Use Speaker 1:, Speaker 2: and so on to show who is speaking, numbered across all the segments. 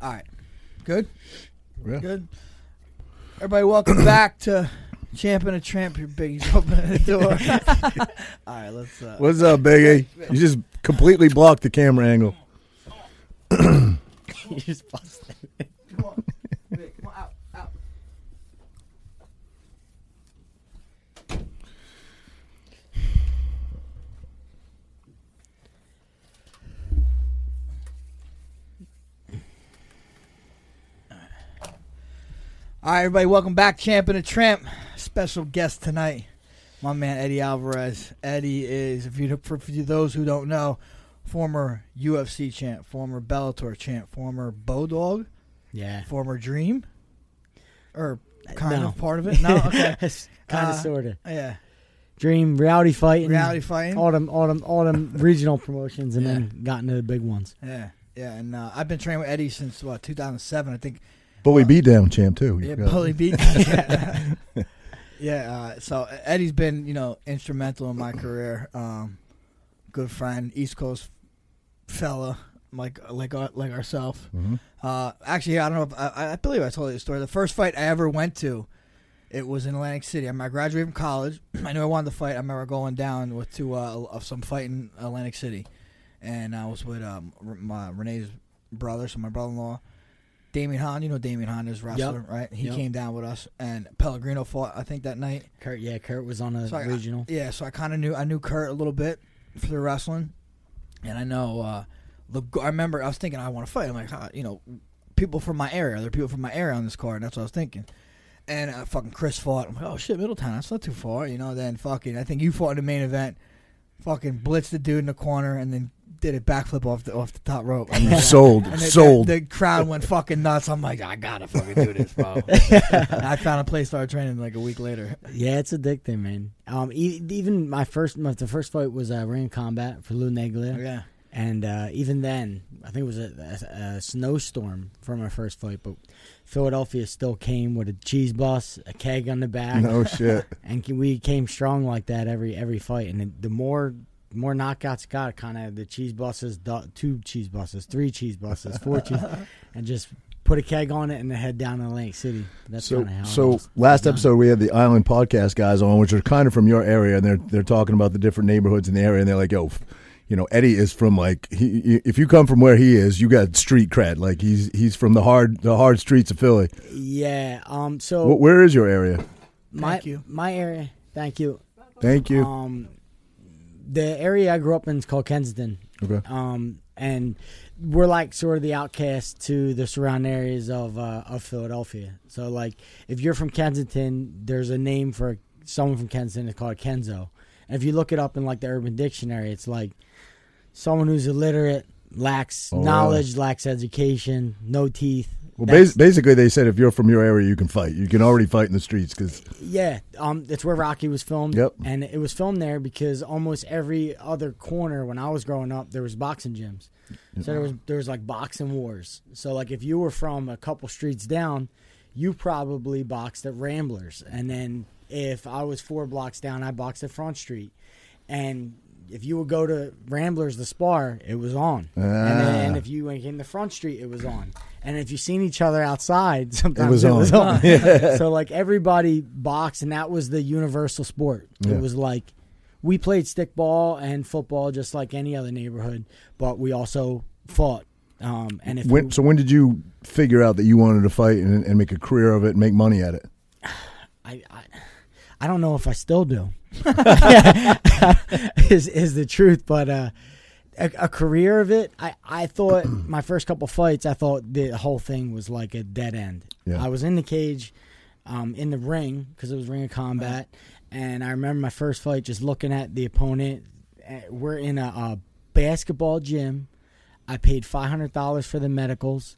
Speaker 1: All right. Good?
Speaker 2: Yeah.
Speaker 1: Good. Everybody, welcome back to Champ and a Tramp. Your biggie's opening the door. All right, let's. Uh,
Speaker 2: What's up, Biggie? You just completely blocked the camera angle.
Speaker 3: you just busted.
Speaker 1: come on. Vic, come on, out, out. All right, everybody, welcome back, Champ and a Tramp. Special guest tonight, my man Eddie Alvarez. Eddie is, if you for, for those who don't know, former UFC champ, former Bellator champ, former Bodog,
Speaker 3: Yeah.
Speaker 1: former dream or kind
Speaker 3: Uh, No.
Speaker 1: of part of it no okay
Speaker 3: kind
Speaker 1: Uh,
Speaker 3: of, sort of.
Speaker 1: yeah
Speaker 3: Dream, reality fighting.
Speaker 1: Reality fighting.
Speaker 3: All them, all them, all them regional promotions and then got into the big ones.
Speaker 1: yeah yeah and uh, i've been training with eddie since what 2007 i think
Speaker 2: Bully beat down champ too. You
Speaker 1: yeah
Speaker 2: forgot.
Speaker 1: Bully beat yeah, uh, so eddie's been you know instrumental in my career um good friend east coast fella like like our- like ourselves
Speaker 2: Mhm.
Speaker 1: Uh, actually, I don't know. If, I, I believe I told you the story. The first fight I ever went to, it was in Atlantic City. I, remember I graduated from college. I knew I wanted to fight. I remember going down with to uh, of some fight in Atlantic City, and I was with um, R- my Renee's brother, so my brother-in-law, Damien Hahn. You know Damien Hahn is a wrestler,
Speaker 3: Yep.
Speaker 1: right? He
Speaker 3: Yep.
Speaker 1: came down with us, and Pellegrino fought. I think that night.
Speaker 3: Kurt, yeah, Kurt was on a
Speaker 1: So I-
Speaker 3: regional.
Speaker 1: Yeah, so I kind of knew I knew Kurt a little bit through wrestling, and I know. Uh, Lig- I remember I was thinking I want to fight. I'm like, huh, you know, people from my area. There are people from my area on this card, and that's what I was thinking. And uh, fucking Chris fought. I'm like, oh shit, Middletown. That's not too far, you know. Then fucking, I think you fought in the main event. Fucking blitzed the dude in the corner and then did a backflip off the off the top rope. I remember that.
Speaker 2: Sold.
Speaker 1: And the,
Speaker 2: Sold.
Speaker 1: The, the crowd went fucking nuts. I'm like, I gotta fucking do this, bro. I found a place, started training like a week later.
Speaker 3: Yeah, it's addicting, man. Um, e- even my first, my, the first fight was uh, Ring Combat for Lou Neglia.
Speaker 1: Oh, Yeah.
Speaker 3: And uh, even then, I think it was a, a, a snowstorm from our first fight, but Philadelphia still came with a cheese bus, a keg on the back,
Speaker 2: no shit.
Speaker 3: and we came strong like that every every fight. And the more more knockouts got, kind of the cheese buses, du- two cheese buses, three cheese buses, four cheese, and just put a keg on it and then head down to Atlantic City. That's
Speaker 2: So,
Speaker 3: kind of how. it
Speaker 2: so
Speaker 3: was
Speaker 2: last
Speaker 3: done.
Speaker 2: episode we had the Island Podcast guys on, which are kind of from your area, and they're they're talking about the different neighborhoods in the area, and they're like, "Yo, f- you know, Eddie is from like, he, he- if you come from where he is, you got street cred. Like he's he's from the hard the hard streets of Philly.
Speaker 3: yeah. Um. So
Speaker 2: Wh- Where is your area?
Speaker 3: my
Speaker 1: Thank you.
Speaker 3: my area. Thank you.
Speaker 2: Thank you.
Speaker 3: Um, the area I grew up in is called Kensington.
Speaker 2: okay.
Speaker 3: um, and we're like sort of the outcast to the surrounding areas of uh, of Philadelphia. So like, if you're from Kensington, there's a name for someone from Kensington. It's called Kenzo. And if you look it up in like the Urban Dictionary, it's like someone who's illiterate, lacks
Speaker 2: Oh, really?
Speaker 3: knowledge, lacks education, no teeth.
Speaker 2: Well,
Speaker 3: That's-
Speaker 2: bas- basically, they said if you're from your area, you can fight. You can already fight in the streets because
Speaker 3: Yeah, um, that's where Rocky was filmed.
Speaker 2: Yep.
Speaker 3: and it was filmed there because almost every other corner when I was growing up, there was boxing gyms. So there was there was like boxing wars. So like if you were from a couple streets down, you probably boxed at Ramblers, and then if I was four blocks down, I boxed at Front Street, and if you would go to Ramblers the spar, it was on, and then
Speaker 2: Ah.
Speaker 3: if you came to Front Street, it was on, and if you seen each other outside, sometimes it
Speaker 2: was
Speaker 3: was
Speaker 2: on.
Speaker 3: on. so like everybody boxed, and that was the universal sport.
Speaker 2: Yeah.
Speaker 3: It was like we played stickball and football just like any other neighborhood, but we also fought. Um, and if
Speaker 2: When,
Speaker 3: we-
Speaker 2: so when did you figure out that you wanted to fight and, and make a career of it and make money at it?
Speaker 3: I, I, I don't know if I still do. is is the truth, but uh, a, a career of it. I I thought my first couple fights, I thought the whole thing was like a dead end.
Speaker 2: Yeah.
Speaker 3: I was in the cage, um, in the ring because it was Ring of Combat, and I remember my first eh, fight just looking at the opponent. Uh, We're in a, a basketball gym. I paid five hundred dollars for the medicals,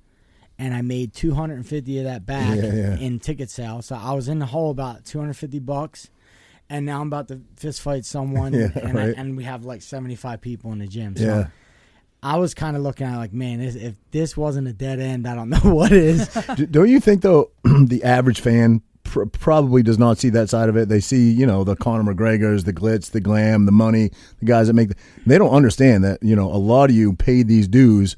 Speaker 3: and I made two hundred and fifty of that back
Speaker 2: Yeah, yeah.
Speaker 3: in ticket sales. So I was in the hole about two hundred fifty bucks, and now I'm about to fist fight someone,
Speaker 2: Yeah,
Speaker 3: and, I,
Speaker 2: right.
Speaker 3: and we have like seventy five people in the gym. So
Speaker 2: Yeah.
Speaker 3: I was kind of looking at it like, man, this, if this wasn't a dead end, I don't know what is.
Speaker 2: D- Don't you think though the average fan pr- probably does not see that side of it? They see you know the Conor McGregor's, the glitz, the glam, the money, the guys that make. The, they don't understand that you know a lot of you paid these dues.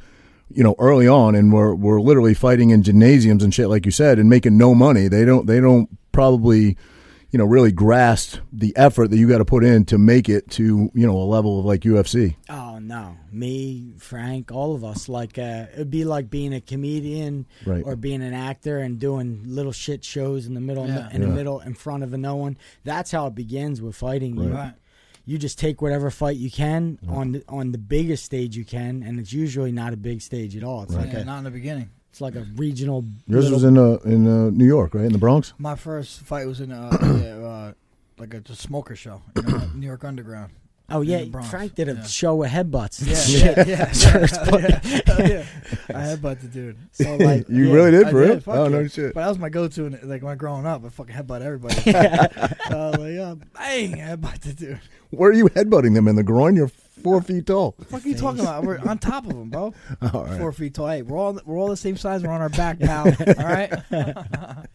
Speaker 2: You know, early on, and were were literally fighting in gymnasiums and shit, like you said, and making no money. They don't they don't probably, you know, really grasp the effort that you got to put in to make it to you know a level of like UFC.
Speaker 3: Oh no, me, Frank, all of us. Like uh, it'd be like being a comedian
Speaker 2: Right.
Speaker 3: or being an actor and doing little shit shows in the middle,
Speaker 1: Yeah.
Speaker 3: in
Speaker 2: Yeah.
Speaker 3: the middle, in front of no one. That's how it begins with fighting. You,
Speaker 1: Right.
Speaker 3: you just take whatever fight you can on the, on the biggest stage you can, and it's usually not a big stage at all. It's like
Speaker 1: Yeah,
Speaker 3: a
Speaker 1: not in the beginning.
Speaker 3: it's like a regional.
Speaker 2: Yours
Speaker 3: little-
Speaker 2: was in uh, in uh, New York, right in the Bronx.
Speaker 1: My first fight was in uh, yeah, uh like a just smoker show, you know, New York Underground.
Speaker 3: oh
Speaker 1: in
Speaker 3: yeah,
Speaker 1: the Bronx.
Speaker 3: Frank did a
Speaker 1: Yeah.
Speaker 3: show with headbutts. and
Speaker 1: Yeah,
Speaker 3: shit.
Speaker 1: yeah, yeah. yeah, Oh, yeah. I headbutt the dude.
Speaker 3: So like
Speaker 2: You
Speaker 3: yeah.
Speaker 2: really did,
Speaker 1: I
Speaker 2: for real?
Speaker 1: did, fuck
Speaker 2: Oh no
Speaker 1: yeah.
Speaker 2: shit.
Speaker 1: But that was my go-to, in, like when I growing up, I fucking headbutt everybody. uh, like, uh, bang, headbutt the dude.
Speaker 2: Where are you headbutting them in the groin? You're four feet tall.
Speaker 1: What are you talking about? We're on top of him, bro.
Speaker 2: All right.
Speaker 1: Four feet tall. Hey, we're all we're all the same size. We're on our back, pal. all right.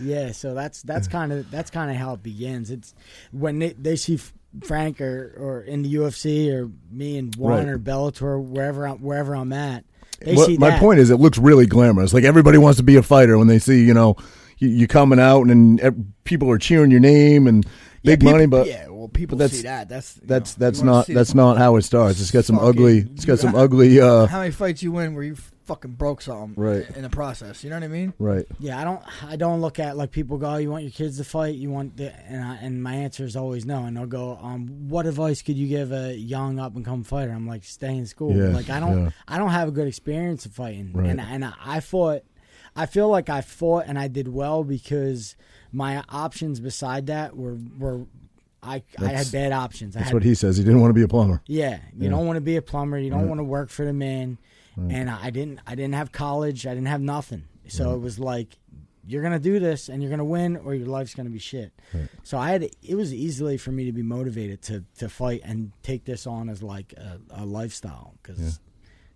Speaker 3: Yeah, so that's that's kind of that's kind of how it begins. It's when they, they see F- Frank or, or in the UFC or me and Juan
Speaker 2: Right.
Speaker 3: or Bellator wherever I'm, wherever I'm at. They
Speaker 2: Well,
Speaker 3: see
Speaker 2: my
Speaker 3: that.
Speaker 2: point is, it looks really glamorous. Like everybody wants to be a fighter when they see you know you, you coming out and, ev- people are cheering your name and big
Speaker 1: People-
Speaker 2: money. But
Speaker 1: yeah, well, people
Speaker 2: that's-
Speaker 1: see that. That's you know,
Speaker 2: that's
Speaker 1: you
Speaker 2: that's
Speaker 1: wanna
Speaker 2: not
Speaker 1: see
Speaker 2: that's not how it starts. It's got some
Speaker 1: Fucking-
Speaker 2: ugly. It's got some
Speaker 1: you-
Speaker 2: ugly. Uh,
Speaker 1: how many fights you win where you fucking broke something
Speaker 2: Right.
Speaker 1: in the process. You know what I mean?
Speaker 2: right.
Speaker 3: Yeah, I don't I don't look at like people go, oh, you want your kids to fight, you want the and I, and my answer is always no, and they'll go, um, what advice could you give a young up and come fighter? I'm like, stay in school.
Speaker 2: Yeah,
Speaker 3: like I don't
Speaker 2: yeah.
Speaker 3: I don't have a good experience of fighting,
Speaker 2: Right.
Speaker 3: and and I, I fought. I feel like I fought and I did well because my options beside that were were I I
Speaker 2: That's-
Speaker 3: had bad options. I
Speaker 2: That's
Speaker 3: had
Speaker 2: what he says. He didn't want to be a plumber.
Speaker 3: yeah, you
Speaker 2: Yeah.
Speaker 3: don't want to be a plumber. You don't
Speaker 2: Right.
Speaker 3: want to work for the man. And I I didn't. I didn't have college. I didn't have nothing. So it was like, you're gonna do this, and you're gonna win, or your life's gonna be shit. So I had. It was easily for me to be motivated to to fight and take this on as like a, a lifestyle because.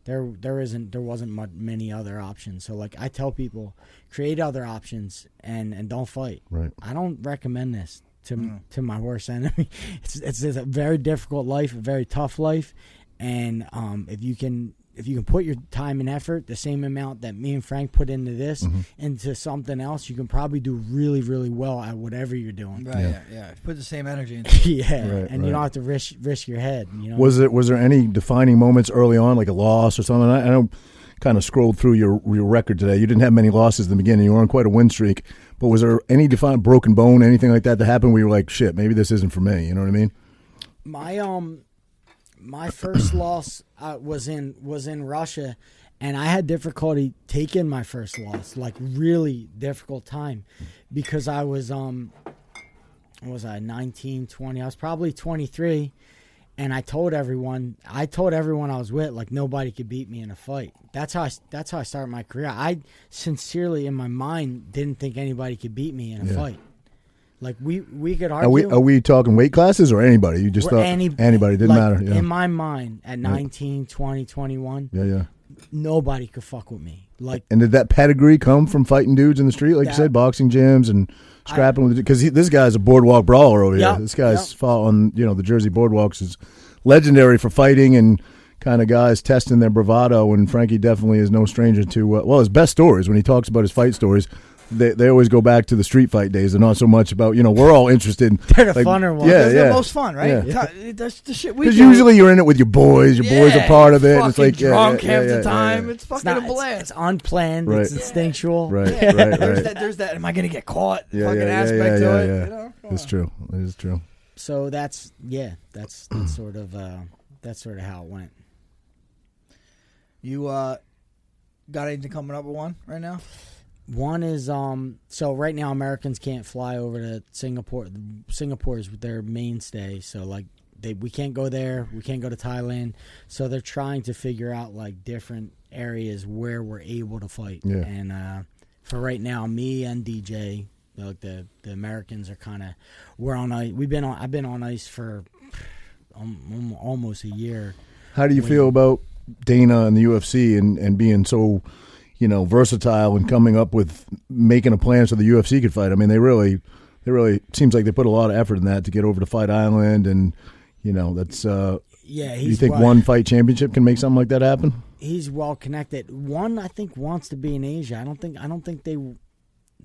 Speaker 3: There, there isn't, there wasn't mu many other options. So, like I tell people, create other options and and don't fight.
Speaker 2: Right.
Speaker 3: I don't recommend this to to my worst enemy. It's, it's it's a very difficult life, a very tough life, and um, if you can if you can put your time and effort, the same amount that me and Frank put into this, into something else, you can probably do really really well at whatever you're doing.
Speaker 1: Right. Yeah. Yeah. Put the same energy into it.
Speaker 3: yeah,
Speaker 2: Right,
Speaker 3: and
Speaker 2: right.
Speaker 3: you don't have to risk risk your head. You know,
Speaker 2: Was it was there any defining moments early on, like a loss or something? I, I don't kind of scrolled through your your record today. You didn't have many losses in the beginning. You were on quite a win streak. But was there any defined broken bone, anything like that that happened where you were like, shit, maybe this isn't for me? You know what I mean?
Speaker 3: my um my first loss uh, was in was in Russia, and I had difficulty taking my first loss, like really difficult time, because I was um what was I 19, 20? I was probably twenty three, and I told everyone I told everyone I was with like nobody could beat me in a fight. That's how I that's how I started my career. I sincerely in my mind didn't think anybody could beat me in a
Speaker 2: Yeah.
Speaker 3: fight. Like we we could argue.
Speaker 2: Are we are we talking weight classes or anybody? You just
Speaker 3: Or
Speaker 2: thought
Speaker 3: any-
Speaker 2: anybody didn't
Speaker 3: like,
Speaker 2: matter. Yeah.
Speaker 3: In my mind, at 19, 20, 21,
Speaker 2: yeah, yeah.
Speaker 3: nobody could fuck with me. Like,
Speaker 2: And did that pedigree come from fighting dudes in the street, like you
Speaker 3: That-
Speaker 2: said, boxing gyms and scrapping with? Because this guy's a boardwalk brawler over
Speaker 3: Yeah,
Speaker 2: here. This guy's
Speaker 3: yeah.
Speaker 2: fought on you know the Jersey boardwalks is legendary for fighting and kind of guys testing their bravado. And Frankie definitely is no stranger to uh, well his best stories when he talks about his fight stories. They, they always go back to the street fight days and not so much about you know we're all interested. in
Speaker 3: They're the funner ones.
Speaker 2: Yeah,
Speaker 1: That's
Speaker 2: yeah.
Speaker 1: the most fun, right?
Speaker 2: Yeah.
Speaker 1: Ta- That's the shit we.
Speaker 2: Because
Speaker 1: do.
Speaker 2: usually you're in it with your boys. Your boys are
Speaker 1: Yeah,
Speaker 2: part of it. and it's
Speaker 1: fucking
Speaker 2: like yeah, yeah,
Speaker 1: drunk
Speaker 2: yeah,
Speaker 1: half
Speaker 2: yeah, yeah,
Speaker 1: the time.
Speaker 2: yeah.
Speaker 1: It's
Speaker 3: it's
Speaker 1: fucking
Speaker 3: not,
Speaker 1: a
Speaker 3: it's,
Speaker 1: blast.
Speaker 3: it's unplanned, it's
Speaker 2: Right.
Speaker 3: instinctual.
Speaker 2: Right, right,
Speaker 1: There's
Speaker 2: right.
Speaker 1: that. There's that. Am I gonna get caught?
Speaker 2: Yeah,
Speaker 1: fucking
Speaker 2: yeah, yeah,
Speaker 1: aspect
Speaker 2: yeah,
Speaker 1: to
Speaker 2: yeah,
Speaker 1: it.
Speaker 2: yeah.
Speaker 1: You know? Come
Speaker 2: It's
Speaker 1: on.
Speaker 2: true. It is true.
Speaker 3: So that's, yeah, that's, that's sort of, uh, that's sort of how it went.
Speaker 1: You uh, got anything coming up with one right now?
Speaker 3: One is, um, so right now Americans can't fly over to Singapore. Singapore is their mainstay. So, like, they we can't go there, we can't go to Thailand. So they're trying to figure out like different areas where we're able to fight.
Speaker 2: Yeah.
Speaker 3: And uh, for right now, me and DJ, like the the Americans are kind of we're on ice. We've been on. I've been on ice for um, almost a year.
Speaker 2: How do you
Speaker 3: Wait.
Speaker 2: feel about Dana and the UFC and, and being so, you know, versatile and coming up with making a plan so the UFC could fight? I mean, they really, they really seems like they put a lot of effort in that to get over to Fight Island, and you know, that's. Uh,
Speaker 3: Yeah, he's
Speaker 2: you think
Speaker 3: well,
Speaker 2: one fight championship can make something like that happen?
Speaker 3: He's well connected. One, I think, wants to be in Asia. I don't think. I don't think they.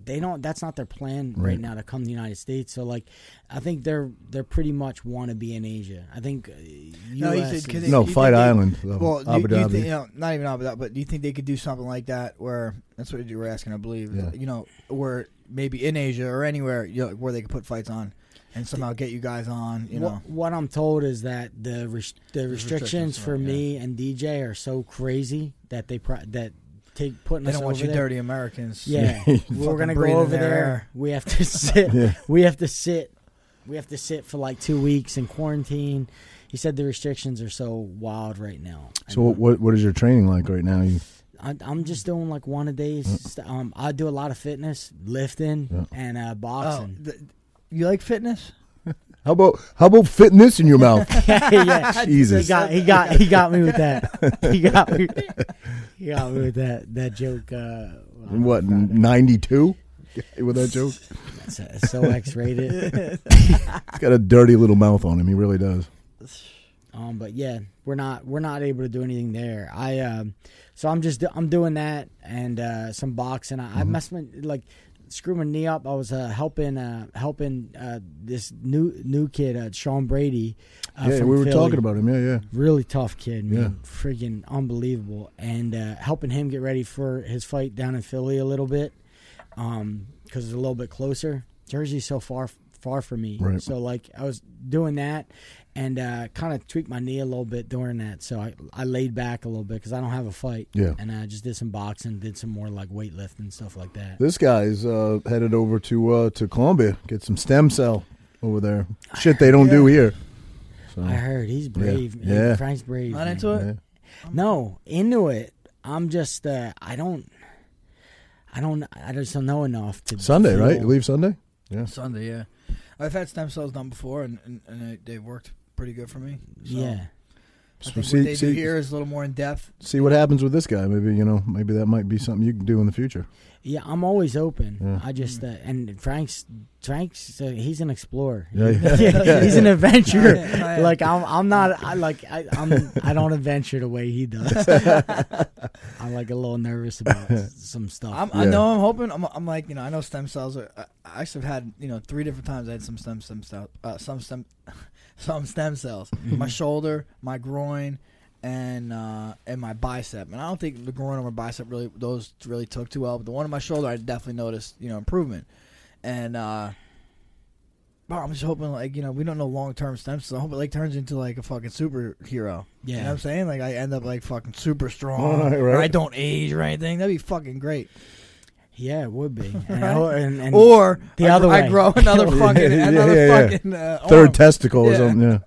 Speaker 3: They don't. That's not their plan right,
Speaker 2: Right.
Speaker 3: now to come to the United States. So, like, I think they're they're pretty much want to be in Asia. I think. uh,
Speaker 1: No, he
Speaker 3: US
Speaker 1: said, 'cause
Speaker 3: is-
Speaker 1: they-
Speaker 2: No,
Speaker 1: you think
Speaker 2: Fight
Speaker 1: they-
Speaker 2: Island, though,
Speaker 1: Well,
Speaker 2: Um, Abu
Speaker 1: you, you
Speaker 2: Dhabi.
Speaker 1: think, you know, not even Abu Dhabi, but do you think they could do something like that? Where that's what you were asking, I believe.
Speaker 2: Yeah.
Speaker 1: You know, where maybe in Asia or anywhere, you know, where they could put fights on and somehow get you guys on. You know,
Speaker 3: what, what I'm told is that the res- the restrictions
Speaker 1: restrictions,
Speaker 3: for
Speaker 1: right,
Speaker 3: me and DJ are so crazy that they pro- that take putting
Speaker 1: they
Speaker 3: us
Speaker 1: don't want
Speaker 3: over
Speaker 1: you
Speaker 3: there.
Speaker 1: dirty Americans.
Speaker 3: Yeah, we're
Speaker 1: Fucking
Speaker 3: gonna go
Speaker 1: breathing
Speaker 3: over
Speaker 1: their
Speaker 3: there.
Speaker 1: air.
Speaker 3: We have to sit.
Speaker 2: Yeah.
Speaker 3: We have to sit. We have to sit for like two weeks in quarantine. He said the restrictions are so wild right now.
Speaker 2: So, what, what what is your training like right now? You,
Speaker 3: I, I'm just doing like one a days. st- Um, I do a lot of fitness, lifting,
Speaker 2: Mm. Yeah.
Speaker 3: and uh,
Speaker 1: Oh,
Speaker 3: boxing.
Speaker 1: th- you like fitness?
Speaker 2: how about how about fitting this in your mouth?
Speaker 3: yeah,
Speaker 2: Jesus.
Speaker 3: He got he got he got me with that. He got me. He got me with that that joke. Uh,
Speaker 2: what ninety two? With that joke,
Speaker 3: So, uh, so X rated.
Speaker 2: he's got a dirty little mouth on him. He really does.
Speaker 3: um, but yeah, we're not we're not able to do anything there. I um, so I'm just I'm doing that and uh, some boxing. I,
Speaker 2: Mm-hmm.
Speaker 3: I messed my like screwed my knee up. I was uh, helping uh, helping uh, this new new kid uh, Sean Brady. Uh,
Speaker 2: yeah,
Speaker 3: from
Speaker 2: we were
Speaker 3: Philly.
Speaker 2: talking about him. Yeah, yeah.
Speaker 3: Really tough kid, man.
Speaker 2: Yeah.
Speaker 3: Friggin' unbelievable. And uh, helping him get ready for his fight down in Philly a little bit because it's a little bit closer. Jersey's so far far from me.
Speaker 2: Right.
Speaker 3: So, like, I was doing that and uh, kind of tweaked my knee a little bit during that. So, I, I laid back a little bit because I don't have a fight.
Speaker 2: Yeah.
Speaker 3: And I just did some boxing, did some more like weightlifting, stuff like that.
Speaker 2: This guy's uh, headed over to uh, to Colombia, get some stem cell over there. Shit they don't do here.
Speaker 3: I heard he's brave. man.
Speaker 2: Oh. Yeah.
Speaker 3: Frank's brave.
Speaker 1: Not
Speaker 3: man.
Speaker 1: into it.
Speaker 2: Yeah.
Speaker 3: No, into it. I'm just uh I don't I don't I just don't know enough to
Speaker 2: Sunday, right? You
Speaker 3: feel-
Speaker 2: leave Sunday. Yeah.
Speaker 1: Sunday, yeah. I've had stem cells done before, and and, and they, they worked pretty good for me. So
Speaker 3: Yeah.
Speaker 1: I think
Speaker 2: So
Speaker 1: what
Speaker 2: see-
Speaker 1: they
Speaker 2: see-
Speaker 1: do here is a little more in depth.
Speaker 2: See what happens with this guy. Maybe you know. Maybe that might be something you can do in the future.
Speaker 3: Yeah, I'm always open.
Speaker 2: Yeah.
Speaker 3: I just uh, and Frank's Frank's uh, he's an explorer.
Speaker 2: Yeah, yeah,
Speaker 3: he's an adventurer.
Speaker 1: Yeah, yeah.
Speaker 3: Like I'm, I'm not. I like I, I'm. I don't adventure the way he does. I'm like a little nervous about s- some stuff.
Speaker 1: I'm, I
Speaker 2: Oh, Yeah.
Speaker 1: know. I'm hoping. I'm, I'm like you know. I know stem cells are. I, I actually have had you know three different times. I had some stem stem cell, uh, some stem, some stem cells.
Speaker 2: Mm-hmm.
Speaker 1: my shoulder, my groin, and uh, and my bicep. And I don't think the groin or my bicep really those really took too well. But the one on my shoulder, I definitely noticed you know improvement. And uh, but I'm just hoping like you know we don't know long term stem cells. I hope it like turns into like a fucking superhero. You know what
Speaker 3: yeah,
Speaker 1: I'm saying? Like I end up like fucking super strong,
Speaker 2: Right,
Speaker 1: or I
Speaker 2: right.
Speaker 1: don't age or anything. That'd be fucking great.
Speaker 3: yeah, it would be. And,
Speaker 1: Right?
Speaker 3: I- and- and-
Speaker 1: Or
Speaker 3: the
Speaker 1: I,
Speaker 3: other
Speaker 1: I
Speaker 3: way.
Speaker 1: grow another
Speaker 2: Yeah,
Speaker 1: fucking
Speaker 2: yeah,
Speaker 1: another
Speaker 2: yeah, yeah.
Speaker 1: fucking uh,
Speaker 2: Third
Speaker 1: arm.
Speaker 2: testicle or
Speaker 1: Yeah.
Speaker 2: something. Yeah.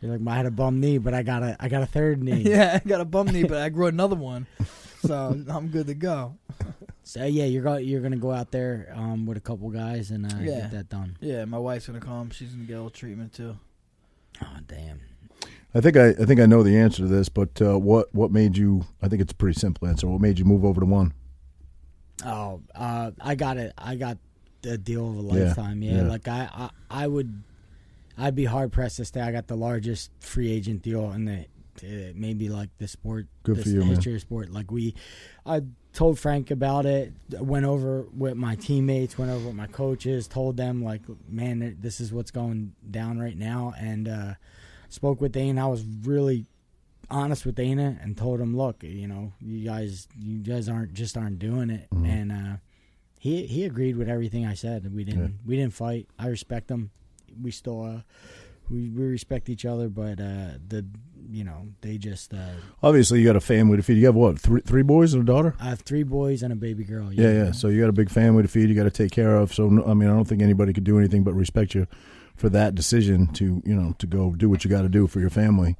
Speaker 3: you're like I had a bum knee, but I got a I got a third knee.
Speaker 1: Yeah, I got a bum knee, but I grew another one, so I'm good to go.
Speaker 3: So yeah, you're going you're gonna go out there um, with a couple guys and uh,
Speaker 1: Yeah.
Speaker 3: get that done.
Speaker 1: Yeah, my wife's gonna come. She's gonna get a little treatment too.
Speaker 3: Oh damn!
Speaker 2: I think I, I think I know the answer to this, but uh, what what made you? I think it's a pretty simple answer. What made you move over to one?
Speaker 3: Oh, uh, I got it. I got the deal of a
Speaker 2: Yeah,
Speaker 3: lifetime. Yeah,
Speaker 2: yeah.
Speaker 3: like I, I I would I'd be hard pressed to say I got the largest free agent deal in the uh, maybe like the sport.
Speaker 2: Good
Speaker 3: the
Speaker 2: for you, man.
Speaker 3: history of sport. Like we, I told Frank about it. Went over with my teammates. Went over with my coaches. Told them like, man, this is what's going down right now. And uh, spoke with Dana. I was really honest with Dana and told him, look, you know, you guys, you guys aren't just aren't doing it.
Speaker 2: Mm-hmm.
Speaker 3: And uh, he he agreed with everything I said. We didn't we didn't fight. I respect him. We still. Uh, we, we respect each other, but uh, the you know they just uh,
Speaker 2: Obviously, you got a family to feed. You have what three three boys and a daughter?
Speaker 3: I have three boys and a baby girl.
Speaker 2: Yeah, yeah. So you got a big family to feed. You got to take care of. So no, I mean, I don't think anybody could do anything but respect you for that decision to you know to go do what you got to do for your family.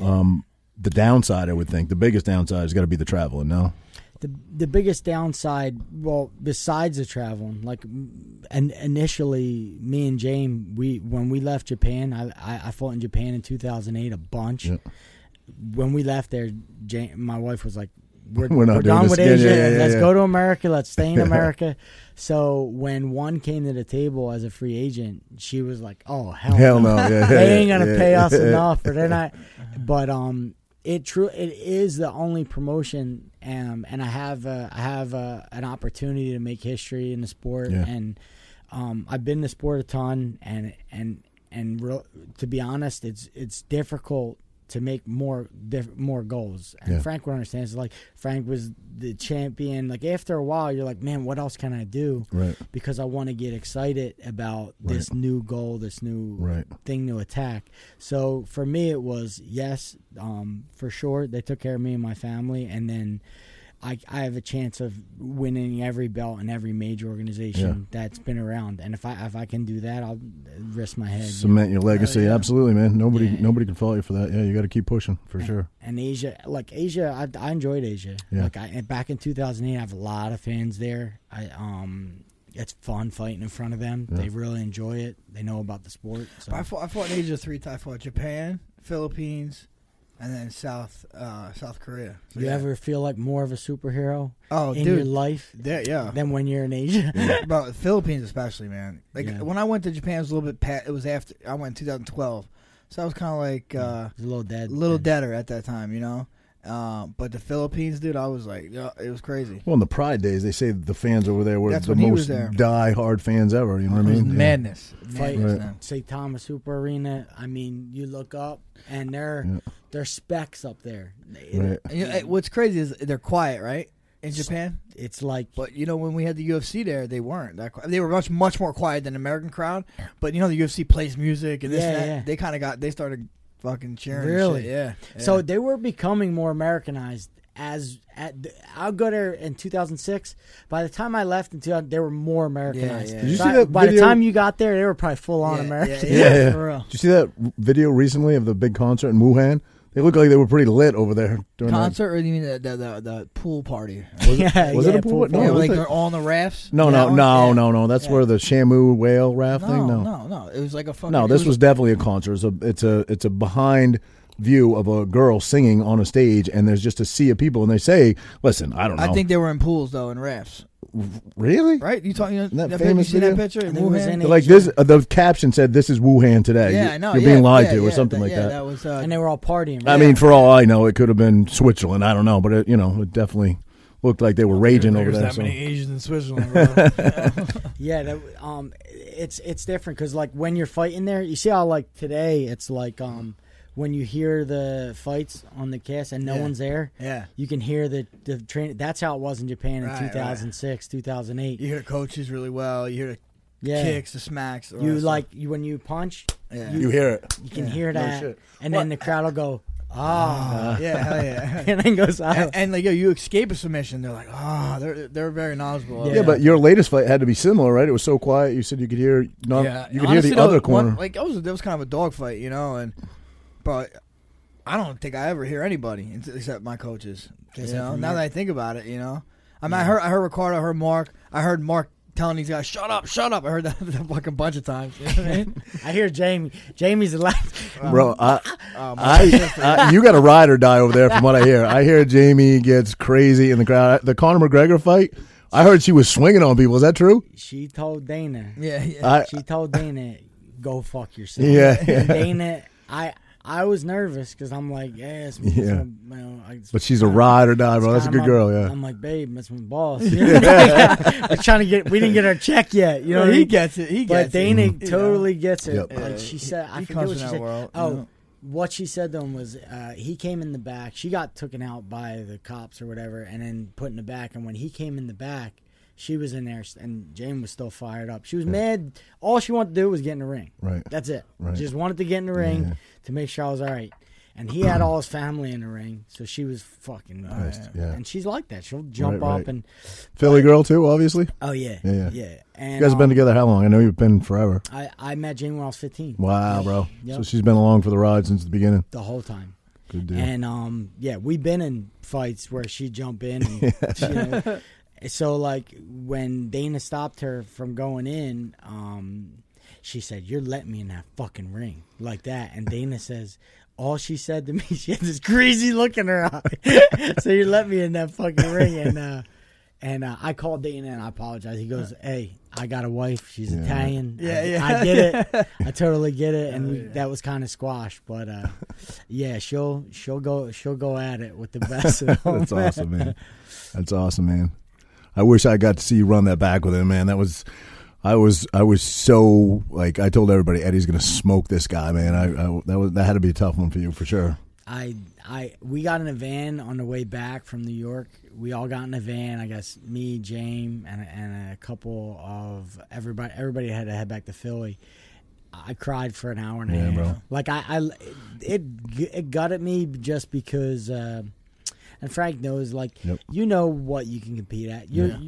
Speaker 2: Um, the downside, I would think, the biggest downside has got to be the traveling. No,
Speaker 3: the the biggest downside, well, besides the traveling, like, m- and initially, me and James, we when we left Japan, I I, I fought in Japan in 2008 a bunch.
Speaker 2: Yeah.
Speaker 3: When we left there, Jane, my wife was like, "We're,
Speaker 2: We're
Speaker 3: we're,
Speaker 2: not doing
Speaker 3: done
Speaker 2: this
Speaker 3: with
Speaker 2: again.
Speaker 3: Asia.
Speaker 2: Yeah, yeah, yeah,
Speaker 3: let's
Speaker 2: yeah.
Speaker 3: go to America. Let's stay in America." so when one came to the table as a free agent, she was like, "Oh hell,
Speaker 2: hell
Speaker 3: no
Speaker 2: no. Yeah,
Speaker 3: they ain't
Speaker 2: yeah,
Speaker 3: gonna
Speaker 2: yeah,
Speaker 3: pay us
Speaker 2: yeah.
Speaker 3: enough, or they're not. But um, it true it is the only promotion, um, and I have uh, I have uh, an opportunity to make history in the sport,
Speaker 2: Yeah.
Speaker 3: and um, I've been in the sport a ton, and and and real, to be honest, it's it's difficult. To make more diff- more goals, and
Speaker 2: Yeah.
Speaker 3: Frank would understand. It's like Frank was the champion. Like after a while, you're like, man, what else can I do?
Speaker 2: Right.
Speaker 3: Because I want to get excited about this new goal, this new
Speaker 2: Right.
Speaker 3: thing to attack. So for me, it was yes, um, for sure. They took care of me and my family, and then I, I have a chance of winning every belt in every major organization that's been around. And if I if I can do that, I'll risk my head.
Speaker 2: Cement your legacy,
Speaker 1: yeah.
Speaker 2: absolutely, man. Nobody,
Speaker 3: Oh, Yeah.
Speaker 2: nobody can fault you for that. Yeah, you got to keep pushing for sure.
Speaker 3: and Asia, like Asia, I, I enjoyed Asia.
Speaker 2: Yeah.
Speaker 3: Like I and back in 2008, I have a lot of fans there. I um, it's fun fighting in front of them. They really enjoy it. They know about the sport. So.
Speaker 1: I fought, I fought in Asia three times. I fought Japan, Philippines, and then South uh, South Korea. So,
Speaker 3: you
Speaker 1: yeah.
Speaker 3: ever feel like more of a superhero
Speaker 1: Oh,
Speaker 3: in
Speaker 1: dude.
Speaker 3: your life
Speaker 1: There- yeah.
Speaker 3: than when you're in Asia?
Speaker 1: But Philippines especially, man. Like
Speaker 3: Yeah.
Speaker 1: when I went to Japan, it was a little bit. Pa- it was after I went in 2012, so I was kind of like uh,
Speaker 3: It's a little dead.
Speaker 1: little deader at that time, you know. Uh, but the Philippines, dude, I was like, yeah, it was crazy.
Speaker 2: Well, in the Pride days, they say that the fans over there were
Speaker 1: That's
Speaker 2: the
Speaker 1: when he was
Speaker 2: most
Speaker 1: there.
Speaker 2: die-hard fans ever. You know what I
Speaker 1: It was
Speaker 2: mean? Yeah.
Speaker 1: madness.
Speaker 3: Fight.
Speaker 1: Madness,
Speaker 2: Right.
Speaker 1: man.
Speaker 3: St. Thomas Hooper Arena. I mean, you look up and they're
Speaker 2: Yeah.
Speaker 3: they're specs up there.
Speaker 2: Right.
Speaker 1: And, you know, what's crazy is they're quiet, right? In Japan,
Speaker 3: It's like
Speaker 1: but you know when we had the UFC there, they weren't. That qui- they were much much more quiet than the American crowd. But you know the UFC plays music and this
Speaker 3: Yeah,
Speaker 1: and that.
Speaker 3: yeah.
Speaker 1: They kind of got they started fucking cheering. and
Speaker 3: Really?
Speaker 1: shit. Yeah, yeah.
Speaker 3: so they were becoming more Americanized. As at the, I'll go there in 2006. By the time I left in 2000, they were more Americanized.
Speaker 1: yeah. Did you
Speaker 3: So
Speaker 2: see
Speaker 3: I-
Speaker 2: that
Speaker 3: by
Speaker 2: video-
Speaker 3: the time you got there, they were probably full on
Speaker 1: Yeah,
Speaker 3: American.
Speaker 1: yeah,
Speaker 2: Yeah, yeah.
Speaker 1: for real.
Speaker 2: Did you see that video recently of the big concert in Wuhan? They looked like they were pretty lit over there during that.
Speaker 1: concert or you mean the the, the, the pool party?
Speaker 2: Was it,
Speaker 3: Yeah,
Speaker 2: was it
Speaker 3: yeah,
Speaker 2: a pool?
Speaker 3: pool
Speaker 2: No,
Speaker 1: yeah,
Speaker 2: it was
Speaker 1: like
Speaker 2: like-
Speaker 1: they're all on the rafts.
Speaker 2: no,
Speaker 1: That
Speaker 2: no,
Speaker 1: one?
Speaker 2: no,
Speaker 1: Yeah.
Speaker 2: no, no. That's
Speaker 1: Yeah.
Speaker 2: where the Shamu whale raft thing.
Speaker 1: No, no, no. It was like a fucking.
Speaker 2: No,
Speaker 1: it
Speaker 2: this was definitely a concert. It's a it's a it's a behind view of a girl singing on a stage, and there's just a sea of people, and they say, "Listen, I don't know."
Speaker 1: I think they were in pools though, in rafts,
Speaker 2: really,
Speaker 1: right? You talking? You know, that
Speaker 2: That
Speaker 1: picture, you
Speaker 2: famous
Speaker 1: see that
Speaker 2: video?
Speaker 1: picture?
Speaker 3: I think it was
Speaker 1: Wuhan?
Speaker 3: in
Speaker 2: They're like this, uh, the caption said, "This is Wuhan today."
Speaker 1: Yeah,
Speaker 2: you,
Speaker 1: I know.
Speaker 2: You're
Speaker 1: yeah,
Speaker 2: being lied
Speaker 1: yeah,
Speaker 2: to, or
Speaker 1: yeah,
Speaker 2: something
Speaker 1: that,
Speaker 2: like
Speaker 1: yeah,
Speaker 2: that.
Speaker 1: That was. Uh,
Speaker 3: and they were all partying.
Speaker 2: I
Speaker 3: right?
Speaker 2: mean, for all I know, it could have been Switzerland. I don't know, but it, you know, it definitely looked like they were raging over there. so-
Speaker 1: Asians in Switzerland, bro.
Speaker 3: Yeah, that, um, it's it's different because like when you're fighting there, you see how like today it's like um when you hear the fights on the cast and no
Speaker 1: Yeah.
Speaker 3: one's there,
Speaker 1: yeah.
Speaker 3: you can hear the the train. That's how it was in Japan in
Speaker 1: Right, right.
Speaker 3: 2006, 2008.
Speaker 1: You hear the coaches really well. You hear the
Speaker 3: yeah,
Speaker 1: kicks, the smacks. all
Speaker 3: you
Speaker 1: that
Speaker 3: like you, when you punch,
Speaker 1: stuff. Yeah.
Speaker 2: you hear it.
Speaker 3: you can
Speaker 1: Yeah,
Speaker 3: hear
Speaker 2: no
Speaker 3: that,
Speaker 2: shit.
Speaker 3: and then the crowd will go ah,
Speaker 1: yeah, hell yeah.
Speaker 3: and then goes
Speaker 1: and,
Speaker 3: out.
Speaker 1: and like yo, you escape a submission. They're like, ah, they're they're very knowledgeable.
Speaker 2: Yeah.
Speaker 3: Yeah.
Speaker 2: but your latest fight had to be similar, right? It was so quiet. You said you could hear, not, you could
Speaker 1: honestly,
Speaker 2: hear the
Speaker 1: though,
Speaker 2: other
Speaker 1: one-
Speaker 2: corner.
Speaker 1: like that was that was kind of a dogfight, you know. And but I don't think I ever hear anybody ins- except my coaches. You
Speaker 3: Except
Speaker 1: know,
Speaker 3: for
Speaker 1: now
Speaker 3: Mark.
Speaker 1: that I think about it, you know, I mean, I heard I heard Ricardo, I heard Mark, I heard Mark telling these guys, "Shut up, shut up." I heard that, that fucking bunch of times. You know what I mean?
Speaker 3: I hear Jamie. Jamie's the last.
Speaker 2: Bro, I,
Speaker 1: Um,
Speaker 2: I, I, you got to ride or die over there, from what I hear. I hear Jamie gets crazy in the crowd. The Conor McGregor fight, I heard she was swinging on people. Is that true?
Speaker 3: She told Dana.
Speaker 1: yeah, yeah.
Speaker 2: I,
Speaker 3: she told Dana, "Go fuck yourself."
Speaker 2: Yeah, yeah.
Speaker 3: And Dana, I I was nervous because I'm like, yeah, it's, it's
Speaker 2: Yeah.
Speaker 3: my- you know, I- it's-
Speaker 2: but she's a ride or die, bro.
Speaker 3: it's
Speaker 2: That's a
Speaker 3: kinda
Speaker 2: good
Speaker 3: my-
Speaker 2: girl. Yeah.
Speaker 3: I'm like, babe, that's my boss. We're trying to get. We didn't get our check yet. You know, what I
Speaker 1: he
Speaker 3: mean?
Speaker 1: gets it. He
Speaker 3: But
Speaker 1: gets
Speaker 3: Dana
Speaker 1: it. you know?
Speaker 3: totally gets it.
Speaker 2: Mm-hmm. Yep.
Speaker 3: Like she said, I
Speaker 1: He
Speaker 3: forget
Speaker 1: comes
Speaker 3: what
Speaker 1: in
Speaker 3: she
Speaker 1: that
Speaker 3: said.
Speaker 1: world, you
Speaker 3: oh,
Speaker 1: know?
Speaker 3: what she said to him was, uh, he came in the back. She got taken out by the cops or whatever, and then put in the back. And when he came in the back, she was in there, and Jane was still fired up. She was mad. All she wanted to do was get in the ring.
Speaker 2: Right.
Speaker 3: That's it.
Speaker 2: Right.
Speaker 3: Just wanted to get in the ring to make sure I was all right. and he had all his family in the ring, so she was fucking.
Speaker 2: Christ, yeah.
Speaker 3: And she's like that. She'll jump
Speaker 2: Right,
Speaker 3: up
Speaker 2: right.
Speaker 3: and
Speaker 2: Philly girl too, obviously.
Speaker 3: oh yeah,
Speaker 2: Yeah, yeah.
Speaker 3: And
Speaker 2: You guys have been
Speaker 3: um,
Speaker 2: together how long? I know you've been forever.
Speaker 3: I I met Jane when I was fifteen.
Speaker 2: Wow,
Speaker 3: Yep.
Speaker 2: bro.
Speaker 3: Yep.
Speaker 2: So she's been along for the ride since the beginning.
Speaker 3: the whole time.
Speaker 2: Good deal.
Speaker 3: And um, yeah, we've been in fights where she jump in. And, you know, so like when Dana stopped her from going in, um, she said, "You're letting me in that fucking ring like that." And Dana says. All she said to me, she had this crazy look in her eye. so you let me in that fucking ring, and uh, and uh, I called Dana and I apologized. He goes, "Hey, I got a wife. She's
Speaker 2: Yeah.
Speaker 3: Italian.
Speaker 1: Yeah,
Speaker 3: I,
Speaker 1: yeah.
Speaker 3: I get it. I totally get it." And we, that was kind of squashed, but uh, yeah, she'll she'll go she'll go at it with the best. of them.
Speaker 2: That's awesome, man. That's awesome, man. I wish I got to see you run that back with him, man. That was, I was, I was so like I told everybody Eddie's gonna smoke this guy, man. I, I that was that had to be a tough one for you for sure.
Speaker 3: I I we got in a van on the way back from New York. We all got in a van. I guess me, James, and and a couple of everybody. Everybody had to head back to Philly. I cried for an hour and
Speaker 2: Yeah,
Speaker 3: a half.
Speaker 2: bro.
Speaker 3: Like I, I it it gutted me just because. Uh, and Frank knows, like
Speaker 2: Yep.
Speaker 3: you know what you can compete at. You're,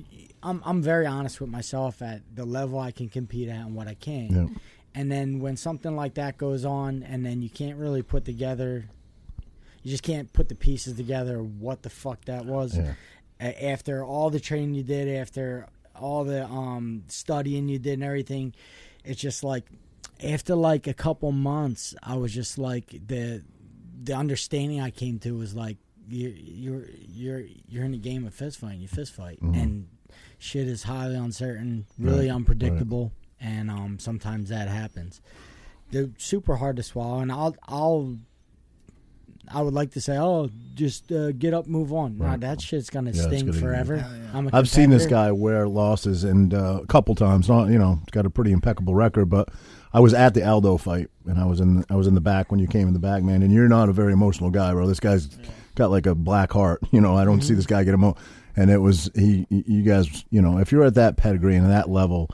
Speaker 3: I'm I'm very honest with myself at the level I can compete at and what I can't.
Speaker 2: Yep.
Speaker 3: And then when something like that goes on, and then you can't really put together, you just can't put the pieces together. What the fuck that was?
Speaker 2: Yeah.
Speaker 3: A- After all the training you did, after all the um, studying you did, and everything, it's just like after like a couple months, I was just like the the understanding I came to was like you're you're you're you're in a game of fist fighting. You fist fight, and shit is highly uncertain, really
Speaker 2: Mm-hmm. Right,
Speaker 3: unpredictable, and um, sometimes that happens. They're super hard to swallow, and I'll I'll. I would like to say, oh, just uh, get up, move on. Nah,
Speaker 2: Right.
Speaker 3: that shit's gonna
Speaker 2: Yeah, it's
Speaker 3: sting
Speaker 2: gonna be-
Speaker 3: forever. I'm a
Speaker 2: I've seen this
Speaker 3: competitor.
Speaker 2: guy wear losses and uh, a couple times. Not you know, got a pretty impeccable record, but I was at the Aldo fight and I was in I was in the back when you came in the back, man. And you're not a very emotional guy, bro. This guy's got like a black heart. You know, I don't see this guy get emo. And it was he. You guys, you know, if you're at that pedigree and that level.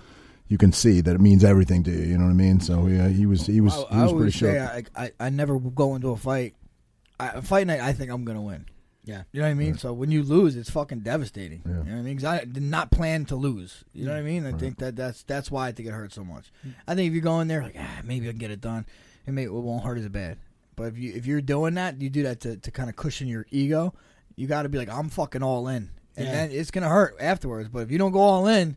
Speaker 2: You can see that it means everything to you. You know what I mean. So yeah, he was he was
Speaker 1: I,
Speaker 2: he
Speaker 1: I
Speaker 2: was pretty
Speaker 1: always
Speaker 2: sure.
Speaker 1: say I, I, I never go into a fight. I, a fight night, I think I'm gonna win.
Speaker 3: Yeah.
Speaker 1: You know what I mean? So when you lose, it's fucking devastating. You
Speaker 2: Yeah.
Speaker 1: know what I mean? 'Cause I did not plan to lose. You know what I mean? I think that that's that's why I think it hurts so much.
Speaker 3: Mm.
Speaker 1: I think if you go in there like, ah, maybe I can get it done, it may it won't hurt as bad. But if you if you're doing that, you do that to, to kind of cushion your ego. You got to be like, I'm fucking all in, and
Speaker 3: Yeah.
Speaker 1: then it's gonna hurt afterwards. But if you don't go all in,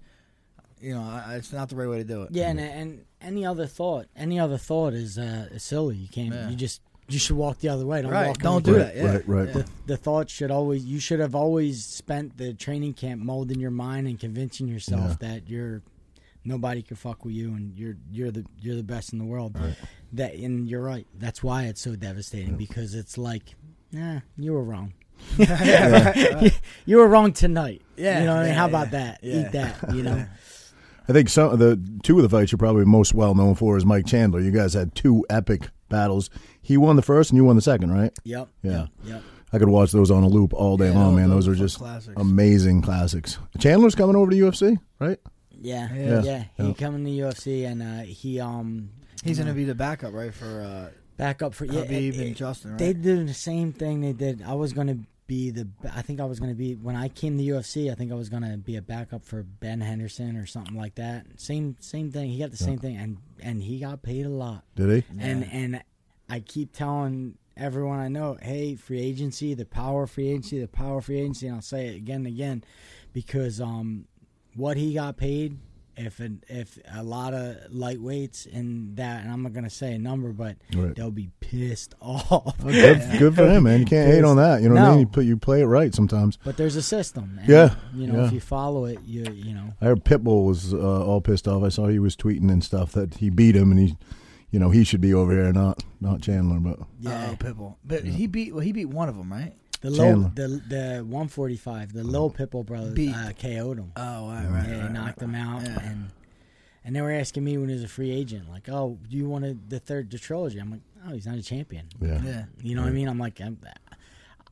Speaker 1: you know I, I- it's not the right way to do it.
Speaker 3: Yeah, and, and any other thought, any other thought is, uh, is silly. You can't.
Speaker 1: Yeah.
Speaker 3: You just you should walk the other way. Don't
Speaker 1: Right,
Speaker 3: walk. in
Speaker 1: don't
Speaker 3: the
Speaker 1: do
Speaker 3: door.
Speaker 1: that, yeah.
Speaker 2: Right, right.
Speaker 1: Yeah.
Speaker 3: The thought should always. You should have always spent the training camp molding your mind and convincing yourself that you're nobody can fuck with you and you're you're the you're the best in the world. That and you're right. That's why it's so devastating because it's like, nah, you were wrong. you were wrong tonight.
Speaker 1: Yeah,
Speaker 3: you know. What I mean?
Speaker 1: yeah,
Speaker 3: How about
Speaker 1: yeah,
Speaker 3: that?
Speaker 1: yeah.
Speaker 3: Eat that. You know.
Speaker 2: I think some of the two of the fights you're probably most well known for is Mike Chandler. You guys had two epic battles. He won the first and you won the second, right?
Speaker 3: yep.
Speaker 2: Yeah.
Speaker 3: Yep.
Speaker 2: I could watch those on a loop all day
Speaker 1: Yeah,
Speaker 2: long, man.
Speaker 1: those-
Speaker 2: Those are
Speaker 1: those
Speaker 2: just
Speaker 1: classics.
Speaker 2: amazing classics. Chandler's coming over to UFC, right?
Speaker 3: Yeah,
Speaker 1: Yeah.
Speaker 3: yeah, He
Speaker 2: Yeah.
Speaker 3: coming to UFC and uh, he um
Speaker 1: He's gonna be the backup, right? For uh,
Speaker 3: back up for yeah.
Speaker 1: Habib
Speaker 3: it-
Speaker 1: and
Speaker 3: it-
Speaker 1: Justin, right?
Speaker 3: They did the same thing they did. I was gonna be the. I think I was gonna be when I came to UFC. I think I was gonna be a backup for Ben Henderson or something like that. Same same thing. He got the same thing and and he got paid a lot.
Speaker 2: Did he?
Speaker 3: And and I keep telling everyone I know, hey, free agency, the power of free agency, the power of free agency, and I'll say it again and again because um what he got paid if an, if a lot of lightweights in that and I'm not gonna say a number but
Speaker 2: Right. Oh,
Speaker 3: they'll be pissed off.
Speaker 2: Good, good for him, man. You can't hate on that. You know what I
Speaker 3: No.
Speaker 2: mean? You, put, you play it right sometimes.
Speaker 3: But there's a system. And,
Speaker 2: Yeah,
Speaker 3: You know,
Speaker 2: yeah.
Speaker 3: if you follow it, you you know.
Speaker 2: I heard Pitbull was uh, all pissed off. I saw he was tweeting and stuff that he beat him and he, you know, he should be over here, not not Chandler. But
Speaker 3: Yeah.
Speaker 1: Oh, Pitbull. But he beat well, he beat one of them, right?
Speaker 3: The
Speaker 2: Chandler. Uh,
Speaker 3: low the the one forty five, the low Pitbull brothers
Speaker 1: Beat.
Speaker 3: uh, KO'd him.
Speaker 1: Oh, right, right.
Speaker 3: Yeah,
Speaker 1: right,
Speaker 3: they knocked him out,
Speaker 1: Yeah.
Speaker 3: and and they were asking me when he was a free agent, like, "Oh, do you want the third the trilogy?" I'm like, "Oh, he's not a champion."
Speaker 2: yeah,
Speaker 1: Yeah.
Speaker 3: You know what I mean? I'm like, I'm,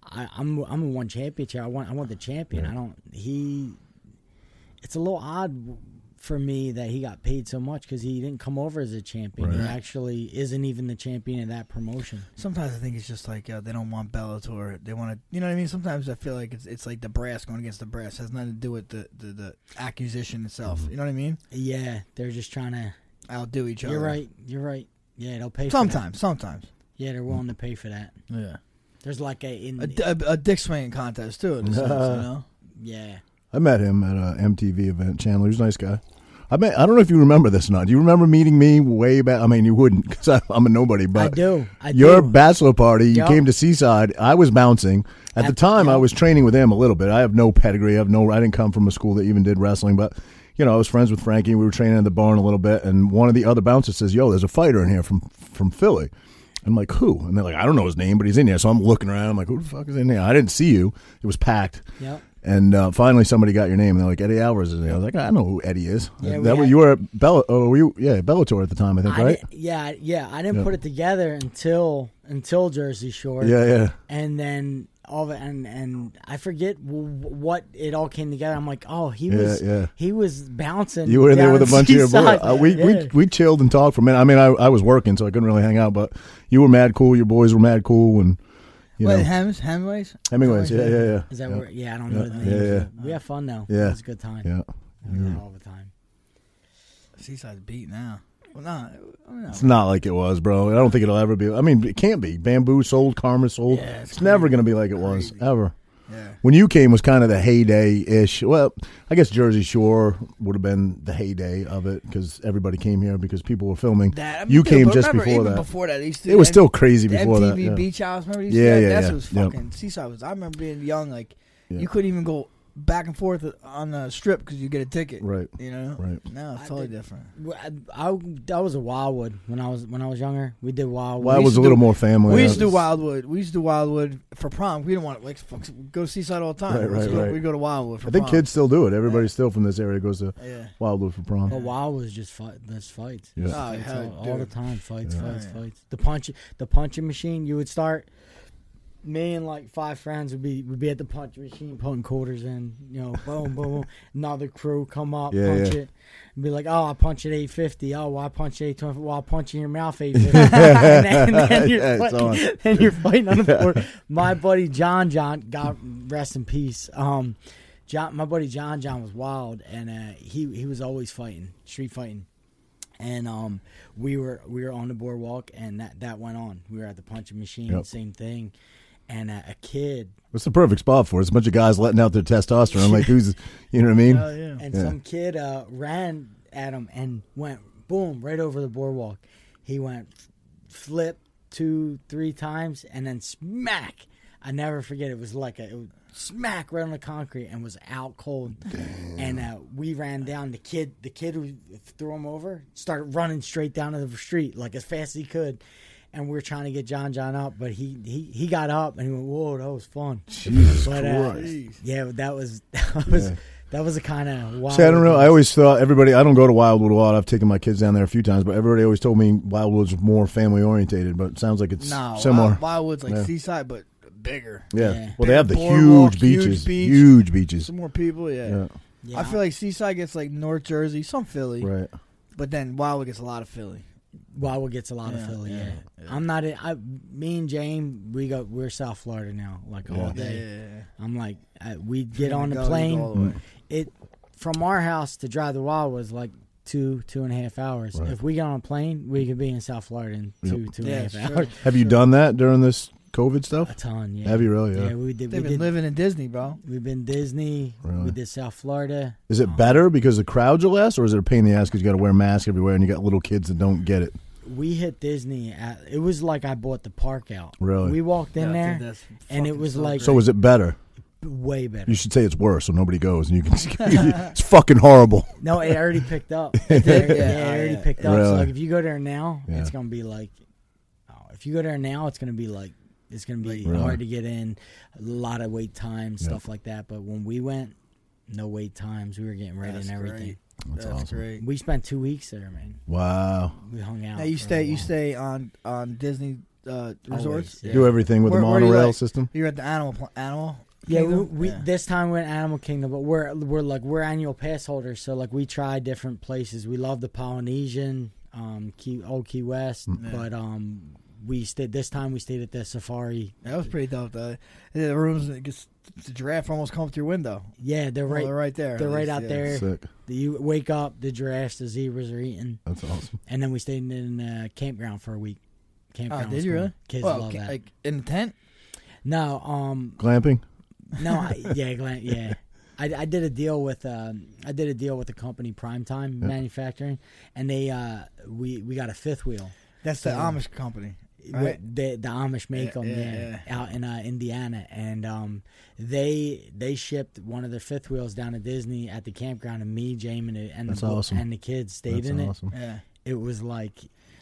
Speaker 3: I, I'm I'm a one championship. I want I want the champion. I don't. He. It's a little odd for me that he got paid so much because he didn't come over as a champion. He
Speaker 2: Right.
Speaker 3: actually isn't even the champion of that promotion.
Speaker 1: Sometimes I think it's just like uh, they don't want Bellator. They want to, you know what I mean. Sometimes I feel like it's it's like the brass going against the brass It has nothing to do with the the, the accusation itself.
Speaker 2: Mm-hmm.
Speaker 1: You know what I mean?
Speaker 3: Yeah, they're just trying to.
Speaker 1: Outdo each other.
Speaker 3: You're right. You're right. Yeah, they'll pay. For that.
Speaker 1: Sometimes, sometimes.
Speaker 3: Yeah, they're willing to pay for that.
Speaker 1: Yeah.
Speaker 3: There's like a in.
Speaker 1: A, d- a- a dick swinging contest too. In a sense, you know.
Speaker 3: yeah.
Speaker 2: I met him at a MTV event. Chandler, he's a nice guy. I met. I don't know if you remember this or not. Do you remember meeting me way back? I mean, you wouldn't because I'm a nobody. But
Speaker 3: I do. I
Speaker 2: your
Speaker 3: do.
Speaker 2: bachelor party, you
Speaker 3: Yup.
Speaker 2: came to Seaside. I was bouncing. At the
Speaker 3: At-
Speaker 2: time, I
Speaker 3: yup.
Speaker 2: was training with him a little bit. I have no pedigree. I have no. I didn't come from a school that even did wrestling, but. You know, I was friends with Frankie. We were training at the barn a little bit, and one of the other bouncers says, "Yo, there's a fighter in here from from Philly." I'm like, "Who?" And they're like, "I don't know his name, but he's in here." So I'm looking around. I'm like, "Who the fuck is in here?" I didn't see you. It was packed.
Speaker 3: Yep.
Speaker 2: And uh, finally, somebody got your name, and they're like, "Eddie Alvarez is." in here." I was like, "I know who Eddie is."
Speaker 3: Yeah, we
Speaker 2: that
Speaker 3: had-
Speaker 2: you were at Bella, or were you? Yeah, Bellator at the time, I think,
Speaker 3: I
Speaker 2: right?
Speaker 3: di- yeah, yeah. I didn't
Speaker 2: Yeah.
Speaker 3: put it together until until Jersey Shore.
Speaker 2: Yeah, yeah.
Speaker 3: and then all of it, and and I forget w- what it all came together. I'm like, oh, he
Speaker 2: Yeah,
Speaker 3: was
Speaker 2: yeah.
Speaker 3: he was bouncing.
Speaker 2: You were in there
Speaker 3: down
Speaker 2: with a
Speaker 3: in
Speaker 2: bunch of your boys.
Speaker 3: Seaside.
Speaker 2: Uh, we,
Speaker 3: Yeah.
Speaker 2: we we chilled and talked for a minute. I mean, I, I was working, so I couldn't really hang out. But you were mad cool. Your boys were mad cool, and you
Speaker 1: Wait,
Speaker 2: know,
Speaker 1: Hems, Hemways.
Speaker 2: Hemingway's. Yeah, yeah, yeah.
Speaker 3: Is that
Speaker 2: yeah.
Speaker 3: where? Yeah, I don't know.
Speaker 2: Yeah,
Speaker 3: the names.
Speaker 2: yeah, yeah.
Speaker 3: We have fun though.
Speaker 2: Yeah.
Speaker 3: it was a good time.
Speaker 2: Yeah,
Speaker 3: We had all the time.
Speaker 1: Seaside's beat now. Well, nah, I don't know.
Speaker 2: it's not like it was, bro. I don't think it'll ever be. I mean, it can't be. Bamboo sold, Karma sold.
Speaker 1: Yeah,
Speaker 2: it's
Speaker 1: it's
Speaker 2: never gonna be like it was ever.
Speaker 1: Yeah.
Speaker 2: when you came was kind of the heyday ish. Well, I guess Jersey Shore would have been the heyday of it because everybody came here because people were filming.
Speaker 1: That, I mean,
Speaker 2: you
Speaker 1: dude,
Speaker 2: came
Speaker 1: but
Speaker 2: just
Speaker 1: remember,
Speaker 2: before
Speaker 1: even
Speaker 2: that.
Speaker 1: Before that, they used to
Speaker 2: it was
Speaker 1: do
Speaker 2: still crazy
Speaker 1: the
Speaker 2: before
Speaker 1: MTV
Speaker 2: that. yeah.
Speaker 1: Beach House. Remember these?
Speaker 2: Yeah,
Speaker 1: Yeah,
Speaker 2: yeah,
Speaker 1: That's
Speaker 2: yeah,
Speaker 1: what was
Speaker 2: yeah.
Speaker 1: fucking Seaside was. I remember being young, like
Speaker 2: Yeah.
Speaker 1: you couldn't even go back and forth on the strip because you get a ticket.
Speaker 2: Right.
Speaker 1: You know.
Speaker 2: Right.
Speaker 1: Now it's
Speaker 3: I
Speaker 1: totally
Speaker 3: did-
Speaker 1: different.
Speaker 3: Well, I, I that was a Wildwood when I was when I was younger. We did Wildwood.
Speaker 2: Well,
Speaker 1: We
Speaker 2: it was
Speaker 1: used
Speaker 2: a
Speaker 1: to
Speaker 2: little
Speaker 1: do-
Speaker 2: more family.
Speaker 1: we used to do
Speaker 2: Yeah.
Speaker 1: Wildwood. We used to do Wildwood for prom. We didn't want to like fuck, go to Seaside all the time.
Speaker 2: Right, right,
Speaker 1: so
Speaker 2: right.
Speaker 1: We go to Wildwood. For
Speaker 2: I think
Speaker 1: prom.
Speaker 2: kids still do it. Everybody still from this area goes to
Speaker 1: Yeah.
Speaker 2: Wildwood for prom.
Speaker 3: But Wild was just fight. That's fights.
Speaker 2: Yeah.
Speaker 1: Oh,
Speaker 3: Fights
Speaker 1: hell,
Speaker 3: all, all the
Speaker 1: dude.
Speaker 3: time. Fights, fights,
Speaker 1: Yeah.
Speaker 3: fights. The punch, the punching machine. You would start. Me and like five friends would be would be at the punch machine putting quarters in. You know, boom, boom, boom. Another crew come up,
Speaker 2: Yeah,
Speaker 3: punch
Speaker 2: yeah.
Speaker 3: it, and be like, "Oh, I punch it eight fifty. Oh, well, I punch it eight twenty. Well, I punch in your mouth eight fifty. and then, then you're
Speaker 2: Yeah, it's
Speaker 3: fighting, then you're fighting on the floor. My buddy John John, God rest in peace. Um, John, my buddy John John was wild, and uh, he he was always fighting, street fighting, and um, we were we were on the boardwalk, and that that went on. We were at the punching machine,
Speaker 2: Yep.
Speaker 3: same thing, and uh, a kid
Speaker 2: It's the perfect spot for it. It's a bunch of guys letting out their testosterone. Like who's, you know what I mean?
Speaker 1: Oh yeah.
Speaker 3: and
Speaker 2: Yeah.
Speaker 3: some kid uh, ran at him and went boom right over the boardwalk. He went flip two, three times, and then smack. I never forget. It was like a it was smack right on the concrete and was out cold. And uh, we ran down the kid. The kid who threw him over started running straight down to the street like as fast as he could. And we were trying to get John John up, but he he, he got up and he went, "Whoa, that was fun." but, uh, yeah, that was that was that was a kind of wild.
Speaker 2: See, I don't know. I always thought everybody. I don't go to Wildwood a lot. I've taken my kids down there a few times, but everybody always told me Wildwood's more family orientated. But it sounds like it's
Speaker 1: No.
Speaker 2: similar.
Speaker 1: Wild- Wildwood's like
Speaker 2: Yeah.
Speaker 1: Seaside, but bigger.
Speaker 2: yeah.
Speaker 3: Yeah.
Speaker 2: Well, they have the
Speaker 1: Boardwalk,
Speaker 2: huge
Speaker 1: huge
Speaker 2: beaches, huge,
Speaker 1: beach.
Speaker 2: beaches.
Speaker 1: Some more people. Yeah.
Speaker 2: Yeah.
Speaker 3: Yeah,
Speaker 1: I feel like Seaside gets like North Jersey, some Philly,
Speaker 2: Right.
Speaker 1: but then Wildwood gets a lot of Philly.
Speaker 3: Wildwood gets a lot of
Speaker 1: Yeah,
Speaker 3: Philly. Yeah.
Speaker 1: yeah,
Speaker 3: I'm not. in- I me and James we go. We're South Florida now, like all
Speaker 1: Yeah,
Speaker 3: day.
Speaker 1: yeah, yeah.
Speaker 3: I'm like, I, we'd get
Speaker 1: gonna
Speaker 3: on the
Speaker 1: go, you
Speaker 3: plane.
Speaker 1: go all the way.
Speaker 3: It from our house to drive the wild was like two, two and a half hours.
Speaker 2: Right.
Speaker 3: If we got on a plane, we could be in South Florida in two, two and a
Speaker 1: Yeah,
Speaker 3: half
Speaker 1: sure.
Speaker 3: hours.
Speaker 2: Have you done that during this COVID stuff?
Speaker 3: A ton. Yeah.
Speaker 2: Have you really? Yeah.
Speaker 3: we did.
Speaker 1: They've
Speaker 3: we
Speaker 1: been
Speaker 3: did.
Speaker 1: living in Disney, bro.
Speaker 3: We've been Disney.
Speaker 2: Really?
Speaker 3: We did South Florida.
Speaker 2: Is it better because the crowds are less, or is it a pain in the ass because you got to wear a mask everywhere and you got little kids that don't get it?
Speaker 3: We hit Disney. At, it was like I bought the park out.
Speaker 2: Really?
Speaker 3: We walked in
Speaker 1: Yeah, dude,
Speaker 3: there,
Speaker 1: that's
Speaker 3: and it
Speaker 1: fucking
Speaker 3: was
Speaker 1: so
Speaker 3: like
Speaker 2: So is it better?
Speaker 3: way better.
Speaker 2: You should say it's worse, so nobody goes, and you can. it's fucking horrible.
Speaker 3: No, it already picked up. It did? yeah,
Speaker 1: Yeah, Oh,
Speaker 3: it already
Speaker 1: yeah.
Speaker 3: picked up. So
Speaker 2: Really?
Speaker 3: like, if you go there now,
Speaker 2: Yeah.
Speaker 3: it's gonna be like, oh, if you go there now, it's gonna be like, it's gonna be
Speaker 2: Really?
Speaker 3: hard to get in, a lot of wait times,
Speaker 2: Yeah.
Speaker 3: stuff like that. But when we went, no wait times. We were getting right
Speaker 1: That's
Speaker 3: in everything.
Speaker 1: great. That's,
Speaker 2: awesome.
Speaker 1: great.
Speaker 3: We spent two weeks there, man.
Speaker 2: Wow.
Speaker 3: We hung out.
Speaker 1: Now you
Speaker 3: for a
Speaker 1: stay, you
Speaker 3: while.
Speaker 1: stay on on Disney uh, resorts.
Speaker 3: Always, yeah.
Speaker 2: Do everything with
Speaker 1: Where-
Speaker 2: the
Speaker 1: where do you
Speaker 2: monorail
Speaker 1: like-
Speaker 2: system.
Speaker 1: You're at the animal pl- animal
Speaker 3: Yeah, we,
Speaker 1: Kingdom?
Speaker 3: we
Speaker 1: Yeah.
Speaker 3: this time we're in Animal Kingdom, but we're we're like we're annual pass holders, so like we try different places. We love the Polynesian, um, Key, Old Key West, but um, we stayed this time. We stayed at the Safari.
Speaker 1: That was pretty dope. The, the rooms it gets the giraffe almost come up through your window.
Speaker 3: Yeah, they're
Speaker 1: Oh,
Speaker 3: right.
Speaker 1: they're right there.
Speaker 3: They're
Speaker 1: At
Speaker 3: right
Speaker 1: least,
Speaker 3: out
Speaker 1: yeah.
Speaker 3: there.
Speaker 2: Sick.
Speaker 3: The- You wake up, the giraffes, the zebras are eating,
Speaker 2: That's awesome.
Speaker 3: and then we stayed in a campground for a week.
Speaker 1: Oh,
Speaker 3: Campground,
Speaker 1: did
Speaker 3: was
Speaker 1: you
Speaker 3: cool.
Speaker 1: really?
Speaker 3: Kids
Speaker 1: well,
Speaker 3: love
Speaker 1: ca-
Speaker 3: that.
Speaker 1: Like in the tent.
Speaker 3: no, um,
Speaker 2: Glamping.
Speaker 3: No, I, yeah, Glenn, yeah. I, I did a deal with um, I did a deal with the company Primetime Manufacturing, and they uh, we we got a fifth wheel.
Speaker 1: That's the
Speaker 3: Yeah.
Speaker 1: Amish company. Right?
Speaker 3: With the, the Amish make
Speaker 1: Yeah,
Speaker 3: them,
Speaker 1: yeah,
Speaker 3: yeah, out in uh, Indiana, and um, they they shipped one of their fifth wheels down to Disney at the campground, and me, Jamie, and, the- and
Speaker 2: That's
Speaker 3: the bo-
Speaker 2: awesome.
Speaker 3: and the kids stayed
Speaker 2: That's
Speaker 3: in
Speaker 2: awesome.
Speaker 1: Yeah.
Speaker 3: it. It was like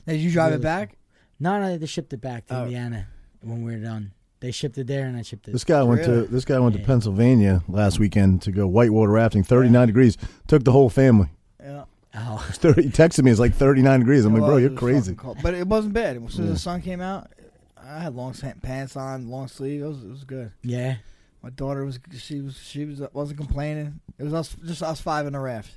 Speaker 1: Now, did you drive
Speaker 3: Really
Speaker 1: it back?
Speaker 3: no, no, they shipped it back to
Speaker 1: Oh.
Speaker 3: Indiana when we were done. They shipped it there, and I shipped it.
Speaker 2: This guy went
Speaker 1: Really?
Speaker 2: to this guy went to
Speaker 3: Yeah.
Speaker 2: Pennsylvania last weekend to go whitewater rafting. Thirty nine degrees. Took the whole family.
Speaker 1: Yeah.
Speaker 3: oh,
Speaker 2: It's 30, he texted me. It's like thirty nine degrees. I'm
Speaker 1: It
Speaker 2: like, bro,
Speaker 1: was-
Speaker 2: you're
Speaker 1: it was fucking
Speaker 2: crazy.
Speaker 1: cold. But it wasn't bad. As soon as
Speaker 2: Yeah.
Speaker 1: the sun came out, I had long sa- pants on, long sleeve. It was, it was good.
Speaker 3: yeah,
Speaker 1: My daughter was she was she was wasn't complaining. It was us just us five in the raft.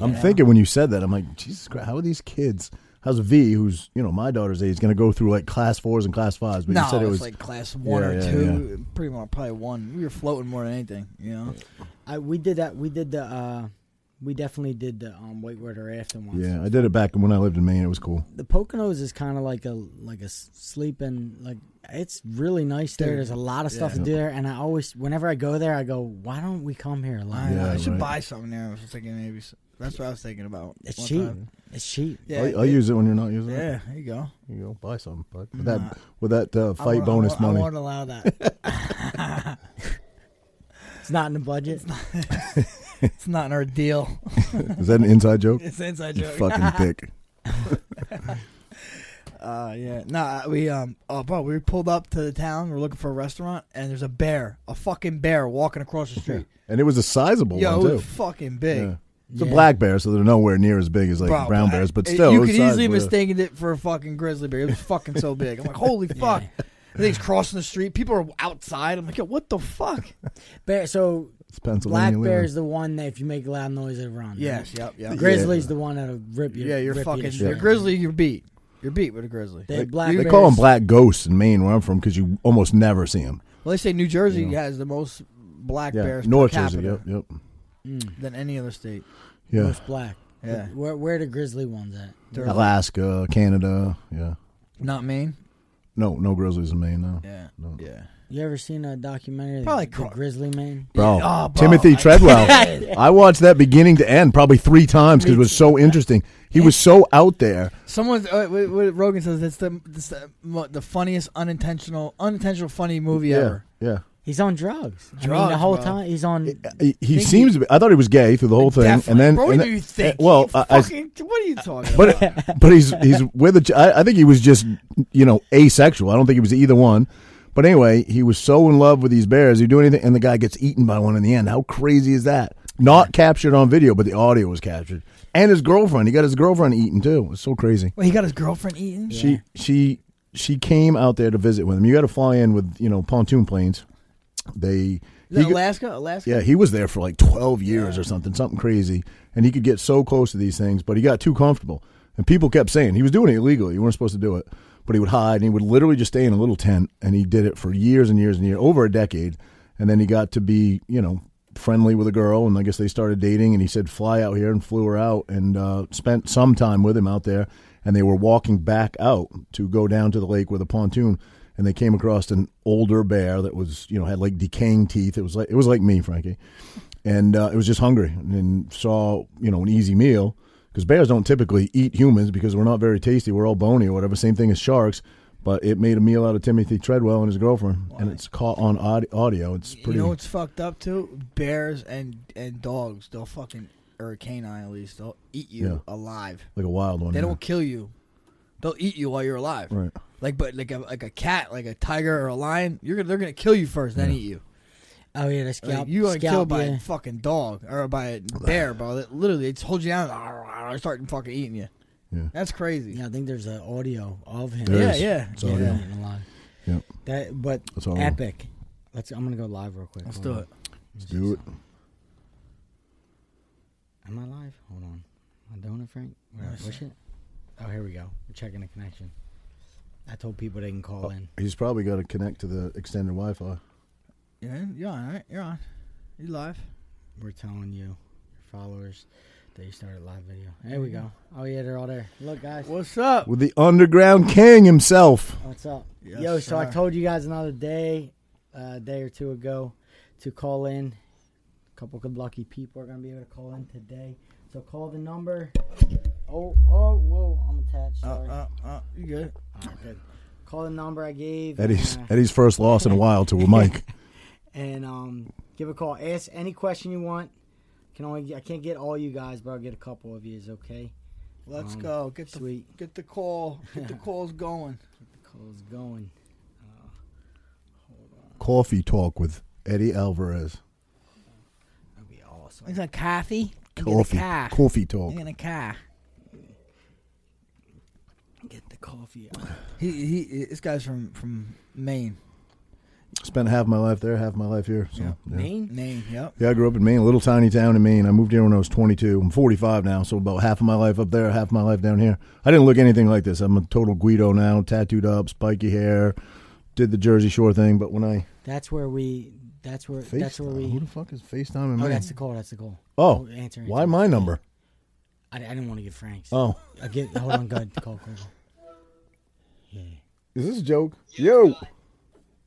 Speaker 2: I'm
Speaker 1: Yeah.
Speaker 2: thinking when you said that, I'm like, Jesus Christ, how are these kids? How's V, who's you know my daughter's age, going to go through like class fours and class fives? But
Speaker 1: no,
Speaker 2: you said
Speaker 1: it
Speaker 2: it
Speaker 1: was
Speaker 2: was
Speaker 1: like class one
Speaker 2: Yeah,
Speaker 1: or
Speaker 2: yeah,
Speaker 1: two, pretty much probably one. We were floating more than anything, you know.
Speaker 3: I we did that. We did the. uh We definitely did the um, White Water rafting once.
Speaker 2: yeah. I did it back when I lived in Maine. It was cool.
Speaker 3: The Poconos is kind of like a like a s- sleeping like it's really nice there.
Speaker 1: Dude,
Speaker 3: There's a lot of stuff
Speaker 1: yeah.
Speaker 3: to do there, and I always whenever I go there, I go, why don't we come here?
Speaker 1: I,
Speaker 3: Like
Speaker 1: know, I
Speaker 2: Yeah,
Speaker 1: should
Speaker 2: right.
Speaker 1: buy something there. I was thinking maybe s- that's what I was thinking about.
Speaker 3: it's
Speaker 1: one
Speaker 3: cheap.
Speaker 1: time.
Speaker 3: It's cheap.
Speaker 1: Yeah,
Speaker 2: I'll, I'll use it when you're not using it.
Speaker 1: Yeah, there you go.
Speaker 2: You go buy something, bud. With
Speaker 1: Nah.
Speaker 2: that with that uh,
Speaker 1: I won't-
Speaker 2: fight
Speaker 1: I
Speaker 2: bonus
Speaker 1: won't-
Speaker 2: money.
Speaker 1: I won't allow that.
Speaker 3: It's not in the budget.
Speaker 1: it's not in our deal.
Speaker 2: Is that an inside joke?
Speaker 1: It's an inside
Speaker 2: You
Speaker 1: joke.
Speaker 2: fucking dick.
Speaker 1: Uh, yeah. Nah, we um, oh, bro, we pulled up to the town. We're looking for a restaurant, and there's a bear, a fucking bear walking across the street.
Speaker 2: And it was a sizable
Speaker 1: Yo,
Speaker 2: one
Speaker 1: it
Speaker 2: too.
Speaker 1: was fucking big.
Speaker 2: Yeah. It's a
Speaker 3: Yeah.
Speaker 2: black bear, so they're nowhere near as big as like
Speaker 1: Bro,
Speaker 2: brown
Speaker 1: I-
Speaker 2: bears, but
Speaker 1: it-
Speaker 2: still, it
Speaker 1: you
Speaker 2: was
Speaker 1: could easily
Speaker 2: sizable, yeah.
Speaker 1: mistake it for a fucking grizzly bear. It was fucking so big. I'm like, holy fuck! And he's crossing the street. People are outside. I'm like, yo, what the fuck?
Speaker 3: Bear, so
Speaker 2: It's Pennsylvania.
Speaker 3: black bear
Speaker 2: living.
Speaker 3: is the one that if you make a loud noise, it'll run.
Speaker 1: yes, yep, yep.
Speaker 3: Grizzly's the one that'll rip you.
Speaker 1: yeah, you're
Speaker 3: rip
Speaker 1: fucking.
Speaker 3: You to
Speaker 1: You're
Speaker 3: shreds.
Speaker 1: grizzly. You're beat. You're beat with a grizzly.
Speaker 3: The
Speaker 2: Like,
Speaker 3: black
Speaker 2: they
Speaker 3: bears,
Speaker 2: call them black ghosts in Maine, where I'm from, because you almost never see them.
Speaker 1: Well, they say New Jersey has the most black
Speaker 2: Yeah,
Speaker 1: bears
Speaker 2: North
Speaker 1: per
Speaker 2: Jersey.
Speaker 1: capita
Speaker 2: Yep, yep.
Speaker 1: than any other state.
Speaker 2: Yeah,
Speaker 3: Most black.
Speaker 1: Yeah.
Speaker 3: Where where are the grizzly ones at?
Speaker 1: They're
Speaker 2: Alaska, Canada. Yeah,
Speaker 1: not Maine.
Speaker 2: no, no grizzlies in Maine. No,
Speaker 1: Yeah,
Speaker 2: No.
Speaker 1: yeah.
Speaker 3: You ever seen a documentary?
Speaker 1: Probably
Speaker 3: the,
Speaker 1: cro-
Speaker 3: Grizzly Man.
Speaker 2: Bro,
Speaker 1: Oh, bro,
Speaker 2: Timothy
Speaker 1: I-
Speaker 2: Treadwell. I watched that beginning to end probably three times because it was so interesting. He was so out there.
Speaker 1: Someone's uh, what, what Rogan says it's the it's the, mo- the funniest unintentional unintentional funny movie ever.
Speaker 2: yeah.
Speaker 3: He's on drugs. I mean, the
Speaker 1: Drugs,
Speaker 3: whole
Speaker 1: bro.
Speaker 3: time he's on.
Speaker 2: He, he seems to be. I thought he was gay through the whole thing,
Speaker 1: Definitely.
Speaker 2: and then
Speaker 1: bro, what
Speaker 2: and
Speaker 1: do
Speaker 2: then-
Speaker 1: you think?
Speaker 2: eh, well,
Speaker 1: You
Speaker 2: I, I,
Speaker 1: fucking, what are you talking about?
Speaker 2: but but he's he's with a. ch- I, I think he was just you know asexual. I don't think he was either one. But anyway, he was so in love with these bears, he'd do anything, and the guy gets eaten by one in the end. How crazy is that? Not captured on video, but the audio was captured. And his girlfriend, he got his girlfriend eaten too. It's so crazy.
Speaker 1: Well, he got his girlfriend eaten.
Speaker 2: She she she came out there to visit with him. You got to fly in with you know pontoon planes. They
Speaker 1: Is that
Speaker 2: he go-
Speaker 1: Alaska? Alaska?
Speaker 2: yeah he was there for like twelve years or something something crazy, and he could get so close to these things, but he got too comfortable, and people kept saying he was doing it illegally. You weren't supposed to do it, but he would hide and he would literally just stay in a little tent, and he did it for years and years and years over a decade, and then he got to be you know friendly with a girl and i guess they started dating and he said fly out here and flew her out and uh, spent some time with him out there and they were walking back out to go down to the lake with a pontoon and they came across an older bear that was you know had like decaying teeth it was like it was like me frankie and uh, it was just hungry and saw you know an easy meal because bears don't typically eat humans because we're not very tasty we're all bony or whatever same thing as sharks but it made a meal out of timothy treadwell and his girlfriend and it's caught on aud- audio it's pretty
Speaker 1: You know what's fucked up too? Bears and and dogs, they'll fucking or a canine at least, they'll eat you
Speaker 2: Yeah.
Speaker 1: alive.
Speaker 2: like a wild one
Speaker 1: They
Speaker 2: yeah.
Speaker 1: don't kill you. They'll eat you while you're alive.
Speaker 2: Right.
Speaker 3: Oh,
Speaker 1: Like but like a like a cat, like a tiger or a lion, you're gonna they're gonna kill you first, then eat you.
Speaker 3: Oh yeah, the
Speaker 1: Like,
Speaker 3: scalp.
Speaker 1: you are
Speaker 3: scalp,
Speaker 1: killed by
Speaker 3: yeah.
Speaker 1: a fucking dog or by a bear, bro. That literally it's hold you down and start fucking eating you.
Speaker 2: Yeah.
Speaker 1: That's crazy.
Speaker 3: Yeah, I think there's an audio of him.
Speaker 2: There
Speaker 1: Yeah,
Speaker 2: is.
Speaker 1: yeah.
Speaker 2: It's
Speaker 3: Yeah,
Speaker 2: audio.
Speaker 3: eating alive.
Speaker 2: Yep.
Speaker 3: That but
Speaker 2: It's audio.
Speaker 3: epic. Let's. I'm gonna go live real quick.
Speaker 1: Let's
Speaker 3: Hold
Speaker 1: do
Speaker 3: on.
Speaker 1: it.
Speaker 2: Let's do it.
Speaker 3: Am I live? Hold on. Am I doing it, Frank? Where I
Speaker 1: Yes.
Speaker 3: push it? Oh, here we go. We're checking the connection. I told people they can
Speaker 2: Oh.
Speaker 3: call in.
Speaker 2: He's probably got to connect to the extended Wi-Fi.
Speaker 1: You're in. You're on. Right? You're on. You live.
Speaker 3: We're telling you, your followers, that you started live video. There we go. Oh yeah, they're all there. Look, guys.
Speaker 1: What's up?
Speaker 2: With the underground king himself.
Speaker 3: What's up?
Speaker 1: Yes,
Speaker 3: Yo, so I
Speaker 1: sir.
Speaker 3: told you guys another day, a day or two ago, to call in. A couple good lucky people are going to be able to call in today. So call the number. Oh, oh, whoa, I'm attached.
Speaker 1: Uh,
Speaker 3: Sorry.
Speaker 1: uh, uh, you good?
Speaker 3: All right, good. Call the number I gave.
Speaker 2: Eddie's
Speaker 3: uh,
Speaker 2: Eddie's first loss in a while to a mic.
Speaker 3: and um, give a call. Ask any question you want. Can only I can't get all you guys, but I'll get a couple of yous. Okay.
Speaker 1: Let's
Speaker 3: Um,
Speaker 1: go. Get the
Speaker 3: Sweet.
Speaker 1: get the call. Get the calls going.
Speaker 3: Call's going.
Speaker 2: Coffee talk with Eddie Alvarez.
Speaker 3: That'd be awesome.
Speaker 1: He's a coffee.
Speaker 2: Coffee
Speaker 1: Coffee.
Speaker 2: coffee talk.
Speaker 1: I'm gonna car.
Speaker 3: Get the coffee.
Speaker 1: He he. This guy's from from Maine.
Speaker 2: Spent half my life there, half my life here. So,
Speaker 1: Yeah.
Speaker 2: yeah.
Speaker 3: Maine.
Speaker 1: Maine. Yep.
Speaker 2: Yeah, I grew up in Maine, a little tiny town in Maine. I moved here when I was 22. I'm 45 now, so about half of my life up there, half my life down here. I didn't look anything like this. I'm a total Guido now, tattooed up, spiky hair, did the Jersey Shore thing. But when I
Speaker 3: That's where we. That's where. That's where
Speaker 2: who
Speaker 3: we.
Speaker 2: the fuck is FaceTime in
Speaker 3: Oh,
Speaker 2: Maine?
Speaker 3: that's the call. That's the call.
Speaker 2: oh,
Speaker 3: answer. answer.
Speaker 2: why my number?
Speaker 3: I, I didn't want to get Frank's.
Speaker 2: Oh,
Speaker 3: I get. Hold on. Good. Call. Call. call. Yeah.
Speaker 2: is this a joke? Yo,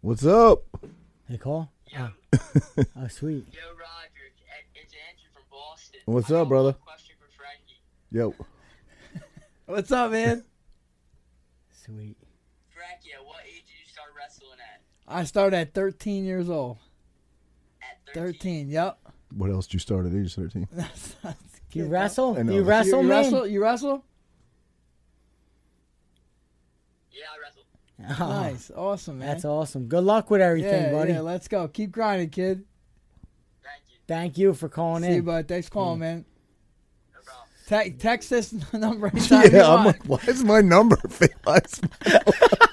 Speaker 2: what's up?
Speaker 3: Hey, call. Yeah. Oh, sweet.
Speaker 4: Yo, Roger, it's Ed- it's Andrew from Boston.
Speaker 2: What's
Speaker 4: I
Speaker 2: up,
Speaker 4: got
Speaker 2: brother?
Speaker 4: one Question for Frankie.
Speaker 2: Yo,
Speaker 1: What's up, man?
Speaker 3: Sweet.
Speaker 4: Frankie, at what age did you start wrestling at?
Speaker 1: I started at 13 years old.
Speaker 4: At 13.
Speaker 1: 13. Yep.
Speaker 2: what else did you start at age 13?
Speaker 3: Do you wrestle?
Speaker 2: I
Speaker 3: Do
Speaker 2: know.
Speaker 3: you wrestle,
Speaker 1: you, you
Speaker 3: man?
Speaker 1: wrestle? You wrestle?
Speaker 4: Yeah, I wrestled.
Speaker 3: Oh,
Speaker 1: Nice. Awesome, man.
Speaker 3: That's awesome. Good luck with everything,
Speaker 1: yeah,
Speaker 3: buddy.
Speaker 1: yeah, let's go. Keep grinding, kid.
Speaker 4: Thank you.
Speaker 3: Thank you for calling
Speaker 1: See you,
Speaker 3: in.
Speaker 1: bud. Thanks for calling, man.
Speaker 4: No problem.
Speaker 1: Te- text this number. anytime you
Speaker 2: yeah, I'm
Speaker 1: want.
Speaker 2: like, why is my number? FaceTime?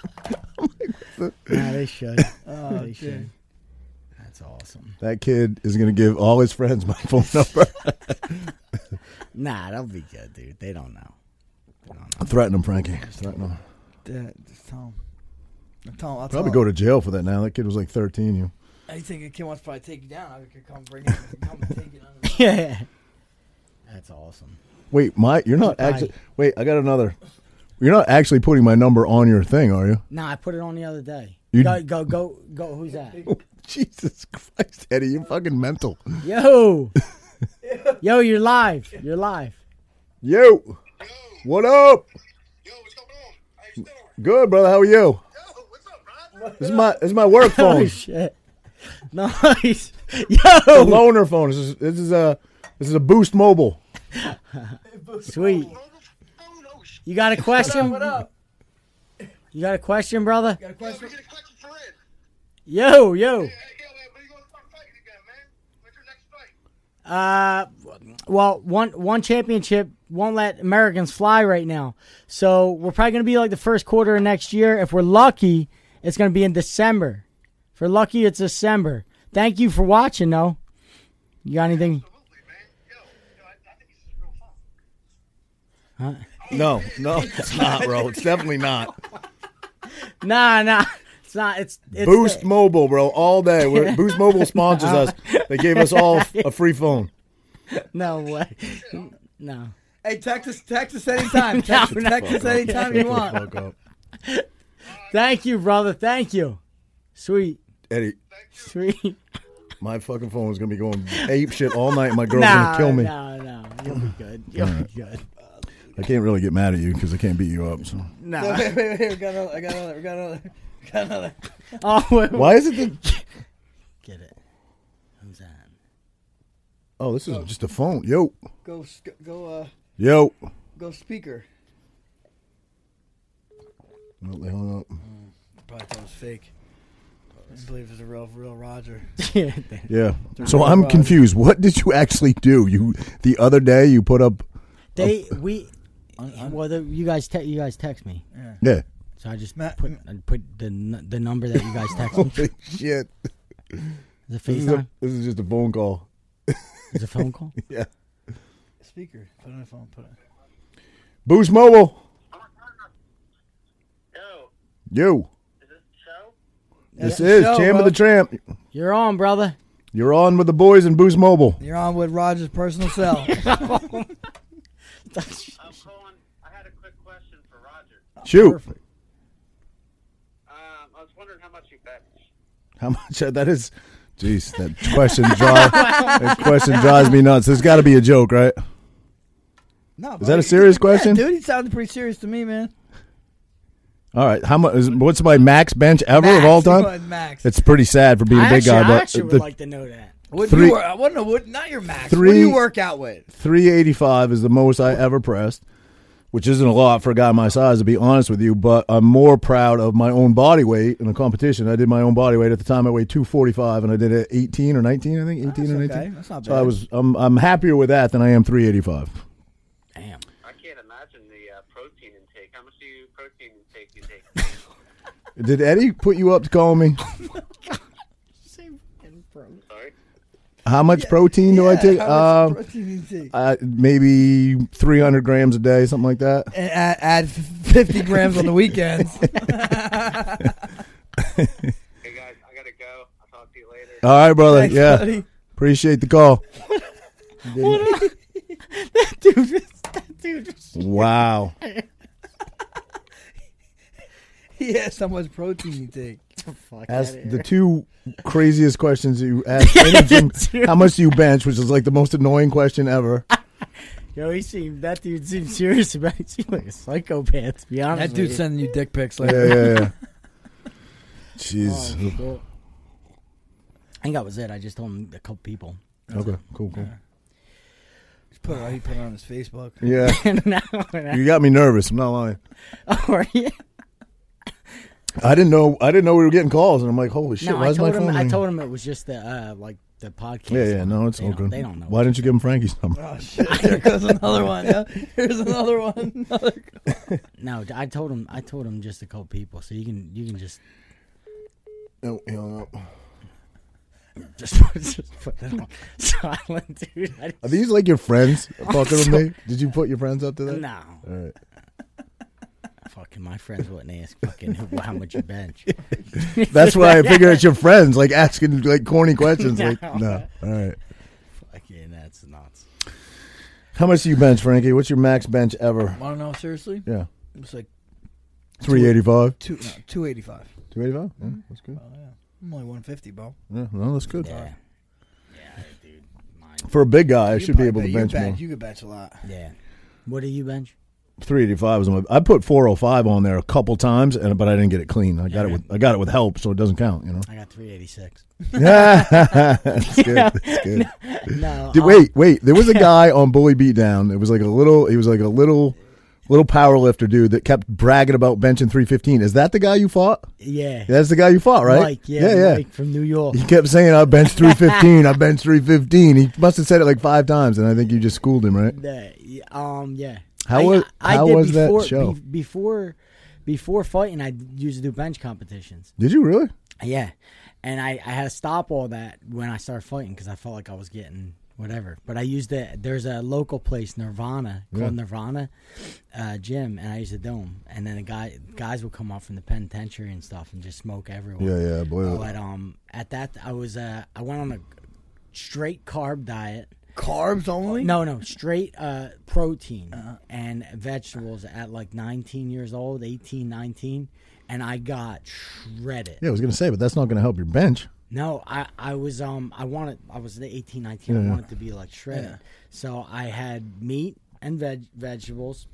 Speaker 3: Nah, they should.
Speaker 1: Oh,
Speaker 3: they
Speaker 1: dude.
Speaker 3: should. That's awesome.
Speaker 2: that kid is gonna give all his friends my phone number.
Speaker 3: Nah, that'll be good, dude. They don't know.
Speaker 2: Threaten him, Frankie. Threaten him.
Speaker 1: Yeah, just tell him. I'll tell him. I'll
Speaker 2: Probably
Speaker 1: tell
Speaker 2: go to jail for that now. That kid was like 13. You.
Speaker 1: I think a kid wants to probably take you down. I could come bring you. Come take it under.
Speaker 3: Yeah. That's awesome.
Speaker 2: Wait, my you're not
Speaker 3: Goodbye.
Speaker 2: actually. Wait, I got another. You're not actually putting my number on your thing, are you?
Speaker 3: Nah, I put it on the other day.
Speaker 2: You-
Speaker 3: Go, go, go, go. Who's that?
Speaker 2: Jesus Christ, Eddie, you're fucking mental.
Speaker 3: Yo. Yo, you're live. You're live.
Speaker 2: Yo, what up?
Speaker 4: Yo, what's going on? How you doing?
Speaker 2: Good, brother. How are you?
Speaker 4: Yo, what's up, Roger?
Speaker 2: This is my this is my work
Speaker 3: Oh,
Speaker 2: phone.
Speaker 3: shit. Nice.
Speaker 2: The
Speaker 3: Yo.
Speaker 2: loaner phone. This is this is a this is a Boost Mobile.
Speaker 3: Sweet. You got a question?
Speaker 1: What up?
Speaker 3: You got a question, brother?
Speaker 1: Got a question?
Speaker 4: a question for Ed.
Speaker 3: Yo, yo.
Speaker 4: Hey, yo, man, when you going to start fighting again, man? When's your next fight?
Speaker 3: Uh, well, one one championship won't let Americans fly right now. So we're probably going to be like the first quarter of next year. If we're lucky, it's going to be in December. If we're lucky, it's December. Thank you for watching, though. You got anything?
Speaker 4: Absolutely, man. Yo, yo I, I think this is real fun.
Speaker 2: No, no, it's not, bro. It's definitely not.
Speaker 3: Nah, nah. It's not. It's, it's
Speaker 2: Boost
Speaker 3: the-
Speaker 2: Mobile, bro, all day. We're, Boost Mobile sponsors us. They gave us all f- a free phone.
Speaker 3: no way. No.
Speaker 1: Hey, text us, text us anytime. Text,
Speaker 3: No, no.
Speaker 1: text us anytime you
Speaker 2: Shut the
Speaker 1: want.
Speaker 2: fuck up.
Speaker 3: Thank you, brother. Thank you. Sweet,
Speaker 2: Eddie,
Speaker 3: sweet.
Speaker 2: My fucking phone is gonna be going ape shit all night. My girl's
Speaker 3: Nah,
Speaker 2: gonna kill me.
Speaker 3: no, no. You'll be good. You'll be good.
Speaker 2: I can't really get mad at you because I can't beat you up. So
Speaker 3: No.
Speaker 1: Wait, wait, wait. We got another. I got another. We got another. We got another.
Speaker 3: Oh, wait,
Speaker 2: why is it? The-
Speaker 3: Get it. Who's that?
Speaker 2: oh, this is just a phone. Yo,
Speaker 1: Go, sc- go, uh,
Speaker 2: yo.
Speaker 1: go. Speaker.
Speaker 2: Well, they hung up.
Speaker 1: Probably thought it was fake. I didn't believe it was a real, real Roger.
Speaker 2: Yeah. So I'm confused. What did you actually do? You the other day you put up.
Speaker 3: they
Speaker 2: Oh.
Speaker 3: we
Speaker 1: Un- un-
Speaker 3: well the, you guys te- you guys text me
Speaker 2: Yeah.
Speaker 3: so I just
Speaker 1: Matt-
Speaker 3: put I put the n- the number that you guys text me.
Speaker 2: Holy shit.
Speaker 3: Is it
Speaker 2: This is, a,
Speaker 3: FaceTime?
Speaker 2: this is just a phone call.
Speaker 3: Is it a phone call?
Speaker 2: Yeah.
Speaker 1: Speaker. Put it on the phone. Put it.
Speaker 2: Boost Mobile.
Speaker 4: Yo,
Speaker 2: You.
Speaker 4: is this the show?
Speaker 2: This
Speaker 3: Yeah.
Speaker 2: is
Speaker 3: Show,
Speaker 2: Champ of
Speaker 3: bro.
Speaker 2: the Tramp.
Speaker 3: You're on, brother.
Speaker 2: You're on with the boys in Boost Mobile.
Speaker 1: You're on with Roger's personal cell.
Speaker 4: I'm calling. I had a quick question for Roger.
Speaker 2: Shoot.
Speaker 1: Perfect.
Speaker 4: Um, I was wondering how much you bet.
Speaker 2: How much that is? Jeez, that question drives that question drives me nuts. There's got to be a joke, right?
Speaker 1: No,
Speaker 2: Is that a serious question?
Speaker 1: dude, he sounded pretty serious to me, man.
Speaker 2: All right, how much? Is, what's my max bench ever of all
Speaker 1: Come
Speaker 2: time?
Speaker 1: on, Max.
Speaker 2: It's pretty sad for being a
Speaker 3: I
Speaker 2: big
Speaker 3: actually,
Speaker 2: guy,
Speaker 3: I
Speaker 2: but
Speaker 3: actually would
Speaker 2: the
Speaker 3: like to know that.
Speaker 1: What do
Speaker 2: three-
Speaker 1: you, wor- I want to know what, not your max. what do
Speaker 2: Three-
Speaker 1: you work out with?
Speaker 2: 385 is the most I ever pressed, which isn't a lot for a guy my size, to be honest with you. But I'm more proud of my own body weight in a competition. I did my own body weight at the time. I weighed 245, and I did it 18 or 19, I think 18
Speaker 1: That's
Speaker 2: or 19.
Speaker 1: okay. That's not
Speaker 2: So I
Speaker 1: bad.
Speaker 2: was I'm I'm happier with that than I am 385.
Speaker 3: Damn.
Speaker 4: I can't imagine the uh, protein intake. How much do you protein intake you take?
Speaker 2: Did Eddie put you up to call me?
Speaker 4: Sorry.
Speaker 2: How much protein do I
Speaker 1: Yeah,
Speaker 2: take?
Speaker 1: how much
Speaker 2: Um,
Speaker 1: protein you take?
Speaker 2: uh, maybe 300 grams a day, something like that.
Speaker 1: And add, add 50 grams on the weekends.
Speaker 4: Hey guys, I gotta go. I'll talk to you later.
Speaker 2: All right, brother.
Speaker 1: Thanks,
Speaker 2: yeah,
Speaker 1: buddy.
Speaker 2: appreciate the call.
Speaker 3: Dude, that dude just.
Speaker 2: Wow.
Speaker 1: Yeah, so much protein you take.
Speaker 3: Fuck
Speaker 2: As
Speaker 3: outta here.
Speaker 2: the two craziest questions you asked, any gym- how much do you bench? Which is like the most annoying question ever.
Speaker 3: Yo, he seemed that dude seemed serious about it. He seemed like a psychopath, to be honest.
Speaker 1: That dude's
Speaker 3: with
Speaker 1: sending you dick pics
Speaker 2: Yeah,
Speaker 1: later.
Speaker 2: yeah, yeah.
Speaker 3: you.
Speaker 2: Jeez.
Speaker 3: Oh, cool. I think that was it. I just told him a couple people.
Speaker 2: Okay, cool, cool.
Speaker 1: Put it, he put it on his Facebook.
Speaker 2: Yeah,
Speaker 3: no, no.
Speaker 2: you got me nervous. I'm not lying.
Speaker 3: Or, yeah.
Speaker 2: I didn't know. I didn't know we were getting calls, and I'm like, holy shit,
Speaker 3: no
Speaker 2: why
Speaker 3: I
Speaker 2: is my
Speaker 3: told him.
Speaker 2: phone?
Speaker 3: I
Speaker 2: ringing?
Speaker 3: told him it was just the uh, like the podcast.
Speaker 2: Yeah, yeah, no, it's
Speaker 3: They
Speaker 2: all
Speaker 3: don't-
Speaker 2: good.
Speaker 3: they don't know.
Speaker 2: Why didn't you give him Frankie's number?
Speaker 1: Oh, shit. There goes another one. Yeah. Here's another one. Another-
Speaker 3: No, I told him. I told him just a couple people. So you can you can just
Speaker 2: No, he hung up.
Speaker 3: just put, just put that on silent, dude. I
Speaker 2: Are
Speaker 3: didn't-
Speaker 2: these like your friends talking with me? Did you put your friends up to that?
Speaker 3: no,
Speaker 2: All right.
Speaker 3: fucking my friends wouldn't ask fucking who- how much you bench.
Speaker 2: That's why I figure it's your friends, like asking like corny questions.
Speaker 3: No.
Speaker 2: Like, no. All right.
Speaker 3: fucking that's nuts.
Speaker 2: How much do you bench, Frankie? What's your max bench ever?
Speaker 1: Want to know seriously?
Speaker 2: Yeah.
Speaker 1: It's like
Speaker 2: 385.
Speaker 1: two, no, 285.
Speaker 2: 285? Yeah, that's good.
Speaker 1: Oh, yeah. I'm only 150, bro.
Speaker 2: Yeah, no, that's good.
Speaker 3: Yeah, yeah, dude. Mine.
Speaker 2: For a big guy, I
Speaker 1: You
Speaker 2: should be
Speaker 1: probably-
Speaker 2: able to
Speaker 1: you
Speaker 2: bench
Speaker 1: bet-
Speaker 2: more.
Speaker 1: You could bench a lot.
Speaker 3: Yeah. What do you bench?
Speaker 2: 385 was my. I put 405 on there a couple times, and but I didn't get it clean. I got it with I got it with help, so it doesn't count. You know.
Speaker 3: I got 386.
Speaker 2: that's good. That's good.
Speaker 3: No.
Speaker 2: Did,
Speaker 3: um,
Speaker 2: wait, wait. There was a guy on Bully Beatdown. It was like a little. He was like a little, little power lifter dude that kept bragging about benching three fifteen. Is that the guy you fought?
Speaker 3: Yeah.
Speaker 2: That's the guy you fought, right?
Speaker 3: Mike, yeah,
Speaker 2: yeah.
Speaker 3: Mike from New York.
Speaker 2: He kept saying, "I bench three fifteen. I bench three fifteen. He must have said it like five times, and I think you just schooled him, right?
Speaker 3: That- yeah, um, yeah.
Speaker 2: How
Speaker 3: I,
Speaker 2: was-
Speaker 3: I, I
Speaker 2: how
Speaker 3: did
Speaker 2: was that
Speaker 3: before,
Speaker 2: show?
Speaker 3: be- before, before fighting, I used to do bench competitions.
Speaker 2: Did you really?
Speaker 3: Yeah, and I, I had to stop all that when I started fighting because I felt like I was getting whatever. But I used it. There's a local place, Nirvana, called Nirvana uh, Gym, and I used to do 'em. And then the guy guys would come up from the penitentiary and stuff and just smoke everywhere.
Speaker 2: Yeah, yeah, I believe it.
Speaker 3: But um, at that I was uh, I went on a straight carb diet.
Speaker 1: Carbs only?
Speaker 3: No, no, straight uh, protein and vegetables at like 19 years old, 18, 19, and I got shredded.
Speaker 2: Yeah, I was gonna say, but that's not gonna help your bench.
Speaker 3: No, I, I was um I wanted I was the 18, 19, I wanted to be like shredded. So I had meat and veg vegetables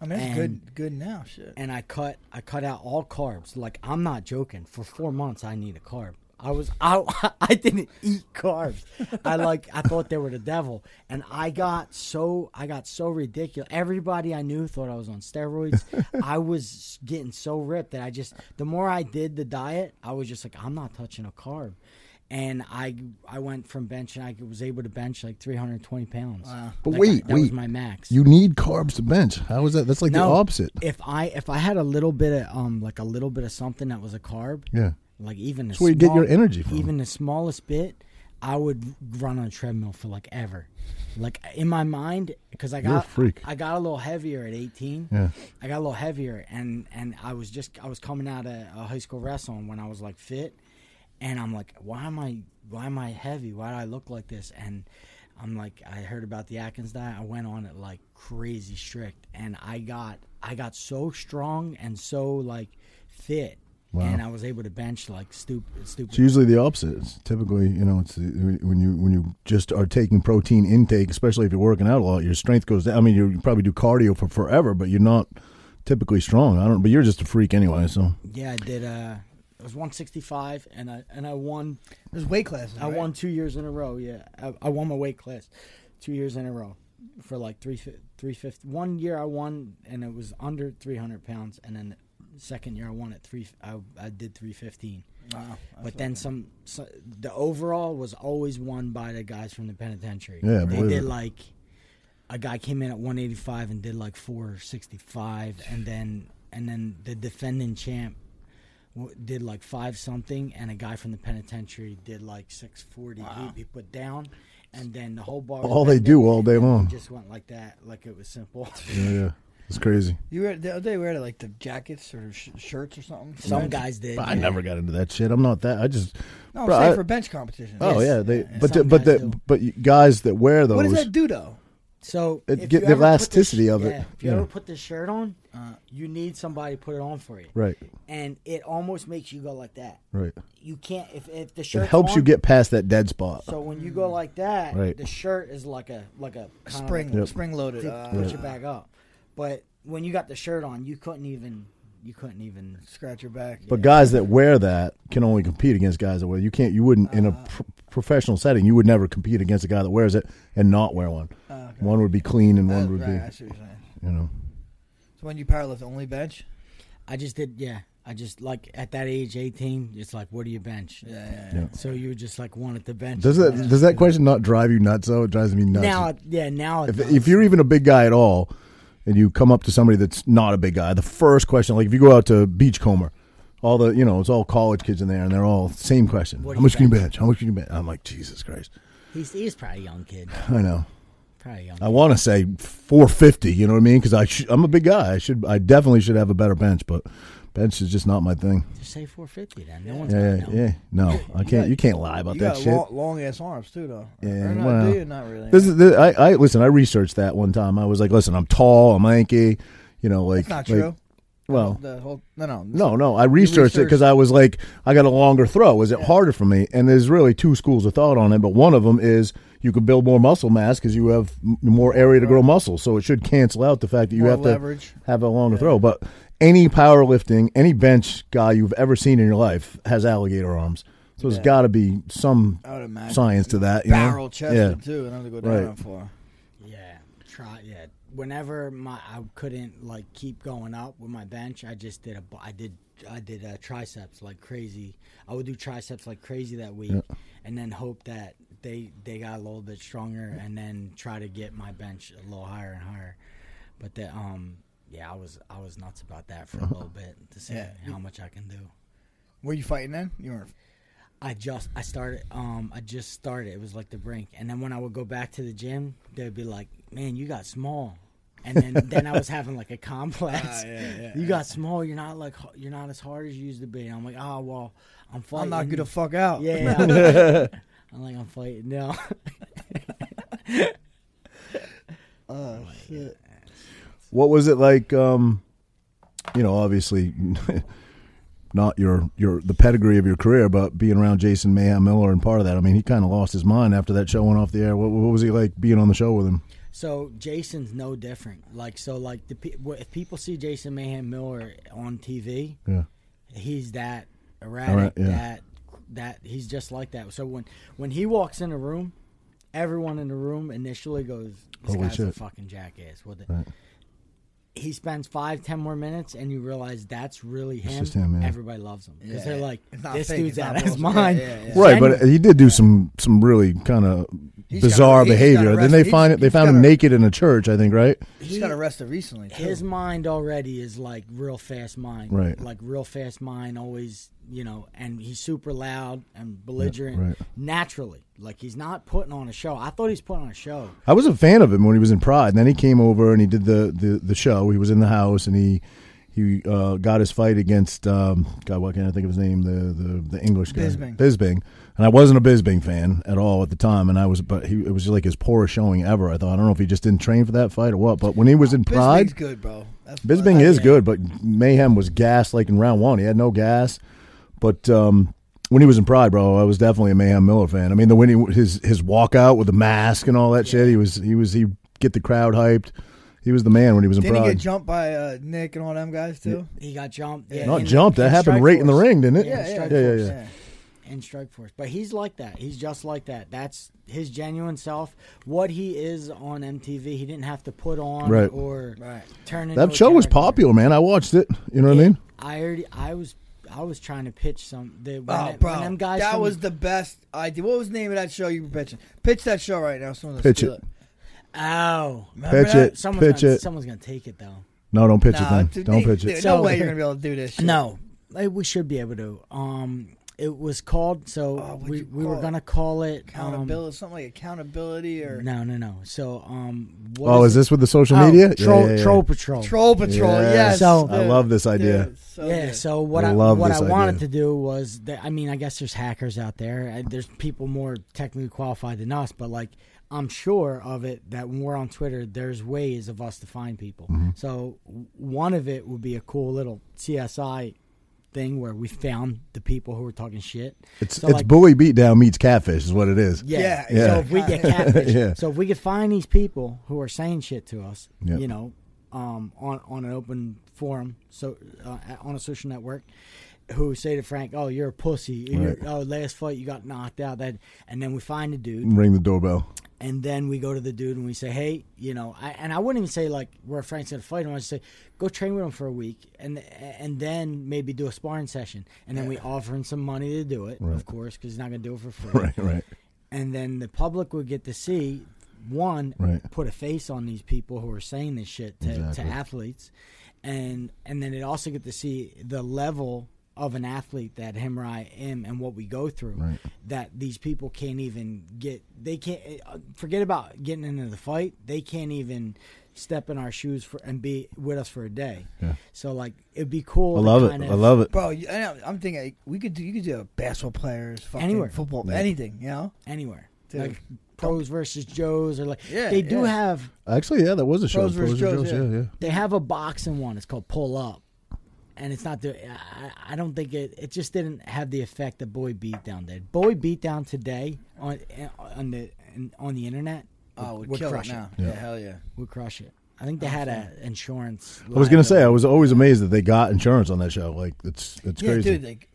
Speaker 1: I mean, it's
Speaker 3: And-
Speaker 1: good, good now. Shit.
Speaker 3: and I cut I cut out all carbs. Like I'm not joking. For four months, I need a carb. I was I I didn't eat carbs. I like I thought they were the devil, and I got so I got so ridiculous. Everybody I knew thought I was on steroids. I was getting so ripped that I just the more I did the diet, I was just like I'm not touching a carb. And I I went from bench and I was able to bench like 320 pounds.
Speaker 2: But
Speaker 3: Like,
Speaker 2: wait,
Speaker 3: that
Speaker 2: wait.
Speaker 3: was my max.
Speaker 2: You need carbs to bench. How is that? That's like the
Speaker 3: No,
Speaker 2: opposite.
Speaker 3: If I if I had a little bit of um like a little bit of something that was a carb,
Speaker 2: Yeah.
Speaker 3: Like even
Speaker 2: That's where you get your energy from.
Speaker 3: Even the smallest bit, I would run on a treadmill for like ever. Like in my mind, because I
Speaker 2: You're a
Speaker 3: got
Speaker 2: freak.
Speaker 3: I got a little heavier at eighteen.
Speaker 2: Yeah.
Speaker 3: I got a little heavier, and and I was just I was coming out of uh, high school wrestling when I was like fit, and I'm like, why am I why am I heavy? Why do I look like this? And I'm like, I heard about the Atkins diet. I went on it like crazy strict, and I got I got so strong and so like fit, and I was able to bench like stupid stupid.
Speaker 2: It's usually the opposite. It's typically, you know, it's the- when you when you just are taking protein intake, especially if you're working out a lot, your strength goes down. I mean, you you probably do cardio for forever, but you're not typically strong. I don't. But you're just a freak anyway. So
Speaker 3: Yeah, I did. Uh, it was 165, and I and I won.
Speaker 1: There's weight classes.
Speaker 3: I
Speaker 1: right?
Speaker 3: won two years in a row. Yeah, I, I won my weight class two years in a row for like three fif- three fifty. One year I won, and it was under 300 pounds, and then the second year I won at three. I, I did 315. Wow. But then some, so The overall was always won by the guys from the penitentiary.
Speaker 2: Yeah, I
Speaker 3: they
Speaker 2: believe it.
Speaker 3: did like. A guy came in at 185 and did like 465, and then and then the defending champ w- did like five something, and a guy from the penitentiary did like six forty. He, he put down, and then the whole bar. was
Speaker 2: all they
Speaker 3: bent
Speaker 2: do
Speaker 3: down,
Speaker 2: all day
Speaker 3: and
Speaker 2: long.
Speaker 3: Just went like that, like it was simple.
Speaker 2: Yeah, yeah. it's crazy.
Speaker 1: You were the other day we were at like the jackets or sh- shirts or something.
Speaker 3: Some guys did.
Speaker 2: I
Speaker 3: yeah.
Speaker 2: never got into that shit. I'm not that. I just.
Speaker 1: No, I'm
Speaker 2: Bro,
Speaker 1: saying
Speaker 2: I-
Speaker 1: for bench competition.
Speaker 2: oh
Speaker 3: Yes.
Speaker 2: yeah, they.
Speaker 3: Yeah,
Speaker 2: But the,
Speaker 3: some
Speaker 2: but
Speaker 3: guys
Speaker 2: the,
Speaker 3: do.
Speaker 2: but you guys that wear those.
Speaker 1: What does that do though?
Speaker 3: So
Speaker 2: It
Speaker 3: if
Speaker 2: get
Speaker 3: you
Speaker 2: the
Speaker 3: ever put
Speaker 2: elasticity
Speaker 3: this-
Speaker 2: of it,
Speaker 3: yeah, if you
Speaker 2: yeah.
Speaker 3: ever put this shirt on, you need somebody to put it on for you.
Speaker 2: Right,
Speaker 3: And it almost makes you go like that.
Speaker 2: right.
Speaker 3: You can't if, if the
Speaker 2: It
Speaker 3: shirt
Speaker 2: helps you get past that dead spot.
Speaker 3: So when you go like that,
Speaker 2: Right.
Speaker 3: the shirt is like a like Mm. a kinda
Speaker 1: Spring,
Speaker 2: Yep.
Speaker 1: spring loaded.
Speaker 3: to
Speaker 1: Uh,
Speaker 3: put you back up. But when you got the shirt on, you couldn't even you couldn't even
Speaker 1: Scratch your back.
Speaker 2: But guys that wear that can only compete against guys that wear. You can't. You wouldn't in a
Speaker 3: Ah.
Speaker 2: pr- professional setting. You would never compete against a guy that wears it and not wear one.
Speaker 3: Ah,
Speaker 2: One would be clean and
Speaker 1: Uh,
Speaker 2: one would
Speaker 1: right, I see what you're saying.
Speaker 2: be. You know.
Speaker 1: So when you powerlift, only bench.
Speaker 3: I just did yeah. I just like at that age eighteen, it's like what do you bench? Yeah,
Speaker 2: yeah.
Speaker 3: So you just like one at the bench.
Speaker 2: Does that does that question not drive you nuts? Though it drives me nuts.
Speaker 3: now it- yeah, now it
Speaker 2: if
Speaker 3: does.
Speaker 2: if you're even a big guy at all, and you come up to somebody that's not a big guy, the first question, like if you go out to Beachcomber, all the you know it's all college kids in there, and they're all same question:
Speaker 3: What do
Speaker 2: How
Speaker 3: you
Speaker 2: much can you
Speaker 3: bench?
Speaker 2: bench? How much can you bench? I'm like Jesus Christ.
Speaker 3: he's he's probably a young kid.
Speaker 2: I know.
Speaker 3: Probably a young
Speaker 2: I want to say 450. You know what I mean? Because I sh- I'm a big guy. I should I definitely should have a better bench, but bench is just not my thing.
Speaker 3: kid. Just say four fifty then. No one's
Speaker 2: Yeah,
Speaker 3: gonna
Speaker 2: yeah,
Speaker 3: know.
Speaker 2: yeah. No, I can't. You can't lie about
Speaker 1: you
Speaker 2: that
Speaker 1: got
Speaker 2: shit.
Speaker 1: long, long ass arms too, though.
Speaker 2: Yeah,
Speaker 1: Or not,
Speaker 2: well,
Speaker 1: do you? Not really.
Speaker 2: This is this, I, I listen. I researched that one time. I was like, listen, I'm tall. I'm lanky. You know, like
Speaker 1: That's not
Speaker 2: like-
Speaker 1: true.
Speaker 2: well,
Speaker 1: the whole no, no,
Speaker 2: no, no. I researched it
Speaker 1: researched-
Speaker 2: because I was like, I got a longer throw. Is it harder for me? And there's really two schools of thought on it. But one of them is you can build more muscle mass because you have m- more area to grow muscle. So it should cancel out the fact that you
Speaker 1: More
Speaker 2: have
Speaker 1: leverage.
Speaker 2: to have a longer throw. But any powerlifting, any bench guy you've ever seen in your life has alligator arms. So there's got to be some
Speaker 1: I would imagine.
Speaker 2: science to that. You know?
Speaker 1: barrel chested
Speaker 2: Yeah.
Speaker 1: too, and I'm gonna go
Speaker 2: Right.
Speaker 1: down on for.
Speaker 3: Yeah, try yeah. Whenever my I couldn't like keep going up with my bench, I just did a bu- I did I did uh triceps like crazy. I would do triceps like crazy that week, and then hope that they they got a little bit stronger, and then try to get my bench a little higher and higher. But that um yeah, I was I was nuts about that
Speaker 2: Uh-huh.
Speaker 3: for a little bit to see
Speaker 1: Yeah.
Speaker 3: how much I can do.
Speaker 1: Were you fighting then? You were.
Speaker 3: I just I started um I just started. It was like the brink. And then when I would go back to the gym, they'd be like, Man, you got small. And then, then I was having like a complex. you got small. You're not like h- you're not as hard as you used to be. I'm like, oh well, I'm fighting.
Speaker 1: I'll knock you the fuck out.
Speaker 3: yeah. I'm like, I'm like, I'm fighting now.
Speaker 2: What was it like? Um, you know, obviously, not your your the pedigree of your career, but being around Jason Mayhem Miller and part of that. I mean, he kind of lost his mind after that show went off the air. What, what was he like being on the show with him?
Speaker 3: So Jason's no different. Like so, like the pe- wh- if people see Jason Mayhem Miller on TV,
Speaker 2: Yeah,
Speaker 3: he's that erratic
Speaker 2: Alright, yeah.
Speaker 3: that that he's just like that so when when he walks in a room everyone in the room initially goes this
Speaker 2: Holy
Speaker 3: guy's a
Speaker 2: shit.
Speaker 3: fucking jackass with it he spends five ten more minutes and you realize that's really him,
Speaker 2: just him, yeah.
Speaker 3: everybody loves him because they're like
Speaker 1: It's not
Speaker 3: this
Speaker 1: fake,
Speaker 3: dude's
Speaker 1: it's not
Speaker 3: out of his
Speaker 1: bullshit.
Speaker 3: mind
Speaker 1: Yeah, yeah, yeah.
Speaker 2: right. But he did do some some really kind of
Speaker 1: He's got
Speaker 2: bizarre
Speaker 1: arrested.
Speaker 2: behavior. Then they
Speaker 1: He's-
Speaker 2: find it. They
Speaker 1: he's
Speaker 2: found
Speaker 1: got
Speaker 2: him
Speaker 1: arrested.
Speaker 2: naked in a church. I think. Right.
Speaker 1: He got arrested recently. Too.
Speaker 3: his mind already is like real fast mind
Speaker 2: Right.
Speaker 3: like real fast mind always you know, and he's super loud and belligerent
Speaker 2: right.
Speaker 3: naturally. Like he's not putting on a show. I thought he's putting on a show.
Speaker 2: I was a fan of him when he was in Pride, and then he came over and he did the the, the show. He was in the house and he he uh, got his fight against um, God. What can't I think of his name? The the, the English guy
Speaker 1: Bisbing.
Speaker 2: Bisbing. And I wasn't a Bisbing fan at all at the time, and I was, but he it was like his poorest showing ever. I thought I don't know if he just didn't train for that fight or what. But when he was in Pride,
Speaker 1: Bisbing's good, bro. That's
Speaker 2: Bisbing is
Speaker 1: yeah.
Speaker 2: good, but Mayhem was gas like in round one. He had no gas. But um, when he was in Pride, bro, I was definitely a Mayhem Miller fan. I mean, the when he, his his walkout with the mask and all that shit, he was he was he get the crowd hyped. He was the man when he was in
Speaker 1: Didn't he
Speaker 2: Pride.
Speaker 1: get jumped by uh, Nick and all them guys too?
Speaker 3: He got jumped. Yeah,
Speaker 2: Not
Speaker 3: in-
Speaker 2: jumped. That
Speaker 3: in
Speaker 2: happened
Speaker 3: Strike
Speaker 2: right in the
Speaker 3: Force.
Speaker 2: ring, didn't it?
Speaker 3: Yeah,
Speaker 2: yeah,
Speaker 3: Strike
Speaker 2: yeah.
Speaker 3: Force,
Speaker 2: yeah.
Speaker 3: in Strike Force. But he's like that. He's just like that. That's his genuine self. What he is on MTV, he didn't have to put on
Speaker 2: Right.
Speaker 3: or
Speaker 1: Right.
Speaker 3: turn. Into
Speaker 2: That
Speaker 3: a
Speaker 2: show was
Speaker 3: character.
Speaker 2: popular, man. I watched it. You know what I mean?
Speaker 3: I already. I was. I was trying to pitch some. The, when,
Speaker 1: Oh,
Speaker 3: that-
Speaker 1: bro,
Speaker 3: when them guys.
Speaker 1: that
Speaker 3: from-
Speaker 1: was the best idea. What was the name of that show you were pitching? Pitch that show right now. Someone
Speaker 2: Pitch
Speaker 1: steal
Speaker 2: it.
Speaker 3: Ow.
Speaker 1: Remember
Speaker 2: Pitch
Speaker 1: that?
Speaker 2: it.
Speaker 3: Someone's
Speaker 2: pitch
Speaker 3: gonna,
Speaker 2: it.
Speaker 3: Someone's gonna take it though.
Speaker 2: No, don't pitch
Speaker 1: Nah,
Speaker 2: it. Then.
Speaker 1: dude,
Speaker 2: Don't
Speaker 1: they-
Speaker 2: pitch
Speaker 1: dude,
Speaker 2: it.
Speaker 1: no
Speaker 3: So-
Speaker 1: way you're gonna be able to do this. Shit.
Speaker 3: No, eh, we should be able to. Um, it was called. So
Speaker 1: Oh, what'd
Speaker 3: we
Speaker 1: you
Speaker 3: we
Speaker 1: call
Speaker 3: were
Speaker 1: it?
Speaker 3: gonna call it. Um,
Speaker 1: accountability, something like accountability or
Speaker 3: no, no, no. So um. What
Speaker 2: Oh, is this with the social
Speaker 3: Oh,
Speaker 2: media?
Speaker 3: Troll,
Speaker 2: Yeah, yeah, yeah.
Speaker 3: troll patrol.
Speaker 1: Troll Patrol.
Speaker 2: Yes.
Speaker 1: Yes,
Speaker 3: So-
Speaker 2: I love this idea.
Speaker 1: Dude, so
Speaker 3: yeah.
Speaker 1: good.
Speaker 3: So what
Speaker 2: I
Speaker 3: I,
Speaker 2: love
Speaker 3: what
Speaker 2: this
Speaker 3: I wanted
Speaker 2: idea.
Speaker 3: to do was that I mean I guess there's hackers out there. and There's people more technically qualified than us, but like I'm sure of it that when we're on Twitter, there's ways of us to find people.
Speaker 2: Mm-hmm.
Speaker 3: So w- one of it would be a cool little CSI thing where we found the people who were talking shit.
Speaker 2: It's
Speaker 3: So,
Speaker 2: it's
Speaker 3: like-
Speaker 2: Bowie beatdown meets catfish is what it is.
Speaker 3: Yeah.
Speaker 1: Yeah,
Speaker 3: So if we get catfish,
Speaker 2: Yeah.
Speaker 3: so if we could find these people who are saying shit to us,
Speaker 2: Yep.
Speaker 3: you know, um, on on an open forum, so uh, on a social network, who say to Frank, "Oh, you're a pussy. You're-
Speaker 2: Right.
Speaker 3: oh, last fight you got knocked out." That, and then we find a dude,
Speaker 2: Ring the doorbell.
Speaker 3: and then we go to the dude and we say, "Hey, you know," I, and I wouldn't even say like where Frank's gonna fight him. I would just say, "Go train with him for a week, and and then maybe do a sparring session, and then we offer him some money to do it,
Speaker 2: Right.
Speaker 3: of course, because he's not gonna do it for free,
Speaker 2: Right, right.
Speaker 3: and then the public would get to see one
Speaker 2: Right.
Speaker 3: put a face on these people who are saying this shit to,
Speaker 2: Exactly.
Speaker 3: to athletes and and then it also get to see the level of an athlete that him or I am and what we go through
Speaker 2: Right.
Speaker 3: that these people can't even get they can't uh, forget about getting into the fight they can't even step in our shoes for and be with us for a day
Speaker 2: Yeah.
Speaker 3: so like it'd be cool
Speaker 2: I
Speaker 3: to
Speaker 2: love it.
Speaker 3: kind
Speaker 2: I
Speaker 3: of-
Speaker 2: love it.
Speaker 1: bro, you, I know, I'm thinking like, we could do you could do basketball players, fucking
Speaker 3: Anywhere.
Speaker 1: football,
Speaker 2: Yeah.
Speaker 1: anything. You know,
Speaker 3: anywhere
Speaker 1: Dude.
Speaker 3: like pros versus joes or like
Speaker 1: Yeah,
Speaker 3: they do
Speaker 1: yeah.
Speaker 3: have
Speaker 2: Actually, yeah, that was a show.
Speaker 1: Pros versus Joes, yeah.
Speaker 2: yeah, yeah.
Speaker 3: they have a boxing one. It's called Pull Up, and it's not the. I, I don't think it. It just didn't have the effect that Boy Beatdown did. Boy Beatdown today on on the on the internet.
Speaker 1: oh, we'd
Speaker 3: would
Speaker 1: kill
Speaker 3: crush
Speaker 1: it now. Oh,
Speaker 2: Yeah.
Speaker 1: Yeah. hell yeah.
Speaker 3: Would crush it. I think they had a insurance.
Speaker 2: I was gonna say I was always amazed that they got insurance on that show. Like it's it's
Speaker 1: yeah,
Speaker 2: crazy.
Speaker 1: dude, like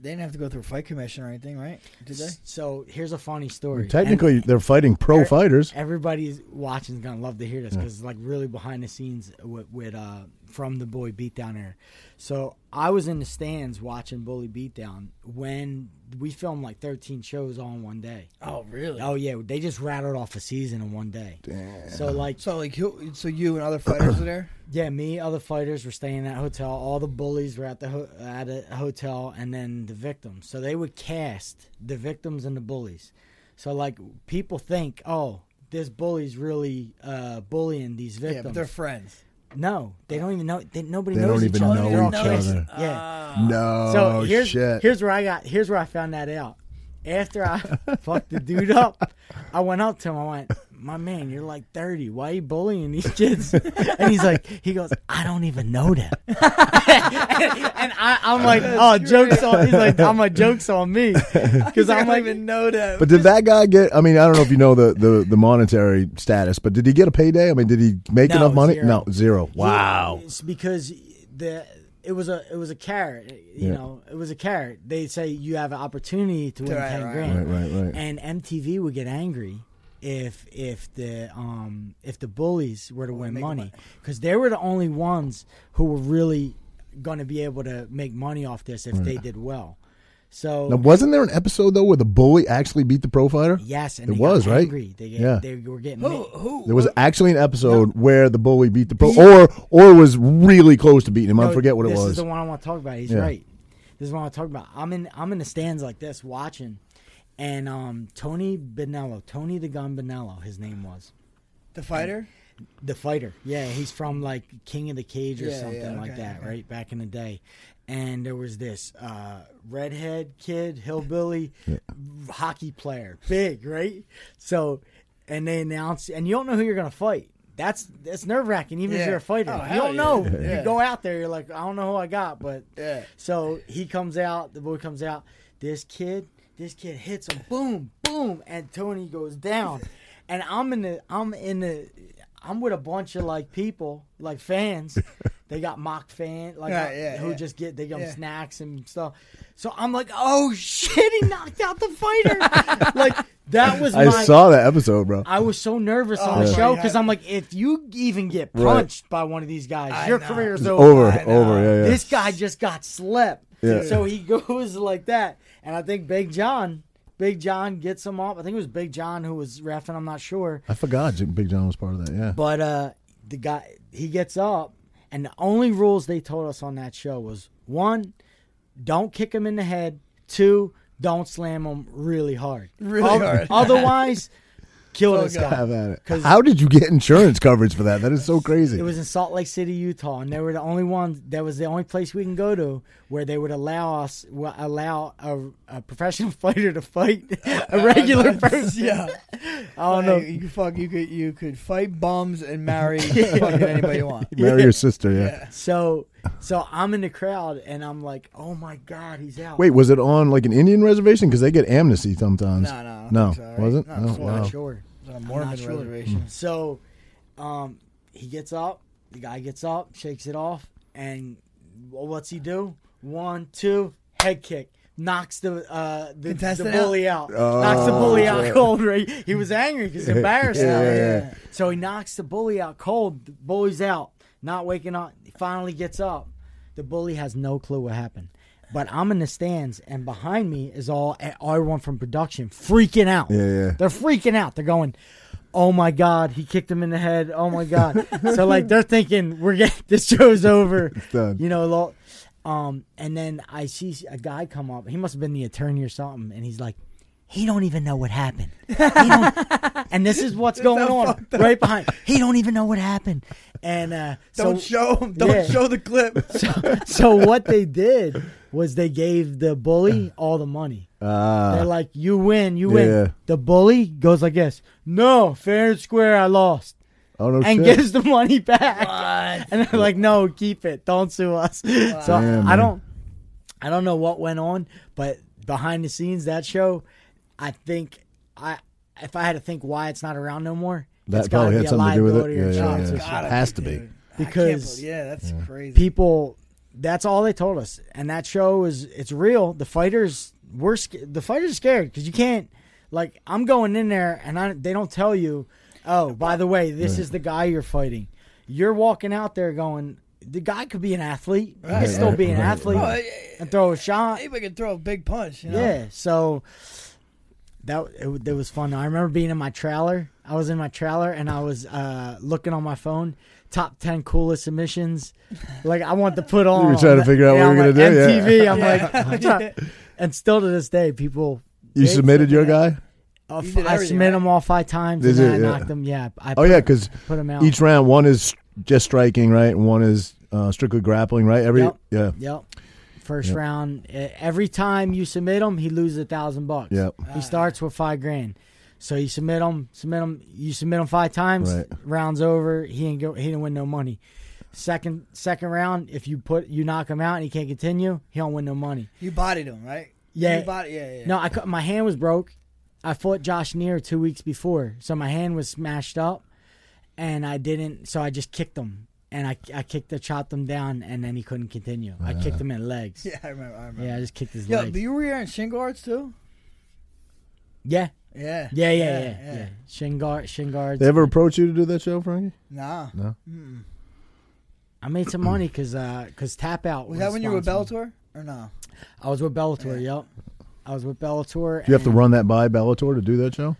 Speaker 1: they didn't have to go through fight commission or anything, right? Did they?
Speaker 3: So here's a funny story.
Speaker 2: Technically,
Speaker 3: And
Speaker 2: they're fighting pro
Speaker 3: Eric-
Speaker 2: fighters.
Speaker 3: everybody's watching is gonna love to hear this because like really behind the scenes with, with uh from the bully beatdown era. So I was in the stands watching bully beatdown when we filmed like 13 shows all in one day.
Speaker 1: Oh, really?
Speaker 3: Oh yeah, they just rattled off a season in one day. So like
Speaker 1: So like, who, so you and other fighters were there?
Speaker 3: yeah, me, other fighters were staying in that hotel. All the bullies were at the ho- at a hotel, and then the victims. So they would cast the victims and the bullies. So like people think, oh, this bully's really uh, bullying these
Speaker 1: Yeah,
Speaker 3: victims.
Speaker 1: but they're friends.
Speaker 3: no, they don't even know. They, nobody
Speaker 2: They
Speaker 3: knows
Speaker 2: don't
Speaker 3: each
Speaker 2: even
Speaker 3: other.
Speaker 2: know
Speaker 3: They're all
Speaker 2: each
Speaker 3: cast.
Speaker 2: other.
Speaker 3: Yeah.
Speaker 2: No
Speaker 3: So here's
Speaker 2: Oh, shit.
Speaker 3: here's where I got here's where I found that out. After I fucked the dude up, I went up to him. I went, "My man, you're like 30. Why you bullying these kids?" And he's like, "He goes, I don't even know them." and I, I'm like, "Oh, jokes on." He's like, "I'm a jokes on me," because I'm like,
Speaker 1: know that.
Speaker 2: but did that guy get? I mean, I don't know if you know the, the, the monetary status, but did he get a payday? I mean, did he make
Speaker 3: No,
Speaker 2: enough money?
Speaker 3: zero.
Speaker 2: No, zero. Wow.
Speaker 3: It's because the it was a it was a carrot. You
Speaker 2: Yeah.
Speaker 3: know, it was a carrot. They say you have an opportunity to win
Speaker 1: Right,
Speaker 3: ten
Speaker 1: right.
Speaker 3: grand.
Speaker 2: Right, right, right.
Speaker 3: And MTV would get angry if if the um if the bullies were to win
Speaker 1: make
Speaker 3: money
Speaker 1: money.
Speaker 3: because they were the only ones who were really going to be able to make money off this if they did well. So
Speaker 2: Now, wasn't there an episode though where the bully actually beat the pro fighter?
Speaker 3: yes, and
Speaker 2: it
Speaker 3: they
Speaker 2: was
Speaker 3: got
Speaker 2: right.
Speaker 3: angry. They get,
Speaker 2: yeah,
Speaker 3: they were getting
Speaker 1: Who?
Speaker 3: ma-
Speaker 1: Who?
Speaker 2: there was actually an episode where the bully beat the pro, or or was really close to beating him. I
Speaker 3: No,
Speaker 2: forget what it
Speaker 3: Oh, this
Speaker 2: was.
Speaker 3: is the one I want to talk about. He's
Speaker 2: Yeah.
Speaker 3: right. This is what I'm talking about. I'm in I'm in the stands like this watching, and um, Tony Benello, Tony the Gun Benello, his name was
Speaker 1: The fighter.
Speaker 3: the fighter. Yeah, he's from like King of the Cage or
Speaker 1: Yeah,
Speaker 3: something
Speaker 1: yeah,
Speaker 3: like
Speaker 1: okay,
Speaker 3: that,
Speaker 1: okay.
Speaker 3: right? Back in the day. And there was this uh, redhead kid, hillbilly hockey player, big, right? So, and they announced, and you don't know who you're gonna fight. That's that's nerve wracking, even if
Speaker 1: Yeah.
Speaker 3: you're a fighter.
Speaker 1: Oh,
Speaker 3: you
Speaker 1: hell
Speaker 3: don't
Speaker 1: yeah.
Speaker 3: know.
Speaker 1: Yeah.
Speaker 3: You go out there, you're like, I don't know who I got, but
Speaker 1: Yeah.
Speaker 3: so he comes out, the boy comes out. This kid, this kid hits him, boom, boom, and Tony goes down. And I'm in the, I'm in the, I'm with a bunch of like people, like fans. They got mock fan, like uh,
Speaker 1: Yeah, yeah,
Speaker 3: who
Speaker 1: yeah.
Speaker 3: just get they got
Speaker 1: Yeah.
Speaker 3: snacks and stuff. So I'm like, oh shit, he knocked out the fighter. like that was
Speaker 2: I
Speaker 3: my.
Speaker 2: saw that episode, bro.
Speaker 3: I was so nervous on
Speaker 1: Oh,
Speaker 3: the
Speaker 1: my
Speaker 3: show
Speaker 1: God.
Speaker 3: because I'm like, if you even get
Speaker 2: Right. Oh,
Speaker 3: punched by one of these guys,
Speaker 1: I
Speaker 3: your
Speaker 1: know.
Speaker 3: career's
Speaker 2: It's
Speaker 3: over.
Speaker 2: over,
Speaker 1: I know.
Speaker 2: over, yeah, yeah.
Speaker 3: This guy just got slept.
Speaker 2: Yeah.
Speaker 3: So he goes like that. And I think Big John, Big John gets him off. I think it was Big John who was refing, I'm not sure.
Speaker 2: I forgot Jim- Big John was part of that. Yeah,
Speaker 3: But uh the guy he gets up and the only rules they told us on that show was one, don't kick him in the head, two, don't slam him really hard.
Speaker 1: Really hard. Oh,
Speaker 3: Otherwise, kill this guy.
Speaker 2: have at it.
Speaker 3: 'Cause-
Speaker 2: How did you get insurance coverage for that? That is so crazy.
Speaker 3: It was in Salt Lake City, Utah, and they were the only one. That was the only place we can go to where they would allow us wa- allow a, a professional fighter to fight a regular person.
Speaker 1: yeah.
Speaker 3: I
Speaker 1: Like,
Speaker 3: don't know.
Speaker 1: You could fuck. You could you could fight bums and marry fucking anybody you want.
Speaker 2: Marry your sister. Yeah.
Speaker 3: So, so I'm in the crowd, and I'm like, "Oh my God, he's out!"
Speaker 2: Wait, was it on like an Indian reservation? Because they get amnesty sometimes.
Speaker 1: No, no, I don't
Speaker 2: no.
Speaker 1: think so, right?
Speaker 2: Was it? Oh,
Speaker 1: No,
Speaker 2: No,
Speaker 1: it's
Speaker 3: I'm
Speaker 2: no.
Speaker 3: not sure.
Speaker 1: It's on a Mormon
Speaker 3: sure.
Speaker 2: Mm-hmm.
Speaker 1: reservation.
Speaker 3: So, um, he gets up. The guy gets up, shakes it off, and well, what's he do? One, two, head kick. Knocks the uh, the, the
Speaker 1: Contestant
Speaker 3: bully out. knocks the bully out
Speaker 2: Oh, yeah.
Speaker 3: cold. Right? He was angry because embarrassed.
Speaker 2: Yeah,
Speaker 3: now, right?
Speaker 2: yeah, yeah.
Speaker 3: So he knocks the bully out cold. The bully's out, not waking up. He finally gets up. The bully has no clue what happened. But I'm in the stands, and behind me is all everyone from production freaking out.
Speaker 2: Yeah, yeah.
Speaker 3: They're freaking out. They're going, "Oh my god, he kicked him in the head. Oh my god." so like they're thinking, "We're getting this show's over."
Speaker 2: done.
Speaker 3: You know, lo- um, and then I see a guy come up. He must have been the attorney or something, and he's like, "He don't even know what happened." He don't, and this is what's going on right behind. He don't even know what happened, and uh,
Speaker 1: Don't
Speaker 3: so,
Speaker 1: show him. Don't
Speaker 3: yeah.
Speaker 1: show the clip.
Speaker 3: so what they did was they gave the bully all the money.
Speaker 2: Ah.
Speaker 3: They're like, "You win, you
Speaker 2: Yeah.
Speaker 3: win." The bully goes like this: "No, fair and square, I lost."
Speaker 2: oh no
Speaker 3: and
Speaker 2: shit.
Speaker 3: gives the money back. And they're like, "No, keep it. Don't sue us." So
Speaker 2: Damn,
Speaker 3: I
Speaker 2: man.
Speaker 3: don't, I don't know what went on, but behind the scenes, that show, I think I, if I had to think why it's not around no more, it's
Speaker 2: that
Speaker 3: gotta
Speaker 2: probably
Speaker 3: be
Speaker 2: had
Speaker 3: a
Speaker 2: something to do with it.
Speaker 3: liability or
Speaker 2: Yeah,
Speaker 3: insurance
Speaker 2: yeah,
Speaker 3: or
Speaker 2: yeah.
Speaker 3: something.
Speaker 2: Has to be.
Speaker 3: Because-
Speaker 1: Because yeah, that's crazy.
Speaker 3: people. That's all they told us, and that show is it's real. The fighters were sca- the fighters are scared because you can't like I'm going in there and I, they don't tell you. Oh, by the way, this is the guy you're fighting. You're walking out there going. The guy could be an athlete. He could still be an
Speaker 2: right,
Speaker 3: athlete
Speaker 1: right.
Speaker 3: and throw a shot.
Speaker 1: anybody can throw a big punch. You know?
Speaker 3: Yeah. So that it, wa- that was fun. I remember being in my trailer. I was in my trailer and I was uh, looking on my phone, top ten coolest emissions. Like I want to put on.
Speaker 2: trying to figure out
Speaker 3: Yeah,
Speaker 2: what you're
Speaker 3: I'm
Speaker 2: gonna
Speaker 3: like,
Speaker 2: do, yeah.
Speaker 3: MTV. I'm like, I'm trying- and still to this day, people.
Speaker 2: You
Speaker 3: They-
Speaker 2: submitted your guy.
Speaker 3: uh,
Speaker 1: You did
Speaker 3: I
Speaker 1: everything,
Speaker 3: submit
Speaker 1: right?
Speaker 3: them all five times.
Speaker 2: Did
Speaker 3: and then
Speaker 2: you?
Speaker 3: I
Speaker 2: Yeah.
Speaker 3: knocked them. Yeah. I
Speaker 2: Oh
Speaker 3: put-
Speaker 2: yeah, because
Speaker 3: Put them out.
Speaker 2: each round one is just striking, right, and one is uh, strictly grappling, right? Every
Speaker 3: Yep.
Speaker 2: yeah,
Speaker 3: Yep. First
Speaker 2: Yep.
Speaker 3: round. e- Every time you submit him, he loses a thousand bucks.
Speaker 2: Yep.
Speaker 3: He starts with five grand. So you submit him, submit him. You submit him five times.
Speaker 2: Right.
Speaker 3: Rounds over. He ain't go. He didn't win no money. Second second round. If you put you knock him out and he can't continue, he don't win no money.
Speaker 1: You bodied him, right?
Speaker 3: Yeah.
Speaker 1: You body, yeah, yeah.
Speaker 3: No, I cut- my hand was broke. I fought Josh Neer two weeks before, so my hand was smashed up, and I didn't. So I just kicked him, and I I kicked, I chopped him down, and then he couldn't continue.
Speaker 2: Uh-huh.
Speaker 3: I kicked him in the legs.
Speaker 1: Yeah, I remember. I remember.
Speaker 3: Yeah, I just kicked his
Speaker 1: Yo,
Speaker 3: leg.
Speaker 1: but you were wearing shin guards too?
Speaker 3: yeah.
Speaker 1: Yeah.
Speaker 3: Yeah, yeah, yeah, yeah. Shin guard, shin guards.
Speaker 2: They ever approach you to do that show, Frankie?
Speaker 1: Nah.
Speaker 2: No.
Speaker 3: I made some money because uh, cause tap out.
Speaker 1: Was that when you were with
Speaker 3: sponsored.
Speaker 1: Bellator or no?
Speaker 3: I was with Bellator. Yep, I was with Bellator.
Speaker 2: Do you have to
Speaker 3: and-
Speaker 2: run that by Bellator to do that show?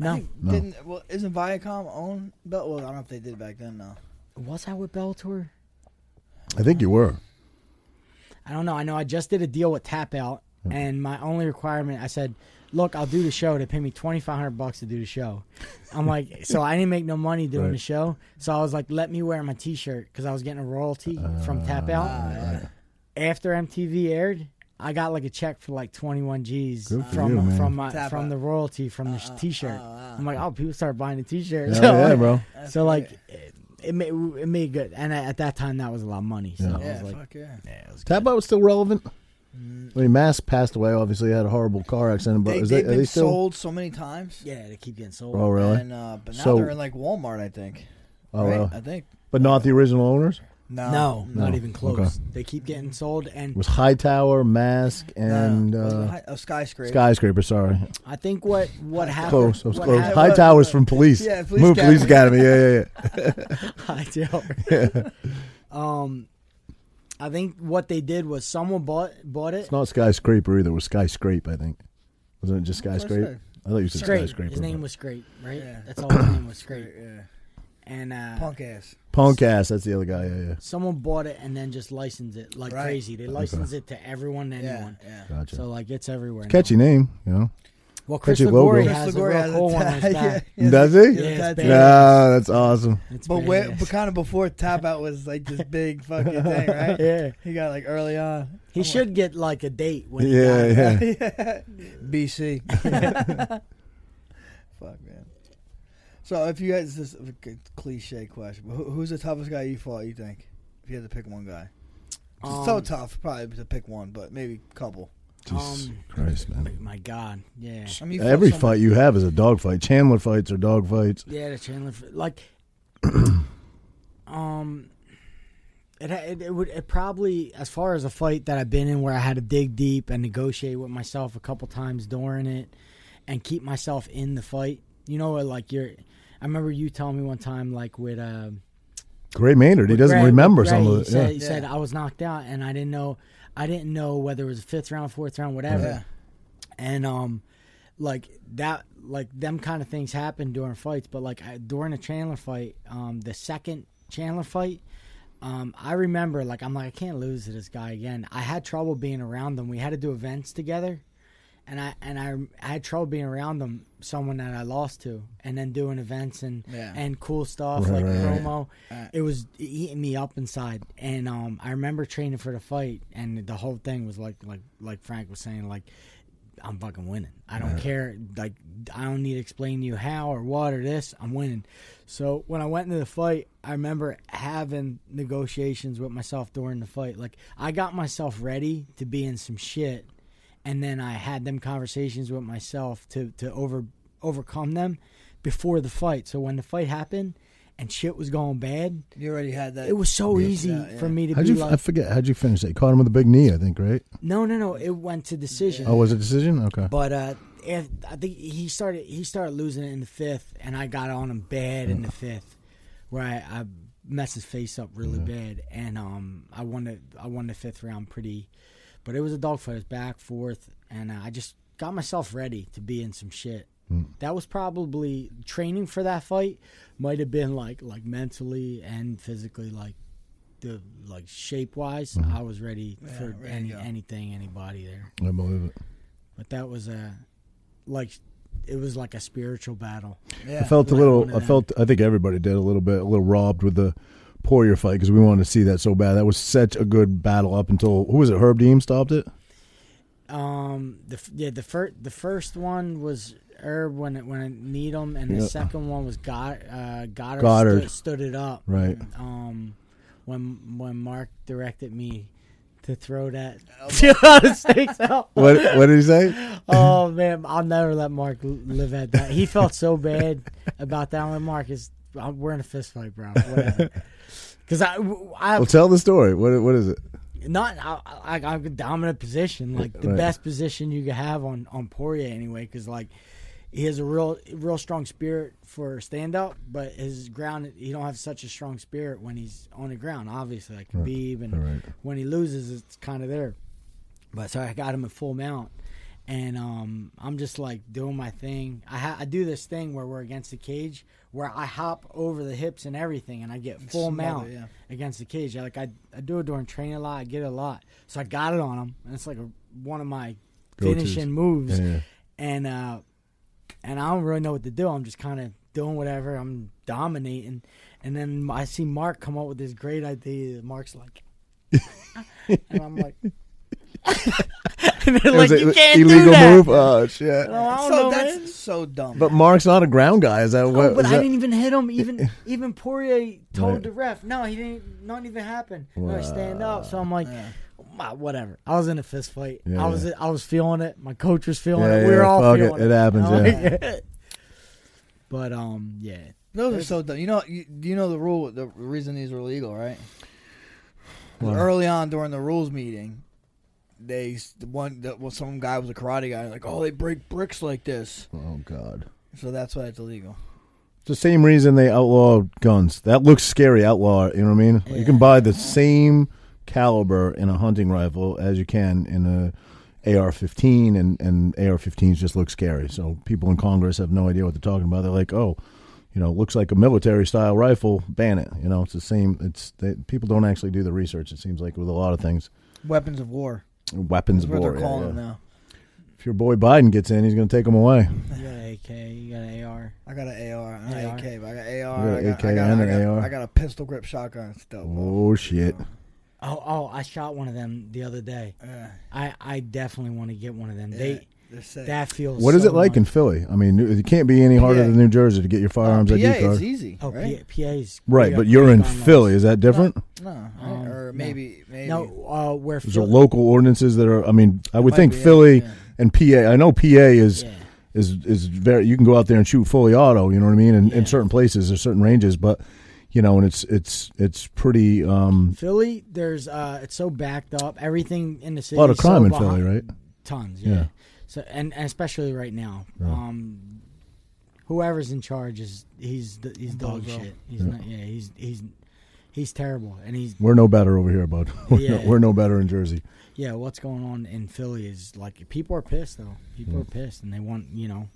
Speaker 3: No,
Speaker 1: I think,
Speaker 2: No.
Speaker 1: Didn't well? Isn't Viacom own Bell? Well, I don't know if they did back then. No.
Speaker 3: was I with Bellator?
Speaker 2: I think you were.
Speaker 3: I don't know. I know I just did a deal with Tap Out,
Speaker 2: Hmm.
Speaker 3: and my only requirement, I said, "Look, I'll do the show. They pay me twenty five hundred bucks to do the show." I'm like, so I didn't make no money doing
Speaker 2: Right.
Speaker 3: the show. So I was like, "Let me wear my T shirt because I was getting a royalty from Tap Out."
Speaker 2: Ah,
Speaker 3: After MTV aired, I got like a check for like twenty one G's
Speaker 2: Good for
Speaker 3: from
Speaker 2: you, man.
Speaker 3: from my
Speaker 1: Tap
Speaker 3: from
Speaker 1: Out. Ah,
Speaker 3: the royalty from the T shirt. I'm like, oh, people start buying the T shirt.
Speaker 2: Hell yeah, bro.
Speaker 3: So like, it, it made it made good, and I, at that time that was a lot of money. So I
Speaker 1: Yeah,
Speaker 3: was like,
Speaker 1: fuck yeah.
Speaker 2: Tap out was still relevant. I mean, Mass passed away. Obviously, had a horrible car accident. But
Speaker 1: They,
Speaker 2: is
Speaker 1: they've
Speaker 2: that, are
Speaker 1: been
Speaker 2: they still?
Speaker 1: sold so many times.
Speaker 3: yeah, they keep getting sold.
Speaker 2: oh, really?
Speaker 1: And, uh, but now
Speaker 2: So-
Speaker 1: they're in like Walmart, I think.
Speaker 2: Oh,
Speaker 1: right? uh,
Speaker 2: really?
Speaker 1: I think.
Speaker 2: But not the original owners.
Speaker 1: No.
Speaker 3: No, not
Speaker 2: uh, No.
Speaker 3: even close.
Speaker 2: Okay.
Speaker 3: They keep getting sold,
Speaker 2: It
Speaker 3: and
Speaker 2: was Hightower, Mask, and
Speaker 1: no,
Speaker 2: uh,
Speaker 1: a skyscraper.
Speaker 2: Skyscraper. Sorry,
Speaker 3: I think what what happened.
Speaker 2: close. I was
Speaker 3: what
Speaker 2: close.
Speaker 3: happened-
Speaker 2: Hightower's from Police.
Speaker 1: Yeah, Police
Speaker 2: Move Police
Speaker 1: Academy.
Speaker 2: Academy. Yeah, yeah, yeah.
Speaker 3: Hightower. um, I think what they did was someone bought bought it.
Speaker 2: It's not skyscraper either. It was skyscrape, I think. Wasn't it just
Speaker 1: That's what I
Speaker 2: skyscrape?
Speaker 1: said.
Speaker 2: I thought you said
Speaker 3: Scrape.
Speaker 2: skyscraper.
Speaker 3: His name
Speaker 2: but-
Speaker 3: was Scrape, right?
Speaker 1: Yeah.
Speaker 3: That's all. His name was Scrape,
Speaker 1: Yeah.
Speaker 3: and uh,
Speaker 1: Punk ass.
Speaker 2: Punk ass. That's the other guy. Yeah, yeah.
Speaker 3: someone bought it and then just licensed it like
Speaker 1: Right.
Speaker 3: crazy. They licensed it to everyone, and
Speaker 1: Yeah.
Speaker 3: anyone.
Speaker 1: Yeah.
Speaker 2: Gotcha.
Speaker 3: So like it's everywhere. now.
Speaker 2: Catchy name, you know.
Speaker 3: Well, Chris
Speaker 2: catchy logo.
Speaker 3: Liguori
Speaker 2: Chris
Speaker 3: has
Speaker 1: Liguori
Speaker 3: a
Speaker 1: has
Speaker 3: real
Speaker 1: a
Speaker 3: cool one. on his
Speaker 1: ta-
Speaker 3: back.
Speaker 2: Does he?
Speaker 3: Yeah, it's
Speaker 1: Yeah,
Speaker 3: badass.
Speaker 2: Nah, that's awesome.
Speaker 3: It's
Speaker 1: But where,
Speaker 3: badass.
Speaker 1: but kind of before tap out was like this big fucking thing, right?
Speaker 3: Yeah.
Speaker 1: He got like early on.
Speaker 3: He should get like a date when he
Speaker 2: Yeah,
Speaker 3: dies.
Speaker 2: yeah.
Speaker 1: BC. Fuck man. So if you had this is a c- cliche question, but who, who's the toughest guy you fought? You think if you had to pick one guy, It's so
Speaker 3: Um,
Speaker 1: tough probably to pick one, but maybe a couple.
Speaker 2: Jesus
Speaker 3: Um,
Speaker 2: Christ, man.
Speaker 3: My God, yeah,
Speaker 1: I mean, you fought
Speaker 2: Every
Speaker 1: so
Speaker 2: fight you have is a dog fight. Chandler fights are dog fights.
Speaker 3: yeah, the Chandler, f- like, um, it, ha- it it would it probably as far as a fight that I've been in where I had to dig deep and negotiate with myself a couple times during it, and keep myself in the fight. You know, like you're. I remember you telling me one time, like with um,
Speaker 2: Gray Maynard, he doesn't
Speaker 3: Gray-
Speaker 2: remember
Speaker 3: Gray,
Speaker 2: some of
Speaker 3: He
Speaker 2: it.
Speaker 3: said,
Speaker 2: yeah.
Speaker 3: he said I was knocked out, and I didn't know. I didn't know whether it was fifth round, fourth round, whatever.
Speaker 1: Yeah.
Speaker 3: And um, like that, like them kind of things happen during fights. But like I, during the Chandler fight, um, the second Chandler fight. Um, I remember, like, I'm like, I can't lose to this guy again. I had trouble being around them. We had to do events together, and I and I, I had trouble being around them. Someone that I lost to, and then doing events and
Speaker 1: Yeah.
Speaker 3: and cool stuff
Speaker 2: Right,
Speaker 3: like
Speaker 2: right, right.
Speaker 3: promo. It was eating me up inside, and um, I remember training for the fight, and the whole thing was like like like Frank was saying, like I'm fucking winning. I don't care. Like I don't need to explain to you how or what or this. I'm winning. So when I went into the fight, I remember having negotiations with myself during the fight. Like I got myself ready to be in some shit, and then I had them conversations with myself to to over overcome them before the fight. So when the fight happened and shit was going bad,
Speaker 1: You already had that.
Speaker 3: it was so easy
Speaker 1: yeah, yeah.
Speaker 3: for me to
Speaker 2: How'd
Speaker 3: be
Speaker 2: you? I
Speaker 3: like,
Speaker 2: forget. How'd you finish it? You Caught him with a big knee, I think. Right?
Speaker 3: no, no, no. It went to decision.
Speaker 2: Oh, was it decision? Okay.
Speaker 3: But uh, if, I think he started he started losing it in the fifth, and I got on him bad in the fifth, where I, I messed his face up really bad, and um, I won the I won the fifth round pretty, but it was a dogfight. It was back forth, and uh, I just got myself ready to be in some shit. That was probably training for that fight. Might have been like like mentally and physically like the like shape wise. I was ready for
Speaker 1: ready to
Speaker 3: any,
Speaker 1: go.
Speaker 3: anything anybody there
Speaker 2: I believe it.
Speaker 3: but that was a like it was like a spiritual battle.
Speaker 1: yeah.
Speaker 2: I felt a
Speaker 3: Like one
Speaker 2: little.
Speaker 3: of
Speaker 2: I felt. I think everybody did a little bit. A little robbed with the Poirier fight because we wanted to see that so bad. That was such a good battle up until who was it? Herb Deem stopped it.
Speaker 3: Um, the f- yeah the first the first one was Herb when it when it need him, and the
Speaker 2: Yeah.
Speaker 3: second one was God uh, Goddard,
Speaker 2: Goddard.
Speaker 3: Stood, stood it up.
Speaker 2: Right.
Speaker 3: Um, when when Mark directed me to throw that Colorado stakes out.
Speaker 2: What What did he say?
Speaker 3: Oh man, I'll never let Mark l- live at that. He felt so bad about that. Like Mark is, we're in a fist fight, bro. Because I, I
Speaker 2: Well, tell the story. What What is it?
Speaker 3: not I, I, I'm a dominant position, like the
Speaker 2: Right.
Speaker 3: best position you could have on on Poirier anyway, because like he has a real real strong spirit for stand up, but his ground he don't have such a strong spirit when he's on the ground. Obviously, like Khabib, and
Speaker 2: Right.
Speaker 3: when he loses, it's kind of there. But so I got him at full mount, and um, I'm just like doing my thing. I ha- I do this thing where we're against the cage, where I hop over the hips and everything, and I get full
Speaker 1: Smother,
Speaker 3: mount
Speaker 1: yeah.
Speaker 3: against the cage. I, like I, I do it during training a lot. I get it a lot, so I got it on him, and it's like a, one of my
Speaker 2: Go-tos.
Speaker 3: finishing moves.
Speaker 2: Yeah, yeah.
Speaker 3: And uh, and I don't really know what to do. I'm just kind of doing whatever. I'm dominating, and then I see Mark come up with this great idea. Mark's like, and I'm like. and they're
Speaker 2: it was
Speaker 3: like, you
Speaker 2: an
Speaker 3: can't
Speaker 2: illegal
Speaker 3: do that.
Speaker 2: move. Oh shit!
Speaker 3: No, I don't
Speaker 1: so
Speaker 3: know,
Speaker 1: that's
Speaker 3: man.
Speaker 1: so dumb.
Speaker 2: But Mark's not a ground guy. Is that what?
Speaker 3: Oh, but
Speaker 2: is
Speaker 3: I
Speaker 2: that-
Speaker 3: didn't even hit him. Even even Poirier told
Speaker 2: Right.
Speaker 3: the ref, no, he didn't. Not even happen. No, I stand up. So I'm like, "Wow, whatever. I was in a fist fight.
Speaker 2: Yeah,
Speaker 3: I was
Speaker 2: yeah.
Speaker 3: I was feeling it. My coach was feeling
Speaker 2: Yeah,
Speaker 3: it. We were
Speaker 2: yeah,
Speaker 3: all
Speaker 2: fuck
Speaker 3: feeling
Speaker 2: it.
Speaker 3: it.
Speaker 2: It happens,
Speaker 3: I'm
Speaker 2: yeah.
Speaker 3: like, but um, yeah.
Speaker 1: Those are so dumb. You know, you, you know the rule. The reason these were legal, right? 'Cause
Speaker 2: Why?
Speaker 1: Early on during the rules meeting, they s- the one the, well, some guy was a karate guy. Like, oh, they break bricks like this,
Speaker 2: oh god.
Speaker 1: so that's why it's illegal.
Speaker 2: It's the same reason they outlawed guns. That looks scary, outlaw. You know what I mean? You can buy the same caliber in a hunting rifle as you can in a AR-15, and and AR-15s just look scary. So people in Congress have no idea what they're talking about. They're like, oh, you know, looks like a military-style rifle. Ban it. You know, it's the same. It's they, people don't actually do the research. It seems like with a lot of things,
Speaker 1: Weapons of war.
Speaker 2: weapons
Speaker 1: That's
Speaker 2: of
Speaker 1: what
Speaker 2: war.
Speaker 1: they're
Speaker 2: yeah,
Speaker 1: calling
Speaker 2: yeah.
Speaker 1: them now.
Speaker 2: If your boy Biden gets in, he's going to take them away.
Speaker 3: You got an AK. You got an AR.
Speaker 1: I got an AR, an
Speaker 3: AR.
Speaker 1: AK, but I got AR, I
Speaker 2: You got an
Speaker 1: got, I
Speaker 2: AK
Speaker 1: got,
Speaker 2: and
Speaker 1: I
Speaker 2: an
Speaker 1: got,
Speaker 2: AR.
Speaker 1: I got a pistol grip shotgun still. bro.
Speaker 2: Oh shit!
Speaker 3: Oh oh, I shot one of them the other day.
Speaker 1: Yeah,
Speaker 3: I I definitely want to get one of them.
Speaker 1: yeah,
Speaker 3: They
Speaker 1: they're sick.
Speaker 3: that feels.
Speaker 2: What is
Speaker 3: so
Speaker 2: it like in
Speaker 3: much-
Speaker 2: Philly? I mean, it can't be any harder
Speaker 1: PA.
Speaker 2: than New Jersey to get your
Speaker 1: Uh,
Speaker 2: firearms
Speaker 1: PA,
Speaker 2: ID card.
Speaker 1: it's easy.
Speaker 3: Oh,
Speaker 1: right?
Speaker 3: P- PA's
Speaker 2: Right,
Speaker 3: we
Speaker 2: but
Speaker 3: got
Speaker 2: you're
Speaker 3: big
Speaker 2: in
Speaker 3: gun laws.
Speaker 2: Philly. Is that different?
Speaker 1: No, I-
Speaker 3: Um,
Speaker 1: or
Speaker 3: no.
Speaker 1: maybe maybe.
Speaker 3: No, uh, where
Speaker 2: Is there
Speaker 3: Philly-
Speaker 2: local ordinances that are? I mean, I would
Speaker 1: Might
Speaker 2: think
Speaker 1: be,
Speaker 2: Philly
Speaker 1: yeah.
Speaker 2: and PA. I know PA is
Speaker 3: Yeah.
Speaker 2: is is very. You can go out there and shoot fully auto. You know what I mean? And in certain places, there's certain ranges, but you know, and it's it's it's pretty. Um,
Speaker 3: Philly, there's uh, it's so backed up. Everything in the city.
Speaker 2: a lot of
Speaker 3: is so
Speaker 2: crime in
Speaker 3: behind-
Speaker 2: Philly, right?
Speaker 3: Tons, yeah.
Speaker 2: Yeah.
Speaker 3: So and, and especially right now, um, whoever's in charge is he's the, he's dog
Speaker 1: Bozo.
Speaker 3: shit. He's not. Yeah, he's he's he's terrible, and he's
Speaker 2: We're no better over here, bud. We're, no,
Speaker 3: Yeah.
Speaker 2: we're no better in Jersey.
Speaker 3: yeah. What's going on in Philly is like people are pissed though. People are pissed, and they want you know.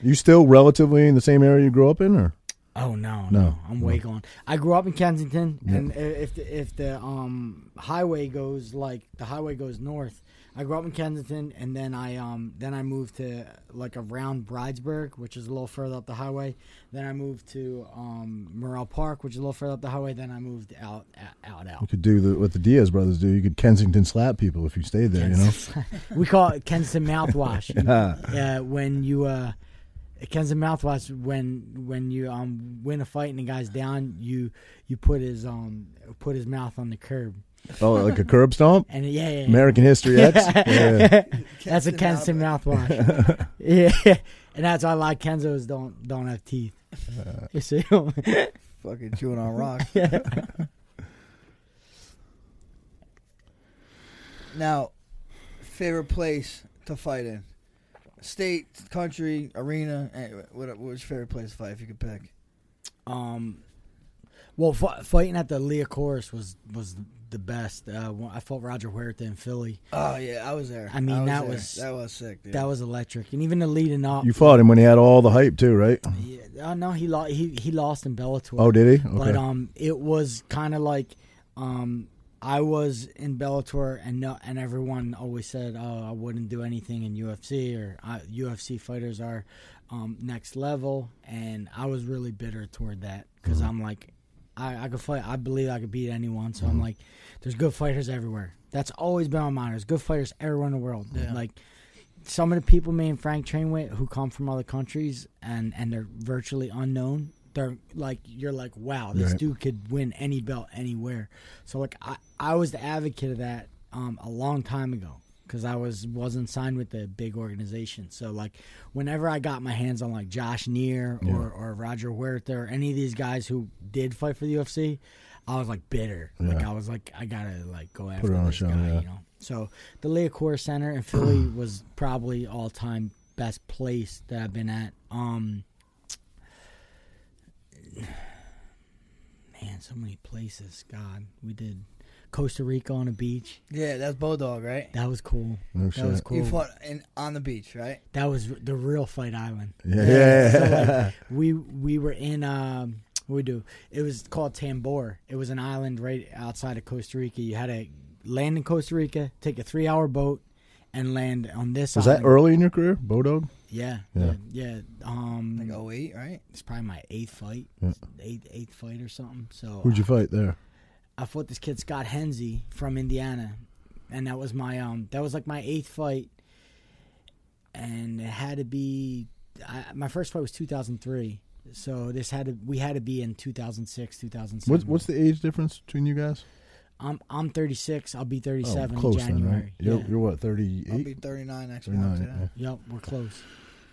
Speaker 2: You still relatively in the same area you grew up in, or
Speaker 3: Oh no,
Speaker 2: No,
Speaker 3: no, I'm way gone. I grew up in Kensington, and i- if the, if the um highway goes like the highway goes north, I grew up in Kensington, and then I um then I moved to like around Bridesburg, which is a little further up the highway. Then I moved to um Morrell Park, which is a little further up the highway. Then I moved out out
Speaker 2: you
Speaker 3: out.
Speaker 2: could do the, what the Diaz brothers do. You could Kensington slap people if you stayed there. You know.
Speaker 3: we call it Kensington mouthwash. yeah, when you uh, Kensington mouthwash when when you um win a fight and the guy's down, you you put his um put his mouth on the curb,
Speaker 2: Oh, like a curb stomp?
Speaker 3: and yeah, yeah, yeah.
Speaker 2: American History X? Yeah.
Speaker 3: that's a Kensington mouthwash. yeah, and that's why a lot of Kenzos don't don't have teeth. You see 'em?
Speaker 1: fucking chewing on rock. now, favorite place to fight in? State, country, arena. eh, What, what's your favorite place to fight if you could pick?
Speaker 3: Um, well, f- fighting at the Leah Chorus was was the best. Uh, when I fought Roger Huerta in Philly.
Speaker 1: Oh yeah, I was there.
Speaker 3: I mean,
Speaker 1: was
Speaker 3: that
Speaker 1: there.
Speaker 3: was-
Speaker 1: that was sick. Dude.
Speaker 3: That was electric, and even the leading up.
Speaker 2: You fought him when he had all the hype, too, right?
Speaker 3: Yeah, uh, no, he lost. He he lost in Bellator.
Speaker 2: Oh, did he? Okay.
Speaker 3: But um, it was kind of like um, I was in Bellator, and no, and everyone always said, "Oh, I wouldn't do anything in UFC," or uh, I, "UFC fighters are um, next level." And I was really bitter toward that because
Speaker 2: Mm-hmm.
Speaker 3: I'm like, I, I could fight. I believe I could beat anyone. So
Speaker 2: Mm-hmm.
Speaker 3: I'm like, there's good fighters everywhere. That's always been my mind. There's good fighters everywhere in the world. Like some of the people me and Frank train with who come from other countries and and they're virtually unknown. They're like you're like wow, this
Speaker 2: Right.
Speaker 3: dude could win any belt anywhere. So like I I was the advocate of that um a long time ago because I was wasn't signed with the big organization. So like whenever I got my hands on like Josh Neer or or Roger Huerta or any of these guys who did fight for the UFC, I was like bitter. Like
Speaker 2: Yeah.
Speaker 3: I was like I gotta like go after
Speaker 2: on a
Speaker 3: this
Speaker 2: show,
Speaker 3: guy.
Speaker 2: yeah.
Speaker 3: You know. So the Leocor Center in Philly was probably all time best place that I've been at. Um man, so many places. God, we did Costa Rica on a beach.
Speaker 1: Yeah, that's Bulldog, right?
Speaker 3: That was cool.
Speaker 2: No
Speaker 3: that
Speaker 2: shit.
Speaker 3: was cool.
Speaker 1: You fought in, on the beach, right?
Speaker 3: that was the real Fight Island.
Speaker 2: Yeah.
Speaker 3: So, like, we we were in um what we do. It was called Tambor. It was an island right outside of Costa Rica. You had to land in Costa Rica, take a three hour boat, and land on this
Speaker 2: Was that
Speaker 3: island.
Speaker 2: early in your career, Bodog?
Speaker 3: Yeah.
Speaker 2: Yeah.
Speaker 3: Yeah. yeah. Um
Speaker 1: Like 08, right?
Speaker 3: it's probably my eighth fight. Eighth eighth fight or something. So
Speaker 2: Who'd you fight there?
Speaker 3: I fought this kid Scott Hensey from Indiana, and that was my um that was like my eighth fight, and it had to be I, my first fight was 2003, so this had to we had to be in 2006 2007.
Speaker 2: What's what's the age difference between you guys?
Speaker 3: I'm I'm 36, I'll be
Speaker 2: Oh,
Speaker 3: 37
Speaker 2: close
Speaker 3: in January.
Speaker 2: then, right? You're,
Speaker 3: Yeah.
Speaker 2: you're what, 38?
Speaker 1: I'll be 39 next
Speaker 2: 39,
Speaker 1: month. Yeah.
Speaker 2: yeah.
Speaker 3: Yep, we're close.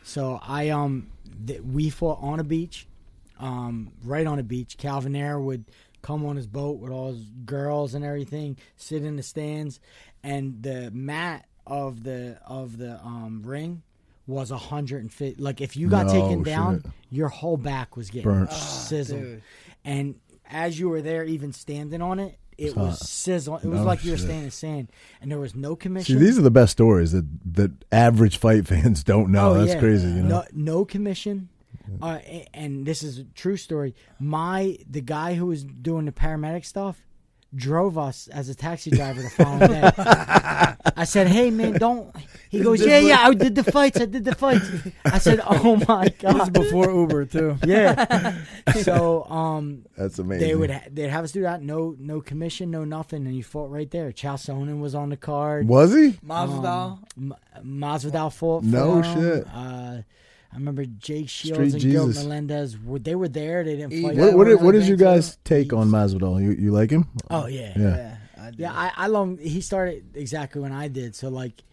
Speaker 3: So I um, th- we fought on a beach, um, right on a beach. Calvin Air would come on his boat with all his girls and everything, sit in the stands, and the mat of the of the um ring was a hundred and fifty. Like if you got
Speaker 2: No
Speaker 3: taken down,
Speaker 2: shit.
Speaker 3: your whole back was getting
Speaker 2: Burnt.
Speaker 3: sizzled,
Speaker 1: dude.
Speaker 3: and as you were there, even standing on it. It was sizzling. It was
Speaker 2: No
Speaker 3: like you were
Speaker 2: shit.
Speaker 3: standing in sand, and there was no
Speaker 2: See,
Speaker 3: commission.
Speaker 2: these are the best stories that, that average fight fans don't know. That's
Speaker 3: Oh, yeah.
Speaker 2: crazy, you know?
Speaker 3: No, no commission. Uh, a- and this is a true story. My the guy who was doing the paramedic stuff drove us as a taxi driver the following day. I said, "Hey man, don't." He goes, "Yeah, yeah, I did the fights. I did the fights." I said, "Oh my
Speaker 1: This is
Speaker 3: god."
Speaker 1: before Uber, too.
Speaker 3: Yeah. So, um,
Speaker 2: That's amazing.
Speaker 3: they would ha- they'd have us do that. No, no commission, no nothing, and you fought right there. Chael Sonnen was on the card.
Speaker 2: Was he?
Speaker 3: Um,
Speaker 1: Masvidal.
Speaker 3: M- Masvidal fought. for
Speaker 2: No
Speaker 3: him.
Speaker 2: shit.
Speaker 3: Uh, I remember Jake Shields
Speaker 2: Street
Speaker 3: and Gil
Speaker 2: Jesus.
Speaker 3: Melendez. Were, they were there. They didn't
Speaker 1: He-
Speaker 3: fight.
Speaker 2: What,
Speaker 1: Yeah,
Speaker 2: what,
Speaker 1: one
Speaker 2: is-
Speaker 1: of
Speaker 2: what
Speaker 1: the
Speaker 2: is your
Speaker 1: things, uh,
Speaker 2: guys' take on Masvidal? You you like him?
Speaker 3: Oh yeah.
Speaker 2: Yeah.
Speaker 1: yeah, I did.
Speaker 3: Yeah, I, I long he started exactly when I did. So like,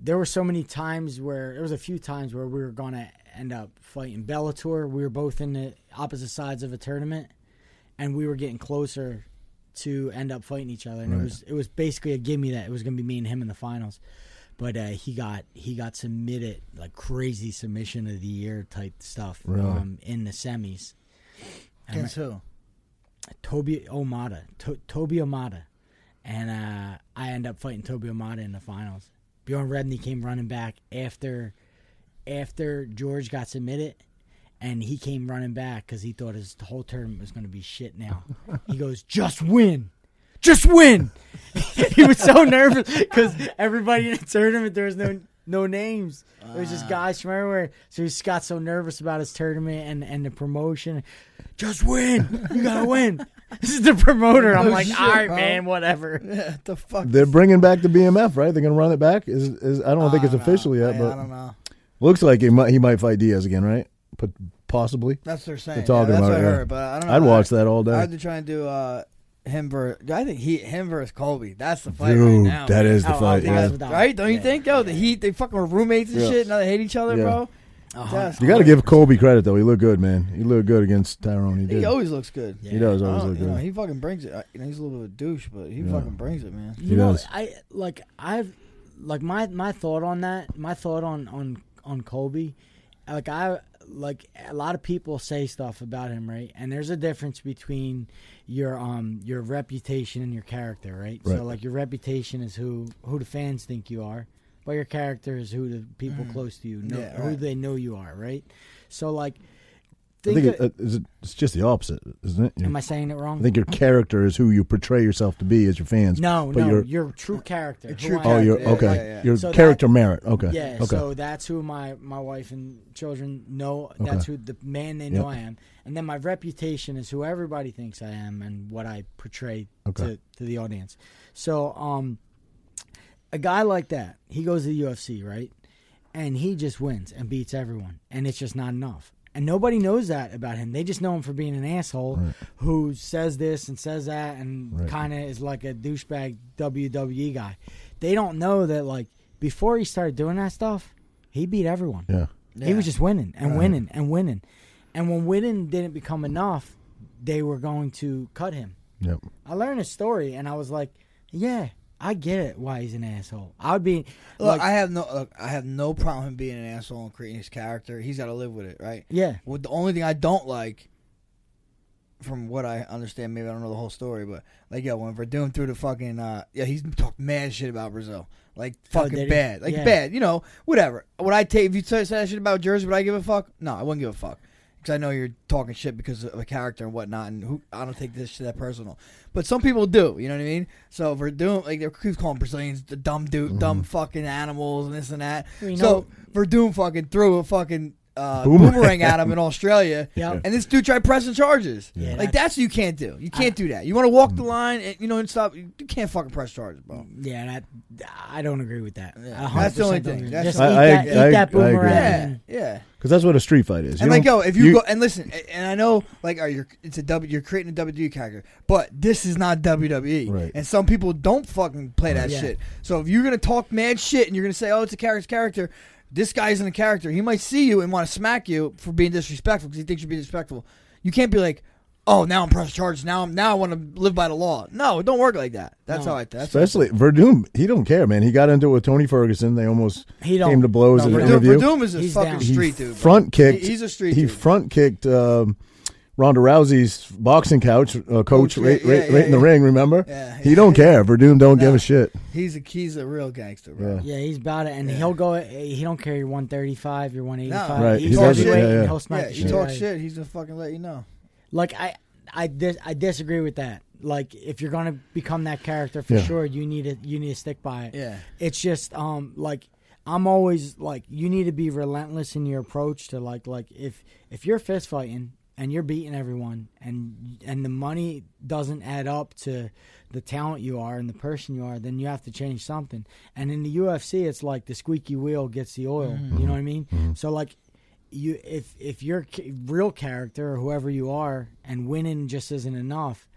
Speaker 3: there were so many times where there was a few times where we were gonna end up fighting Bellator. We were both in the opposite sides of a tournament, and we were getting closer to end up fighting each other. And
Speaker 2: Right.
Speaker 3: it was it was basically a gimme that it was gonna be me and him in the finals. But uh, he got he got submitted like crazy submission of the year type stuff
Speaker 2: Really?
Speaker 3: um, in the semis.
Speaker 1: Against who?
Speaker 3: Toby Omada, to- Toby Omada, and uh, I end up fighting Toby Omada in the finals. Bjorn Redney came running back after after George got submitted, and he came running back because he thought his whole tournament was going to be shit. Now he goes, just win. Just win. he was so nervous because everybody in the tournament there was no no names. It was just guys from everywhere. So he just got so nervous about his tournament and, and the promotion. Just win. You gotta win. This is the promoter. I'm
Speaker 1: No
Speaker 3: like,
Speaker 1: shit,
Speaker 3: all right,
Speaker 1: bro."
Speaker 3: man, whatever.
Speaker 1: Yeah, the fuck.
Speaker 2: They're bringing back the BMF, right? They're going to run it back. Is, is I don't think it's official
Speaker 1: I,
Speaker 2: yet,
Speaker 1: I
Speaker 2: but
Speaker 1: don't know.
Speaker 2: looks like he might he might fight Diaz again, right? But possibly.
Speaker 1: That's what they're saying.
Speaker 2: They're talking
Speaker 1: yeah, that's
Speaker 2: about
Speaker 1: what
Speaker 2: it,
Speaker 1: I
Speaker 2: yeah.
Speaker 1: heard, but I don't know.
Speaker 2: I'd watch
Speaker 1: I,
Speaker 2: that all
Speaker 1: I
Speaker 2: day.
Speaker 1: would be trying to do uh, him versus. I think he him versus Colby. That's the fight
Speaker 2: Dude,
Speaker 1: right now.
Speaker 2: that is the
Speaker 3: Oh,
Speaker 2: fight.
Speaker 3: oh,
Speaker 2: Yeah.
Speaker 3: Masvidal.
Speaker 1: right? Don't you
Speaker 3: Yeah.
Speaker 1: think? Yo, the Heat they fucking were roommates and
Speaker 2: Yeah.
Speaker 1: shit. Now they hate each other,
Speaker 2: Yeah.
Speaker 1: bro.
Speaker 3: Uh-huh.
Speaker 1: That's-
Speaker 2: You got to give Colby credit though. He looked good, man. He looked good against Tyrone. He
Speaker 1: He
Speaker 2: did.
Speaker 1: always looks good.
Speaker 3: Yeah.
Speaker 2: He does
Speaker 1: I
Speaker 2: always
Speaker 1: don't-
Speaker 2: look
Speaker 1: you know,
Speaker 2: good.
Speaker 1: he fucking brings it. I, you know, he's a little bit of a douche, but he
Speaker 2: Yeah.
Speaker 1: fucking brings it, man.
Speaker 3: You
Speaker 2: He
Speaker 3: know,
Speaker 2: does.
Speaker 3: I like I've like my my thought on that. My thought on on on Kobe, like I like a lot of people say stuff about him, right? And there's a difference between your um your reputation and your character, right?
Speaker 2: Right.
Speaker 3: So like your reputation is who who the fans think you are, but your character is who the people close to you know,
Speaker 1: Mm. Yeah,
Speaker 3: who
Speaker 1: right.
Speaker 3: they know you are, right? So like,
Speaker 2: I
Speaker 3: think,
Speaker 2: think
Speaker 3: of-
Speaker 2: it, uh, is it, it's just the opposite, isn't it?
Speaker 3: am I saying it wrong?
Speaker 2: I think your character is who you portray yourself to be as your fans.
Speaker 3: no,
Speaker 2: but
Speaker 3: no,
Speaker 2: your-
Speaker 3: your true character. who
Speaker 1: true
Speaker 3: I
Speaker 2: Oh,
Speaker 3: am.
Speaker 2: you're
Speaker 1: Yeah,
Speaker 2: okay.
Speaker 1: yeah, yeah.
Speaker 2: Your
Speaker 3: So that-
Speaker 2: character merit. Okay.
Speaker 3: Yeah,
Speaker 2: Okay.
Speaker 3: so that's who my, my wife and children know. That's who the man they know
Speaker 2: Yep.
Speaker 3: I am. And then my reputation is who everybody thinks I am and what I portray
Speaker 2: Okay.
Speaker 3: to, to the audience. So, um, a guy like that, he goes to the UFC, right? And he just wins and beats everyone. And it's just not enough. And nobody knows that about him. They just know him for being an asshole who says this and says that and
Speaker 2: Right.
Speaker 3: kind of is like a douchebag WWE guy. They don't know that, like, before he started doing that stuff, he beat everyone.
Speaker 2: yeah.
Speaker 3: He was just winning and winning and winning. And when winning didn't become enough, they were going to cut him.
Speaker 2: Yep.
Speaker 3: I learned his story and I was like, yeah, I get it why he's an asshole. I would be
Speaker 1: Look,
Speaker 3: like,
Speaker 1: I have no, look, I have no problem with him being an asshole and creating his character. He's got to live with it, right?
Speaker 3: yeah,
Speaker 1: Well, the only thing I don't like from what I understand, maybe I don't know the whole story, but like yo, when Verdun threw the fucking uh, yeah, he's talked mad shit about Brazil, like fucking
Speaker 3: Oh, did he?
Speaker 1: bad, like
Speaker 3: Yeah.
Speaker 1: bad, you know, whatever. Would I take if you said that shit about Jersey? Would I give a fuck? No, I wouldn't give a fuck because I know you're talking shit because of a character and whatnot, and who I don't take this shit that personal. But some people do, you know what I mean? So Verdun, like they keep calling Brazilians the dumb dude, dumb fucking animals, and this and that.
Speaker 3: We
Speaker 1: So
Speaker 3: know-
Speaker 1: Verdun fucking threw a fucking. Uh,
Speaker 2: Boomerang.
Speaker 1: boomerang at him in Australia,
Speaker 3: Yep.
Speaker 1: and this dude tried pressing charges.
Speaker 3: Yeah,
Speaker 1: like
Speaker 3: that's-
Speaker 1: that's what you can't do. You can't do that. You want to walk the line, and, you know, and stop. You can't fucking press charges, bro.
Speaker 3: Yeah, that, I don't agree with that.
Speaker 1: Yeah.
Speaker 3: I
Speaker 1: That's
Speaker 3: 100%
Speaker 1: the only
Speaker 3: don't
Speaker 1: thing.
Speaker 3: agree.
Speaker 1: That's
Speaker 3: Just
Speaker 1: the-
Speaker 3: eat,
Speaker 2: I-
Speaker 3: that,
Speaker 2: I-
Speaker 3: eat
Speaker 2: I- I
Speaker 3: that
Speaker 2: agree.
Speaker 3: boomerang.
Speaker 1: Yeah, yeah.
Speaker 2: because that's what a street fight is.
Speaker 1: And
Speaker 2: You
Speaker 1: like, yo,
Speaker 2: don't-
Speaker 1: if you, go and listen, a- and I know, like, are you? It's a W. You're creating a WWE character, but this is not WWE,
Speaker 2: Right.
Speaker 1: and some people don't fucking play that
Speaker 3: Yeah.
Speaker 1: shit. So if you're gonna talk mad shit and you're gonna say, "Oh, it's a character's character," this guy isn't a character. He might see you and want to smack you for being disrespectful because he thinks you're being disrespectful. You can't be like, "Oh, now I'm pressed charges. Now I'm now I want to live by the law." No, it don't work like that. That's
Speaker 3: No.
Speaker 1: how I. That's
Speaker 2: especially Verdum, he don't care, man. He got into it with Tony Ferguson. They almost
Speaker 3: He don't-
Speaker 2: came to blows
Speaker 3: no,
Speaker 2: in an
Speaker 1: Verdum,
Speaker 3: Verdum-
Speaker 2: interview.
Speaker 1: Verdum is a
Speaker 3: He's
Speaker 1: fucking
Speaker 3: down.
Speaker 2: he
Speaker 1: street dude. bro.
Speaker 2: front kicked.
Speaker 1: He- he's a street
Speaker 2: He
Speaker 1: dude.
Speaker 2: front kicked um, Ronda Rousey's boxing couch uh, coach
Speaker 1: yeah,
Speaker 2: right,
Speaker 1: yeah,
Speaker 2: right,
Speaker 1: yeah,
Speaker 2: right in the
Speaker 1: yeah.
Speaker 2: ring. Remember?
Speaker 1: Yeah,
Speaker 2: He don't care. Verdum don't give
Speaker 1: No.
Speaker 2: a shit.
Speaker 1: he's a he's a real gangster, bro.
Speaker 2: Yeah.
Speaker 3: Yeah, he's about it, and he'll go. He don't care. You're 135. You're 185.
Speaker 1: No. Right,
Speaker 3: He's
Speaker 1: he doesn't,
Speaker 3: heavyweight,
Speaker 2: yeah, yeah.
Speaker 3: and he'll smack
Speaker 1: Yeah,
Speaker 3: the
Speaker 1: you
Speaker 3: shit
Speaker 1: talk
Speaker 3: out of
Speaker 1: shit, he's gonna fucking let you know.
Speaker 3: Like I, I, dis- I disagree with that. Like if you're gonna become that character for
Speaker 2: Yeah.
Speaker 3: sure, you need to you need to stick by it.
Speaker 1: Yeah.
Speaker 3: It's just um like I'm always like you need to be relentless in your approach to like like if if you're fist fighting and you're beating everyone and and the money doesn't add up to the talent you are and the person you are, then you have to change something. And in the UFC, it's like the squeaky wheel gets the oil. You know what I mean? So like you if if your ca- real character or whoever you are and winning just isn't enough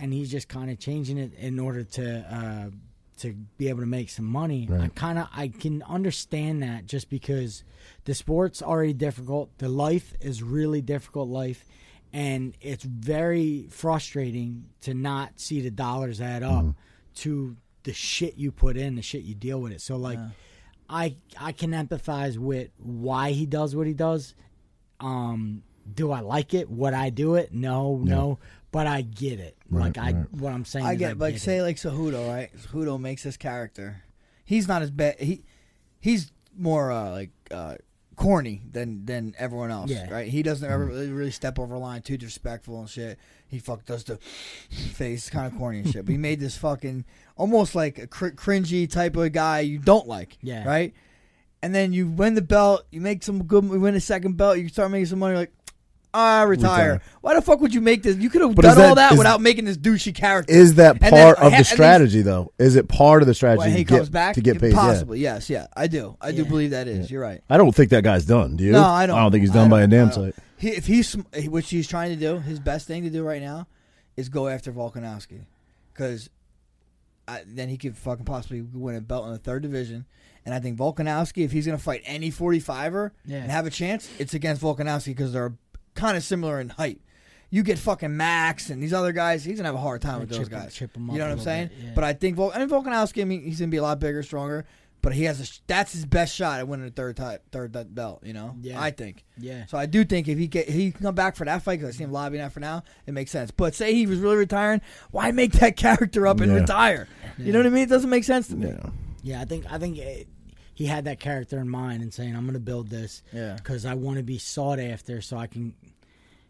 Speaker 3: and he's just kind of changing it in order to uh to be able to make some money i kind of i can understand that just because the sport's already difficult the life is really difficult life and it's very frustrating to not see the dollars add up to the shit you put in the shit you deal with it so like I I can empathize with why he does what he does. Um, do I like it? Would I do it? No, no. But I get it. like I, what I'm saying.
Speaker 1: I
Speaker 3: is
Speaker 1: get, like,
Speaker 3: it.
Speaker 1: say, like Cejudo, right? Cejudo makes this character. He's not as bad. He, he's more uh, like uh, corny than than everyone else,
Speaker 3: Yeah.
Speaker 1: right? He doesn't ever really, really step over line, too disrespectful and shit. He fuck does the face, kind of corny and shit. But he made this fucking almost like a cr- cringy type of guy you don't like,
Speaker 3: Yeah.
Speaker 1: right? And then you win the belt, you make some good, you win a second belt, you start making some money, you're like. "Ah, I retire.
Speaker 2: Retire.
Speaker 1: Why the fuck would you make this? You could have
Speaker 2: But
Speaker 1: done
Speaker 2: is that-
Speaker 1: all that
Speaker 2: is-
Speaker 1: without making this douchey character.
Speaker 2: Is that
Speaker 1: And
Speaker 2: part
Speaker 1: then-
Speaker 2: of
Speaker 1: at
Speaker 2: the
Speaker 1: least-
Speaker 2: strategy, though? Is it part of the strategy
Speaker 1: when he
Speaker 2: to get,
Speaker 1: comes back
Speaker 2: to get paid? Yeah.
Speaker 1: Possibly, yes, yeah. I do. I do
Speaker 3: Yeah.
Speaker 1: believe that is. You're right.
Speaker 2: I don't think that guy's done. Do you?
Speaker 1: No, I don't.
Speaker 2: I don't think he's done by a
Speaker 1: don't-
Speaker 2: damn
Speaker 1: I don't.
Speaker 2: sight.
Speaker 1: He, if he's sm- which he's trying to do, his best thing to do right now is go after Volkanovski, because then he could fucking possibly win a belt in the third division. And I think Volkanovski, if he's gonna fight any 45er
Speaker 3: Yeah.
Speaker 1: and have a chance, it's against Volkanovski because they're kind of similar in height. You get fucking Max and these other guys, he's gonna have a hard time
Speaker 3: Or
Speaker 1: with those
Speaker 3: chip-
Speaker 1: guys.
Speaker 3: chip 'em
Speaker 1: you know
Speaker 3: up a
Speaker 1: what I'm
Speaker 3: little
Speaker 1: saying?
Speaker 3: bit, yeah.
Speaker 1: But I think Vol- and Volkanovski, I mean, he's gonna be a lot bigger, stronger. But he has a sh- that's his best shot at winning a third type, third that belt. You know,
Speaker 3: Yeah.
Speaker 1: I think.
Speaker 3: Yeah.
Speaker 1: So I do think if he get he can come back for that fight because I see him lobbying that for now, it makes sense. But say he was really retiring, why make that character up and
Speaker 2: Yeah.
Speaker 1: retire? You know what I mean? It doesn't make sense to me.
Speaker 2: Yeah.
Speaker 3: Yeah, I think I think it, he had that character in mind and saying, "I'm going to build this,
Speaker 1: Yeah.
Speaker 3: because I want to be sought after, so I can."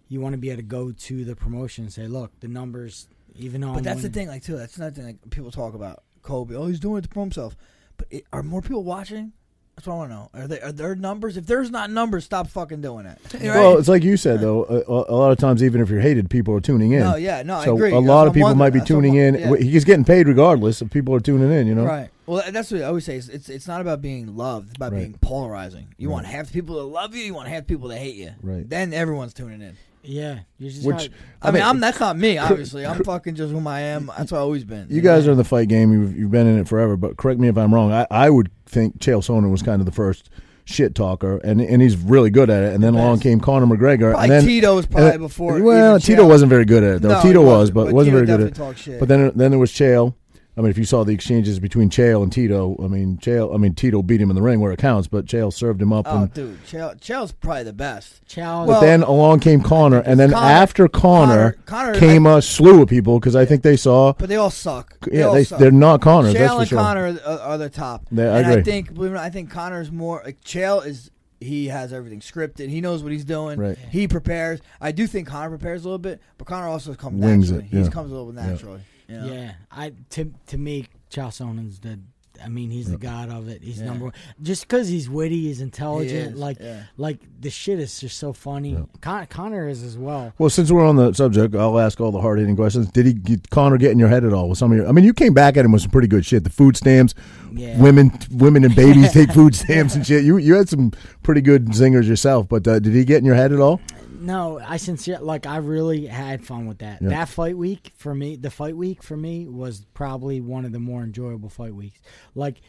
Speaker 3: You want to be able to go to the promotion and say, "Look, the numbers, even though."
Speaker 1: But
Speaker 3: I'm
Speaker 1: that's the
Speaker 3: winning-
Speaker 1: thing, like too. That's another thing like, people talk about Kobe. Oh, he's doing it to promote himself. But it, are more people watching? That's what I want to know. Are, they, are there numbers? If there's not numbers, stop fucking doing it. Right?
Speaker 2: Well, it's like you said though. A, a- a lot of times, even if you're hated, people are tuning in.
Speaker 1: No, yeah, no, I
Speaker 2: so
Speaker 1: agree.
Speaker 2: A
Speaker 1: That's
Speaker 2: lot
Speaker 1: what
Speaker 2: of
Speaker 1: I'm
Speaker 2: people
Speaker 1: wondering.
Speaker 2: might be
Speaker 1: That's what I'm
Speaker 2: tuning in.
Speaker 1: wondering. Yeah.
Speaker 2: He's getting paid regardless if people are tuning in. You know,
Speaker 1: Right. Well, that's what I always say. It's it's, it's not about being loved. It's about
Speaker 2: Right.
Speaker 1: being polarizing. You want half the people that love you. You want half the people that hate you.
Speaker 2: Right.
Speaker 1: Then everyone's tuning in.
Speaker 3: Yeah, you're just
Speaker 2: Which
Speaker 3: not-
Speaker 1: I, mean, I'm that's not me. Obviously, I'm fucking just whom I am. That's what I've always been.
Speaker 2: You guys are in the fight game. You've, you've been in it forever, but correct me if I'm wrong. I, I would think Chael Sonnen was kind of the first shit talker, and and he's really good at it. And then along came Conor McGregor.
Speaker 1: Probably
Speaker 2: and then,
Speaker 1: Tito was
Speaker 2: and
Speaker 1: probably
Speaker 2: then-
Speaker 1: before
Speaker 2: Well,
Speaker 1: even
Speaker 2: Tito
Speaker 1: Chael.
Speaker 2: wasn't very good at it though.
Speaker 1: No, he
Speaker 2: Tito was,
Speaker 1: wasn't,
Speaker 2: but,
Speaker 1: but
Speaker 2: wasn't
Speaker 1: Tito
Speaker 2: very good at
Speaker 1: definitely
Speaker 2: it.
Speaker 1: talked shit.
Speaker 2: But then then there was Chael. I mean, if you saw the exchanges between Chael and Tito, I mean, Chael, I mean, Tito beat him in the ring where it counts, but Chael served him up.
Speaker 1: Oh,
Speaker 2: and,
Speaker 1: dude, Chael, Chael's probably the best.
Speaker 3: Chow.
Speaker 2: but
Speaker 1: Well-
Speaker 2: then along came Connor, and then
Speaker 1: Connor-
Speaker 2: after Connor,
Speaker 1: Connor- Connor-
Speaker 2: came a slew of people because I think they saw.
Speaker 1: But they all suck.
Speaker 2: Yeah,
Speaker 1: all
Speaker 2: they,
Speaker 1: suck.
Speaker 2: they're not Connors. that's
Speaker 1: Chael
Speaker 2: for
Speaker 1: and
Speaker 2: sure.
Speaker 1: Connor are, are the top.
Speaker 2: Yeah, I
Speaker 1: and
Speaker 2: agree.
Speaker 1: I think believe it or not, I think Connor's more like Chael is he has everything scripted. He knows what he's doing.
Speaker 2: Right.
Speaker 1: He prepares. I do think Connor prepares a little bit, but Connor also comes
Speaker 2: Wings
Speaker 1: naturally.
Speaker 2: it,
Speaker 1: He
Speaker 2: yeah.
Speaker 1: comes a little bit naturally. you know?
Speaker 3: Yeah, I to to me, Chael Sonnen's the. I mean, he's the god of it. He's number one. Just because he's witty, he's intelligent.
Speaker 1: He is,
Speaker 3: like,
Speaker 1: yeah.
Speaker 3: like the shit is just so funny. Con- Connor is as well.
Speaker 2: Well, since we're on the subject, I'll ask all the hard hitting questions. Did he did Connor get in your head at all with some of your? I mean, you came back at him with some pretty good shit. The food stamps,
Speaker 3: Yeah.
Speaker 2: women, women and babies take food stamps and shit. You you had some pretty good zingers yourself, but uh, did he get in your head at all?
Speaker 3: No, I sincere like I really had fun with that.
Speaker 2: Yeah.
Speaker 3: That fight week for me, the fight week for me was probably one of the more enjoyable fight weeks. Like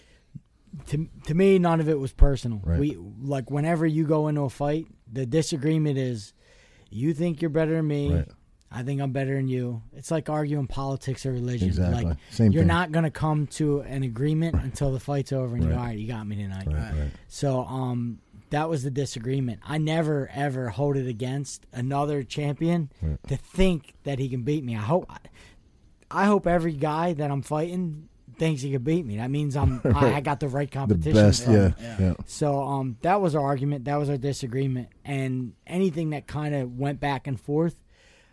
Speaker 3: to to me, none of it was personal.
Speaker 2: Right.
Speaker 3: We like whenever you go into a fight, the disagreement is you think you're better than me.
Speaker 2: Right.
Speaker 3: I think I'm better than you. It's like arguing politics or religion.
Speaker 2: Exactly.
Speaker 3: Like
Speaker 2: Same
Speaker 3: you're
Speaker 2: thing.
Speaker 3: not gonna come to an agreement until the fight's over and you go,
Speaker 2: Right.
Speaker 3: all right, you got me tonight.
Speaker 2: right.
Speaker 3: So um that was the disagreement. I never ever hold it against another champion
Speaker 2: Hmm.
Speaker 3: to think that he can beat me. I hope I hope every guy that I'm fighting thinks he can beat me. That means I'm I, I got the right
Speaker 2: The
Speaker 3: competition.
Speaker 2: best,
Speaker 3: from
Speaker 2: yeah,
Speaker 3: him.
Speaker 2: yeah.
Speaker 3: So um that was our argument, that was our disagreement and anything that kind of went back and forth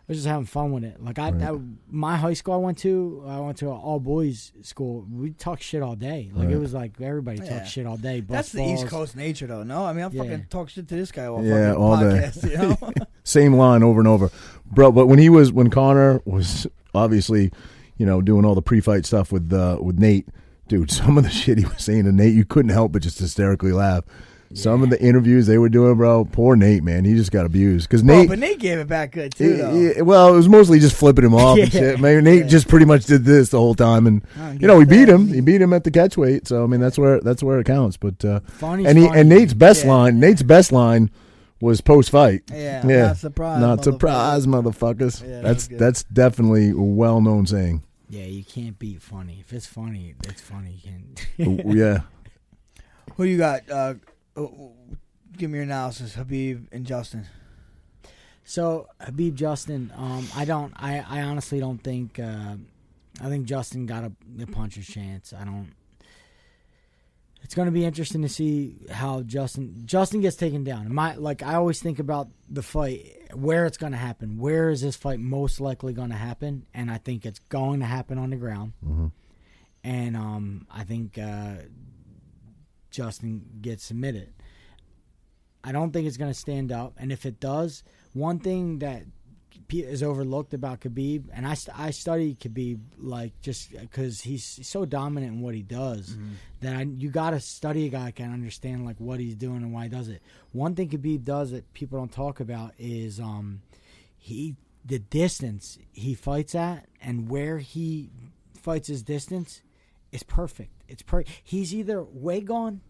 Speaker 3: I was just having fun with it. Like I, that, my high school I went to, I went to an all boys school. We talked shit all day. Like it was like everybody
Speaker 1: Oh, Yeah.
Speaker 3: talked shit all day.
Speaker 1: That's
Speaker 3: bust
Speaker 1: the East
Speaker 3: balls.
Speaker 1: Coast nature, though. No, I mean I
Speaker 3: Yeah.
Speaker 1: fucking talk shit to this guy all
Speaker 2: Yeah,
Speaker 1: fucking
Speaker 2: all day.
Speaker 1: podcast. You know,
Speaker 2: Same line over and over, bro. But when he was when Connor was obviously, you know, doing all the pre fight stuff with uh, with Nate, dude. Some of the shit he was saying to Nate, you couldn't help but just hysterically laugh. Some of the interviews they were doing, bro. Poor Nate, man. He just got abused because
Speaker 1: Bro,
Speaker 2: Nate.
Speaker 1: but Nate Oh, gave it back good too.
Speaker 2: Yeah,
Speaker 1: though.
Speaker 2: yeah, well, it was mostly just flipping him off and
Speaker 3: Yeah.
Speaker 2: shit. Maybe Nate just pretty much did this the whole time, and you know he beat him. He beat him at the catch weight, so I mean that's where that's where it counts. But uh,
Speaker 3: Funny's
Speaker 2: and he,
Speaker 3: funny.
Speaker 2: and Nate's best
Speaker 1: Yeah.
Speaker 2: line, Nate's best line was post fight.
Speaker 1: Yeah, not surprised,
Speaker 2: not
Speaker 1: motherfucker.
Speaker 2: surprised, motherfuckers.
Speaker 1: Yeah, that
Speaker 2: that's
Speaker 1: was good.
Speaker 2: that's definitely a well known saying.
Speaker 3: Yeah, you can't beat funny. If it's funny, it's funny. You can.
Speaker 2: yeah,
Speaker 1: Who you got? Uh, oh, give me your analysis, Habib and Justin.
Speaker 3: so Habib Justin, um, I don't. I, I honestly don't think. Uh, I think Justin got a, a puncher's chance. I don't. It's going to be interesting to see how Justin Justin gets taken down. My like I always think about the fight where it's going to happen. Where is this fight most likely going to happen? And I think it's going to happen on the ground. And um, I think uh, Justin gets submitted. I don't think it's going to stand up. And if it does, one thing that pe- is overlooked about Khabib, and I, st- I study Khabib like just because he's so dominant in what he does that I, you got to study a guy can understand like what he's doing and why he does it. One thing Khabib does that people don't talk about is um, he the distance he fights at and where he fights his distance is perfect. It's per. He's either way gone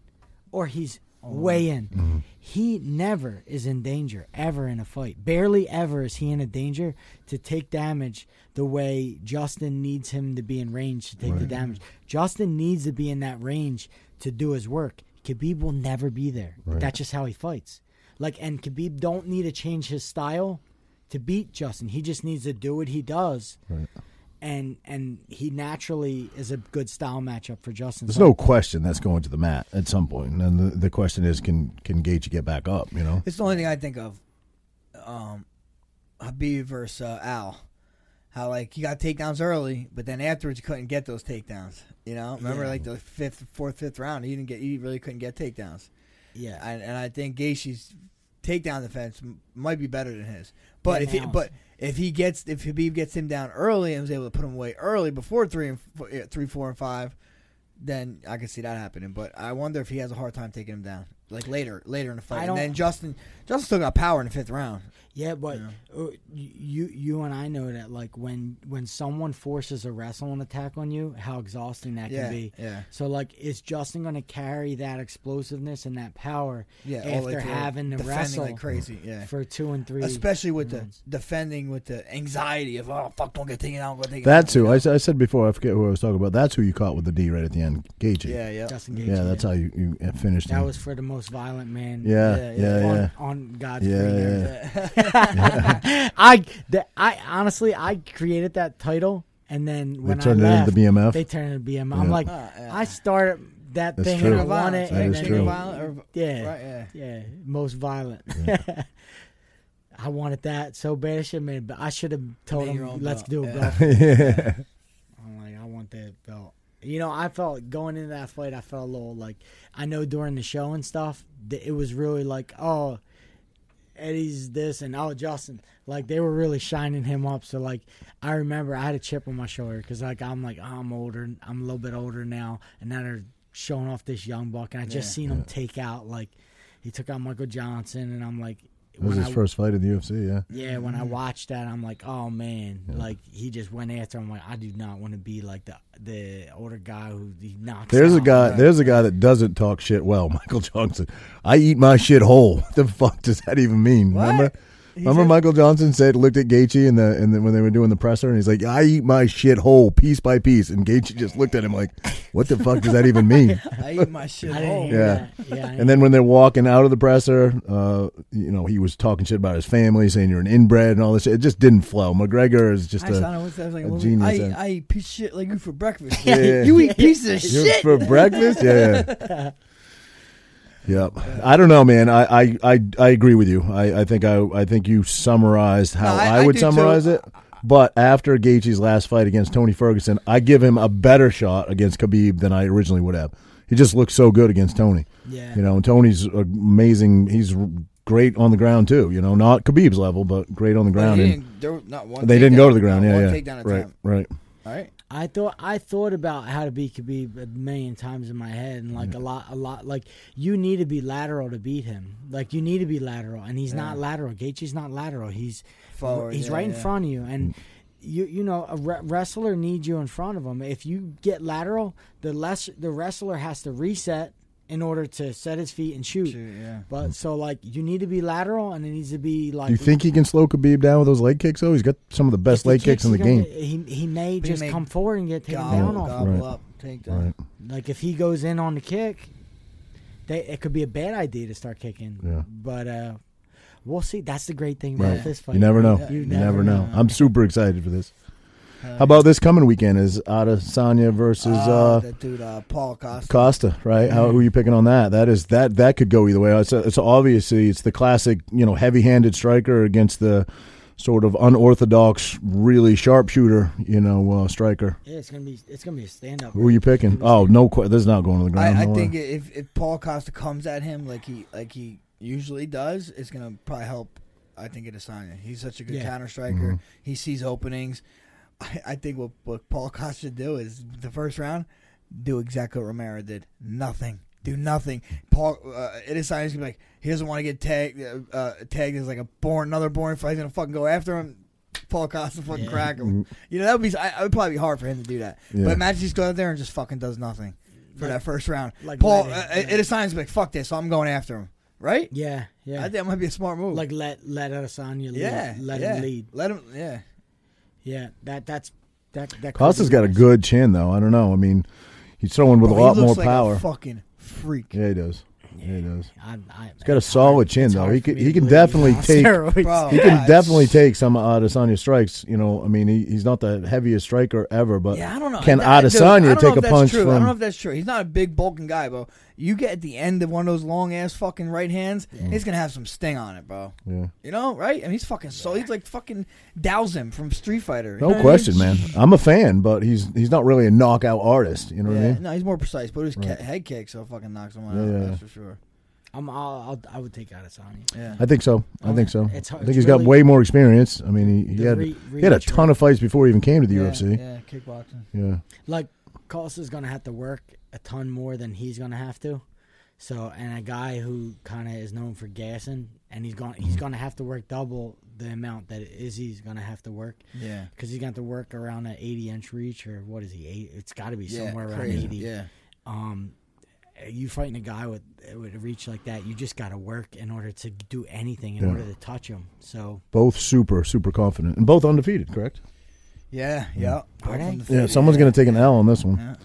Speaker 3: or he's way in.
Speaker 2: Mm-hmm.
Speaker 3: He never is in danger ever in a fight. Barely ever is he in a danger to take damage the way Justin needs him to be in range to take the damage. Justin needs to be in that range to do his work. Khabib will never be there. That's just how he fights. Like and Khabib don't need to change his style to beat Justin. He just needs to do what he does. And and he naturally is a good style matchup for Justin.
Speaker 2: there's
Speaker 3: So-
Speaker 2: no question that's going to the mat at some point. And then the, the question is, can can Gaethje get back up? You know,
Speaker 1: It's the only thing I think of. Um, Habib versus uh, Al. How like he got takedowns early, but then afterwards you couldn't get those takedowns. You know, remember like the fifth, fourth, fifth round, he didn't get, he really couldn't get takedowns.
Speaker 3: yeah.
Speaker 1: And, and I think Gaethje's takedown defense m- might be better than his. But if he,
Speaker 3: Anyhow.
Speaker 1: but if he gets if Habib gets him down early and was able to put him away early before three and f- eh, three, four, and five, then I could see that happening. But I wonder if he has a hard time taking him down like later later in the
Speaker 3: I
Speaker 1: fight.
Speaker 3: don't-
Speaker 1: And then Justin Justin still got power in the fifth round.
Speaker 3: Yeah, but uh, you you and I know that like when when someone forces a wrestling attack on you, how exhausting that
Speaker 1: Yeah,
Speaker 3: can be.
Speaker 1: yeah.
Speaker 3: So like, is Justin going to carry that explosiveness and that power
Speaker 1: Yeah, all the way
Speaker 3: after
Speaker 1: through,
Speaker 3: having to
Speaker 1: defending
Speaker 3: wrestle
Speaker 1: like crazy, yeah.
Speaker 3: for two and three,
Speaker 1: Especially with the defending with the anxiety of oh fuck don't get taken out, don't get taken
Speaker 2: That's
Speaker 1: out.
Speaker 2: who I, s- I said before. I forget who I was talking about. That's who you caught with the D right at the end, Gaethje.
Speaker 1: Yeah, yeah.
Speaker 3: Justin Gaethje?
Speaker 2: yeah. That's how you, you finished.
Speaker 3: That
Speaker 2: him.
Speaker 3: was for the most violent man.
Speaker 1: Yeah,
Speaker 2: Yeah, yeah,
Speaker 1: yeah.
Speaker 2: yeah,
Speaker 3: on,
Speaker 2: yeah.
Speaker 3: on God's
Speaker 2: Yeah,
Speaker 3: green
Speaker 2: yeah.
Speaker 3: earth. I the, I honestly I created that title and then when
Speaker 2: turned it into
Speaker 3: I left,
Speaker 2: BMF?
Speaker 3: They turned it into BMF. I'm
Speaker 2: Yeah.
Speaker 3: like,
Speaker 1: Ah, yeah.
Speaker 3: I started that
Speaker 2: That's
Speaker 3: thing
Speaker 2: true.
Speaker 3: and I won it.
Speaker 2: That
Speaker 3: and
Speaker 2: is
Speaker 3: then
Speaker 2: true.
Speaker 1: Violent or-
Speaker 3: Yeah,
Speaker 1: Right, yeah.
Speaker 3: yeah, most violent. I wanted that so bad. I should have made. But I should have told
Speaker 1: Made your
Speaker 3: him,
Speaker 1: own
Speaker 3: "Let's
Speaker 1: belt."
Speaker 3: do a
Speaker 1: Yeah.
Speaker 3: belt."
Speaker 2: yeah.
Speaker 3: I'm like, I want that belt. You know, I felt going into that fight, I felt a little like I know during the show and stuff, that it was really like, oh, Eddie's this and oh, Justin. Like they were really shining him up. So like, I remember I had a chip on my shoulder because like I'm like "Oh, I'm older, I'm a little bit older now, and now they're showing off this young buck, and I just seen him take out like he took out Michael Johnson, and I'm like,
Speaker 2: That was
Speaker 3: when
Speaker 2: his
Speaker 3: I-
Speaker 2: first Mm-hmm. fight in the UFC. Yeah.
Speaker 3: yeah, when I watched that, I'm like, oh man, like he just went after him. Like I do not want to be like the the older guy who he knocks.
Speaker 2: There's a
Speaker 3: out.
Speaker 2: guy. There's a guy that doesn't talk shit well. Michael Johnson. I eat my shit whole. What the fuck does that even mean? Remember? Remember, Michael Johnson said, looked at Gaethje and the and the, when they were doing the presser, and he's like, "I eat my shit whole, piece by piece." And Gaethje just looked at him like, "What the fuck does that even mean?"
Speaker 1: I eat my shit
Speaker 3: I didn't
Speaker 1: whole.
Speaker 3: hear
Speaker 2: Yeah.
Speaker 3: that. Yeah, I
Speaker 2: And then when they're walking out of the presser, uh, you know, he was talking shit about his family, saying you're an inbred and all this shit. It just didn't flow. McGregor is just
Speaker 1: I just- I
Speaker 2: a
Speaker 1: don't know, it's- I was like,
Speaker 2: a
Speaker 1: well,
Speaker 2: genius
Speaker 1: I,
Speaker 2: and-
Speaker 1: I eat piece of shit like you for breakfast.
Speaker 2: Yeah, yeah.
Speaker 1: You eat pieces of
Speaker 2: You're
Speaker 1: shit.
Speaker 2: for breakfast. Yeah. yeah. Yep. I don't know, man. I, I, I, I agree with you. I, I think I I think you summarized how
Speaker 1: No, I-
Speaker 2: I,
Speaker 1: I
Speaker 2: would
Speaker 1: do too.
Speaker 2: summarize it. But after Gaethje's last fight against Tony Ferguson, I give him a better shot against Khabib than I originally would have. He just looked so good against Tony.
Speaker 3: Yeah.
Speaker 2: You know, and Tony's amazing. He's great on the ground too. You know, not Khabib's level, but great on the
Speaker 1: But
Speaker 2: ground.
Speaker 1: he
Speaker 2: And
Speaker 1: didn't- there was not one
Speaker 2: they didn't
Speaker 1: takedown,
Speaker 2: go to the ground.
Speaker 1: not
Speaker 2: Yeah,
Speaker 1: one
Speaker 2: yeah.
Speaker 1: takedown at a
Speaker 2: right,
Speaker 1: time.
Speaker 2: right.
Speaker 1: All right.
Speaker 3: I thought I thought about how to beat Khabib a million times in my head, and like a lot, a lot. Like you need to be lateral to beat him. Like you need to be lateral, and he's not lateral. Gaethje's not lateral. He's
Speaker 1: Forward,
Speaker 3: He's
Speaker 1: yeah,
Speaker 3: right in
Speaker 1: yeah.
Speaker 3: front of you, and you you know a re- wrestler needs you in front of him. If you get lateral, the less the wrestler has to reset in order to set his feet and shoot.
Speaker 1: Shoot, yeah.
Speaker 3: But so like you need to be lateral, and it needs to be like.
Speaker 2: Do you think he can slow Khabib down with those leg kicks? Though he's got some of the best
Speaker 3: if he
Speaker 2: leg kicks in the
Speaker 3: he's
Speaker 2: game.
Speaker 3: gonna- He he may just
Speaker 1: may
Speaker 3: come forward and get taken down
Speaker 1: Gobble,
Speaker 3: off.
Speaker 1: gobble
Speaker 2: Right.
Speaker 1: up, take down.
Speaker 2: Right.
Speaker 3: Like if he goes in on the kick, they, it could be a bad idea to start kicking.
Speaker 2: Yeah.
Speaker 3: But uh, we'll see. That's the great thing
Speaker 2: Right.
Speaker 3: about this fight.
Speaker 2: You never know.
Speaker 3: Yeah,
Speaker 2: You, never know. I'm super excited for this.
Speaker 1: Hell
Speaker 2: How about this coming weekend is Adesanya versus
Speaker 1: Oh,
Speaker 2: uh,
Speaker 1: that dude uh, Paul Costa.
Speaker 2: Costa, right? How who are you picking on that? That is that that could go either way. It's, it's obviously it's the classic, you know, heavy-handed striker against the sort of unorthodox, really sharpshooter, you know, uh, striker.
Speaker 3: Yeah, it's gonna be it's gonna be a stand up.
Speaker 2: Who are you picking? Oh, no, qu- this is not going to the ground.
Speaker 1: I, I
Speaker 2: no way.
Speaker 1: think if if Paul Costa comes at him like he like he usually does, it's gonna probably help. I think Adesanya. He's such a good
Speaker 3: Yeah.
Speaker 1: counter striker. He sees openings. I, I think what what Paul Costa should do is the first round, do exactly what Romero did. Nothing. Do nothing. Paul uh, Adesanya's gonna be like he doesn't want to get tagged. Uh, uh, tagged as like a born another born fight. He's gonna fucking go after him. Paul Costa fucking crack him. You know that would be. I, it would probably be hard for him to do that.
Speaker 2: Yeah.
Speaker 1: But imagine he's going out there and just fucking does nothing for that first round.
Speaker 3: like
Speaker 1: Paul,
Speaker 3: Lennon,
Speaker 1: uh,
Speaker 3: yeah.
Speaker 1: it assigns like fuck this, so I'm going after him, right?
Speaker 3: Yeah, yeah.
Speaker 1: I think that might be a smart move.
Speaker 3: like let let Adesanya lead.
Speaker 1: yeah,
Speaker 3: let
Speaker 1: yeah.
Speaker 3: him lead.
Speaker 1: let him, yeah.
Speaker 3: Yeah, that that's that that. could
Speaker 2: Costa's
Speaker 3: be
Speaker 2: got a
Speaker 3: nice.
Speaker 2: good chin, though. I don't know. I mean, he's throwing with
Speaker 1: Bro,
Speaker 2: a lot
Speaker 1: he
Speaker 2: more
Speaker 1: looks like
Speaker 2: power.
Speaker 1: A fucking freak.
Speaker 2: yeah, he does. Yeah, he does.
Speaker 3: I, I,
Speaker 2: He's got a solid chin, though. He can, he can definitely take.
Speaker 1: Bro,
Speaker 2: He can
Speaker 1: I-
Speaker 2: definitely take some Adesanya strikes. You know, I mean, he, he's not the heaviest striker ever, but
Speaker 1: Yeah, I don't know.
Speaker 2: can
Speaker 1: That- dude, I
Speaker 2: Adesanya
Speaker 1: don't know
Speaker 2: take
Speaker 1: if
Speaker 2: a
Speaker 1: that's
Speaker 2: punch
Speaker 1: true. I
Speaker 2: from?
Speaker 1: don't know if that's true. He's not a big bulking guy, bro. You get at the end of one of those long ass fucking right hands, he's gonna have some sting on it, bro.
Speaker 2: Yeah.
Speaker 1: You know, right? I mean, he's fucking so he's like fucking Dowsum from Street Fighter. You know
Speaker 2: no
Speaker 1: what I mean?
Speaker 2: question, man. I'm a fan, but he's he's not really a knockout artist. You know what I
Speaker 1: Yeah,
Speaker 2: mean?
Speaker 1: no, he's more precise, but his ca- head kick so fucking knocks someone
Speaker 2: Yeah,
Speaker 1: out.
Speaker 2: yeah,
Speaker 1: That's for
Speaker 2: yeah.
Speaker 1: sure.
Speaker 3: I'm, I'll, I'll, I would take Adesanya.
Speaker 1: Yeah.
Speaker 2: I think so. I
Speaker 3: Oh,
Speaker 2: think so.
Speaker 3: it's hard-
Speaker 2: I think
Speaker 3: it's
Speaker 2: he's
Speaker 3: really-
Speaker 2: got way more experience. I mean, he, he
Speaker 3: The
Speaker 2: had
Speaker 3: re-
Speaker 2: he had a
Speaker 3: reach
Speaker 2: ton
Speaker 3: rate.
Speaker 2: of fights before he even came to the
Speaker 1: yeah,
Speaker 2: UFC.
Speaker 1: Yeah, kickboxing.
Speaker 2: yeah.
Speaker 3: like Costa's gonna have to work a ton more than he's gonna have to.
Speaker 1: Mm-hmm.
Speaker 3: So, and a guy who kind of is known for gassing, and he's gonna he's gonna have to work double the amount that Izzy's gonna have to work.
Speaker 1: Yeah.
Speaker 3: because he's gonna have to work around an 80 inch reach or what is he? Eight? It's got to be
Speaker 1: Yeah,
Speaker 3: somewhere around
Speaker 1: crazy.
Speaker 3: 80.
Speaker 1: Yeah.
Speaker 3: Um, you fighting a guy with with a reach like that, you just got to work in order to do anything, in
Speaker 2: Yeah.
Speaker 3: order to touch him. So
Speaker 2: Both super, super confident, and both undefeated. Correct?
Speaker 1: Yeah.
Speaker 3: Mm.
Speaker 1: Yeah.
Speaker 3: Are they?
Speaker 2: Yeah. Someone's going to take an L on this one.
Speaker 1: Yeah.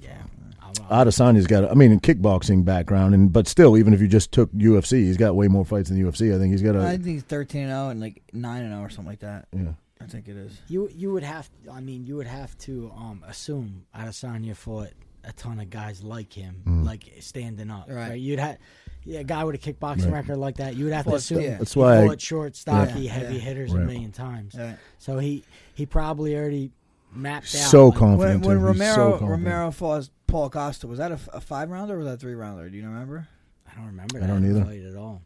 Speaker 3: yeah, I'm, I'm-
Speaker 2: Adesanya's got, I mean, a kickboxing background, and but still, even if you just took UFC, he's got way more fights than UFC. I think he's got
Speaker 1: I
Speaker 2: a.
Speaker 1: think he's thirteen and zero and like nine and zero or something like that.
Speaker 2: Yeah.
Speaker 1: I think it is.
Speaker 3: you you would have. I mean, you would have to um, assume Adesanya fought a ton of guys like him,
Speaker 2: Mm.
Speaker 3: like standing up.
Speaker 1: Right.
Speaker 3: Right. You'd have. Yeah, a guy with a kickboxing record like that, you would have to
Speaker 1: Well,
Speaker 3: assume
Speaker 1: yeah.
Speaker 2: That's
Speaker 3: he
Speaker 2: why I-
Speaker 3: fought short, stocky,
Speaker 1: Yeah.
Speaker 3: heavy
Speaker 1: Yeah.
Speaker 3: hitters
Speaker 2: Right.
Speaker 3: a million times.
Speaker 1: Right.
Speaker 3: So he he probably already mapped out.
Speaker 2: So
Speaker 3: like,
Speaker 2: confident.
Speaker 1: When, when
Speaker 2: too. He's so
Speaker 1: Romero
Speaker 2: confident.
Speaker 1: Romero fought Paul Costa, was that a, f- a five rounder or was that a three rounder? Do you remember?
Speaker 3: I don't remember.
Speaker 2: I
Speaker 3: That
Speaker 2: don't either.
Speaker 3: fight at all.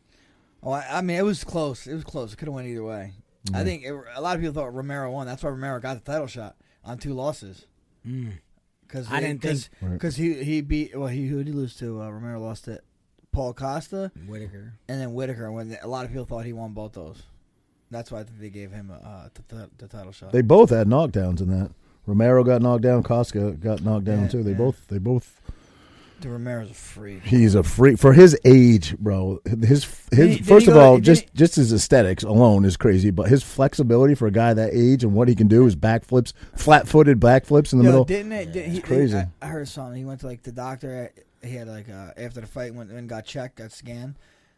Speaker 1: Oh, I, I mean, it was close. It was close. It could have went either way. I think it, a lot of people thought Romero won. That's why Romero got the title shot on two losses. Because
Speaker 3: Mm. I didn't think-
Speaker 2: Right.
Speaker 1: because he he beat well he who did he lose to uh, Romero lost to Paul Costa
Speaker 3: Whitaker.
Speaker 1: and then Whitaker. When a lot of people thought he won both those, that's why I think they gave him uh, the, the, the title shot.
Speaker 2: They both had knockdowns in that. Romero got knocked down. Costa got knocked down
Speaker 1: Yeah,
Speaker 2: too. They
Speaker 1: yeah.
Speaker 2: both. They both.
Speaker 1: the Romero's a freak.
Speaker 2: He's a freak for his age, bro. His his
Speaker 1: he- did
Speaker 2: first
Speaker 1: he
Speaker 2: of
Speaker 1: go-
Speaker 2: all,
Speaker 1: did
Speaker 2: just
Speaker 1: he-
Speaker 2: just his aesthetics alone is crazy. But his flexibility for a guy that age and what he can do is backflips, flat-footed backflips in the
Speaker 1: Yo,
Speaker 2: middle.
Speaker 1: didn't it? Did, he,
Speaker 2: crazy.
Speaker 1: I, I heard something. He went to like the doctor. He had like uh, after the fight went and got checked, got scanned.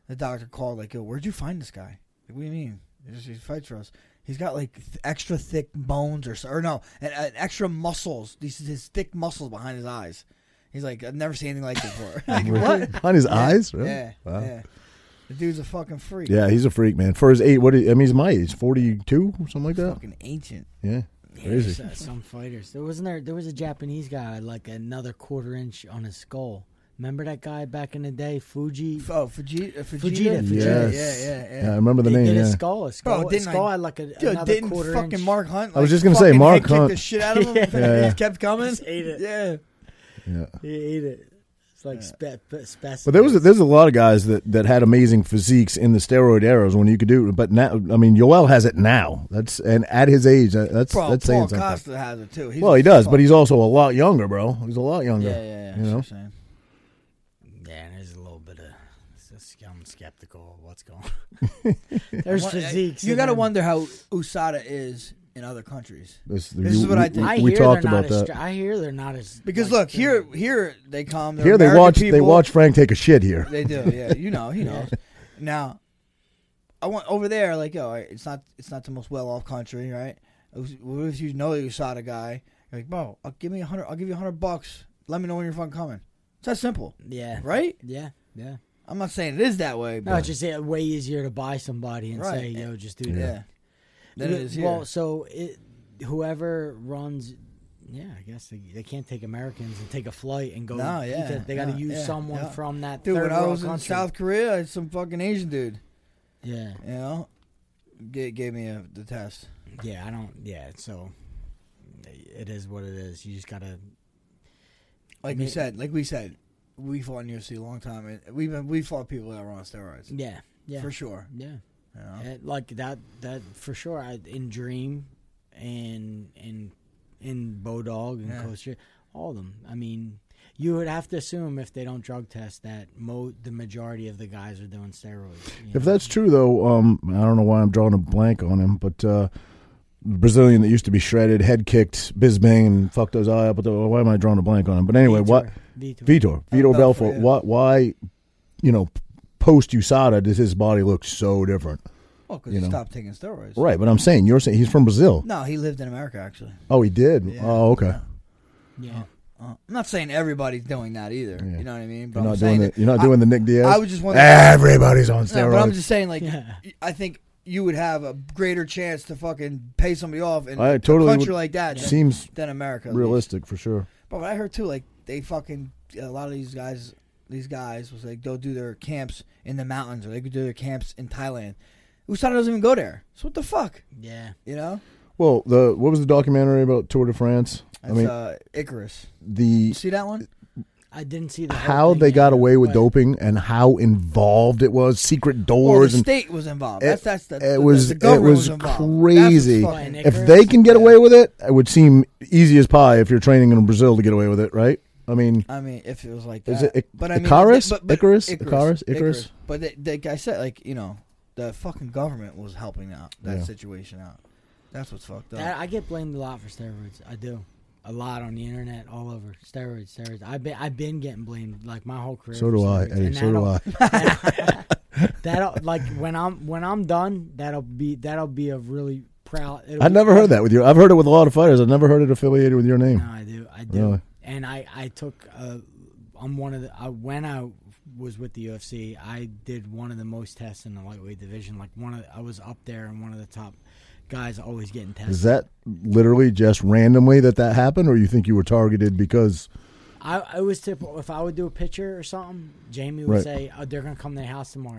Speaker 1: The doctor called like, "Yo, where'd you find this guy? Like, what do you mean? He just he fights for us. He's got like th- extra thick bones or so- or no, and, uh, extra muscles. These his thick muscles behind his eyes. He's like, I've never seen anything like this before. like what?
Speaker 2: on his eyes? Really?
Speaker 1: Yeah,
Speaker 2: Wow.
Speaker 1: yeah. The dude's a fucking freak.
Speaker 2: Yeah, he's a freak, man. For his age, what is, I mean, he's my age, forty-two or something like that.
Speaker 1: fucking ancient.
Speaker 2: Yeah,
Speaker 3: There's,
Speaker 2: crazy.
Speaker 3: uh, some fighters. There wasn't there. There was a Japanese guy like another quarter inch on his skull. Remember that guy back in the day, Fuji?
Speaker 1: F- Oh, Fujita, uh,
Speaker 3: Fujita,
Speaker 1: Fujita,
Speaker 3: Fujita.
Speaker 1: Yeah,
Speaker 2: Yes.
Speaker 1: yeah, yeah, yeah.
Speaker 2: I remember the
Speaker 3: He
Speaker 2: name.
Speaker 3: did
Speaker 2: Yeah.
Speaker 3: his skull. His
Speaker 1: Bro,
Speaker 3: skull, his
Speaker 1: didn't I-
Speaker 3: skull had like a,
Speaker 1: Dude,
Speaker 3: another
Speaker 1: didn't
Speaker 3: quarter
Speaker 1: fucking
Speaker 3: inch.
Speaker 1: Mark Hunt?
Speaker 2: I
Speaker 1: like,
Speaker 2: was just gonna say,
Speaker 1: fucking
Speaker 2: Mark
Speaker 1: head kicked
Speaker 2: Hunt.
Speaker 1: the shit out of him. and
Speaker 2: Yeah,
Speaker 1: he
Speaker 2: yeah.
Speaker 1: just kept coming.
Speaker 3: Just ate it.
Speaker 1: Yeah,
Speaker 2: yeah.
Speaker 3: He ate it. It's like spe- spe- specimen.
Speaker 2: But there was a, there's a lot of guys that, that had amazing physiques in the steroid eras when you could do. it. But now, I mean, Yoel has it now. That's and at his age, that- that's
Speaker 1: bro.
Speaker 2: that's
Speaker 1: Paul
Speaker 2: saying something.
Speaker 1: Costa has it too. He's
Speaker 2: Well, he
Speaker 1: a
Speaker 2: does,
Speaker 1: fuck-
Speaker 2: but he's also a lot younger, bro. He's a lot younger.
Speaker 1: yeah, yeah, yeah.
Speaker 2: You
Speaker 1: You
Speaker 2: know,
Speaker 1: saying.
Speaker 3: yeah, there's a little bit of. it's just- I'm skeptical of what's going. on. there's physiques.
Speaker 1: You
Speaker 3: and
Speaker 1: gotta
Speaker 3: then-
Speaker 1: wonder how USADA is in other countries.
Speaker 2: this,
Speaker 1: This is what I think.
Speaker 3: I
Speaker 2: We,
Speaker 3: hear
Speaker 2: talked
Speaker 3: they're not
Speaker 2: about
Speaker 3: as
Speaker 2: that.
Speaker 3: str- I hear they're not as
Speaker 1: Because
Speaker 3: like,
Speaker 1: look, here, here they come. they're
Speaker 2: here they
Speaker 1: American
Speaker 2: watch they
Speaker 1: people.
Speaker 2: watch Frank take a shit here.
Speaker 1: They do. Yeah, you know, he knows. Now, I want over there. Like, yo, it's not it's not the most well off country, right? What if you know the USADA guy? You're like, bro, I'll give me a hundred. I'll give you a hundred bucks. Let me know when you're fucking coming. It's that simple,
Speaker 3: yeah,
Speaker 1: right?
Speaker 3: yeah, yeah.
Speaker 1: I'm not saying it is that way, but
Speaker 3: No, it's just yeah, way easier to buy somebody and say,
Speaker 1: Right.
Speaker 3: "Yo, just do
Speaker 1: yeah.
Speaker 3: that."
Speaker 1: Than it is here.
Speaker 3: Well, so it, whoever runs, yeah, I guess they, they can't take Americans and take a flight and go.
Speaker 1: No,
Speaker 3: eat
Speaker 1: yeah,
Speaker 3: that. they got to
Speaker 1: no,
Speaker 3: use
Speaker 1: yeah,
Speaker 3: someone
Speaker 1: yeah.
Speaker 3: from that
Speaker 1: dude,
Speaker 3: third
Speaker 1: when I
Speaker 3: world
Speaker 1: was in
Speaker 3: country.
Speaker 1: South Korea, I had some fucking Asian dude.
Speaker 3: yeah,
Speaker 1: You know, gave, gave me a, the test.
Speaker 3: yeah, I don't. Yeah, so it is what it is. You just gotta.
Speaker 1: Like we
Speaker 3: Maybe-
Speaker 1: said, like we said, we fought in UFC a long time, and we've been, we fought people that were on steroids
Speaker 3: Yeah, yeah,
Speaker 1: for sure.
Speaker 3: yeah.
Speaker 1: You know?
Speaker 3: Uh, like that that for sure I, in dream and in in bodog and
Speaker 1: Yeah.
Speaker 3: coaster all of them i mean you would have to assume if they don't drug test that mo- the majority of the guys are doing steroids you
Speaker 2: If
Speaker 3: know?
Speaker 2: that's true, though, um, I don't know why I'm drawing a blank on him, but uh, the Brazilian that used to be shredded, head kicked, Bisbing, and fucked his eye up. But the- why am I drawing a blank on him? But anyway, what
Speaker 3: Vitor.
Speaker 2: Vitor, Vitor
Speaker 1: Belfort,
Speaker 2: Belfort?
Speaker 1: yeah.
Speaker 2: Why, why, you know, post USADA does his body look so different?
Speaker 1: Well, because
Speaker 2: you
Speaker 1: he
Speaker 2: know.
Speaker 1: stopped taking steroids.
Speaker 2: Right, but I'm saying you're saying he's from Brazil.
Speaker 1: No, he lived in America actually.
Speaker 2: Oh, he did.
Speaker 1: Yeah.
Speaker 2: Oh, okay.
Speaker 3: yeah
Speaker 1: Uh, I'm not saying everybody's doing that either.
Speaker 2: Yeah.
Speaker 1: You know what I mean? But
Speaker 2: You're
Speaker 1: I'm
Speaker 2: not
Speaker 1: saying
Speaker 2: doing the,
Speaker 1: that-
Speaker 2: You're not
Speaker 1: I-
Speaker 2: doing the Nick Diaz.
Speaker 1: I was just wondering.
Speaker 2: Everybody's on steroids.
Speaker 1: No, but I'm just saying, like,
Speaker 3: Yeah.
Speaker 1: I think you would have a greater chance to fucking pay somebody off in
Speaker 2: I
Speaker 1: a
Speaker 2: totally
Speaker 1: country
Speaker 2: would-
Speaker 1: like that than,
Speaker 2: seems
Speaker 1: than America. at least.
Speaker 2: realistic for sure.
Speaker 1: But what I heard too, like they fucking a lot of these guys, these guys was like they'll do their camps in the mountains or they could do their camps in Thailand. USADA doesn't even go there. So what the fuck,
Speaker 3: yeah
Speaker 1: you know?
Speaker 2: Well, the what was the documentary about Tour de France?
Speaker 1: That's,
Speaker 2: I mean,
Speaker 1: uh, Icarus.
Speaker 2: the
Speaker 1: You see that one?
Speaker 3: I didn't see the whole
Speaker 2: how
Speaker 3: thing
Speaker 2: they
Speaker 3: yet,
Speaker 2: got away with
Speaker 3: but
Speaker 2: doping and how involved it was, secret
Speaker 1: Well,
Speaker 2: doors
Speaker 1: the
Speaker 2: and
Speaker 1: state was involved.
Speaker 2: it,
Speaker 1: That's that's the,
Speaker 2: it was
Speaker 1: the government
Speaker 2: it was,
Speaker 1: involved. That's what's
Speaker 2: crazy.
Speaker 1: fucking-
Speaker 3: Nick
Speaker 2: If
Speaker 3: Curtis?
Speaker 2: they can get away with it, it would seem easy as pie if you're training in Brazil to get away with it, right? I mean,
Speaker 1: I mean, if it was like that,
Speaker 2: Is it Ic-
Speaker 1: but I mean,
Speaker 2: Icarus?
Speaker 1: but- but-
Speaker 2: Icarus? Icarus? Icarus?
Speaker 1: But the, the guy said, like, you know, the fucking government was helping out that
Speaker 2: Yeah.
Speaker 1: situation out. That's what's fucked up.
Speaker 3: That- I get blamed a lot for steroids. I do. A lot on the internet, all over steroids, steroids. I've been I've been getting blamed like my whole career.
Speaker 2: so
Speaker 3: for
Speaker 2: do I.
Speaker 3: steroids.
Speaker 2: Eddie,
Speaker 3: And
Speaker 2: so do
Speaker 3: that'll-
Speaker 2: I.
Speaker 3: That'll like when I'm when I'm done. That'll be that'll be a really proud. it'll
Speaker 2: I
Speaker 3: be-
Speaker 2: never heard that with you. I've heard it with a lot of fighters. I've never heard it affiliated with your name.
Speaker 3: No, I do. I do.
Speaker 2: Really?
Speaker 3: And I I took uh, I'm one of the I, when I was with the UFC, I did one of the most tests in the lightweight division. Like one of I was up there and one of the top guys always getting tested.
Speaker 2: Is that literally just randomly that that happened, or you think you were targeted because
Speaker 3: I, I was typical. If I would do a picture or something, Jamie would
Speaker 2: Right.
Speaker 3: say, "Oh, they're gonna come to the house tomorrow."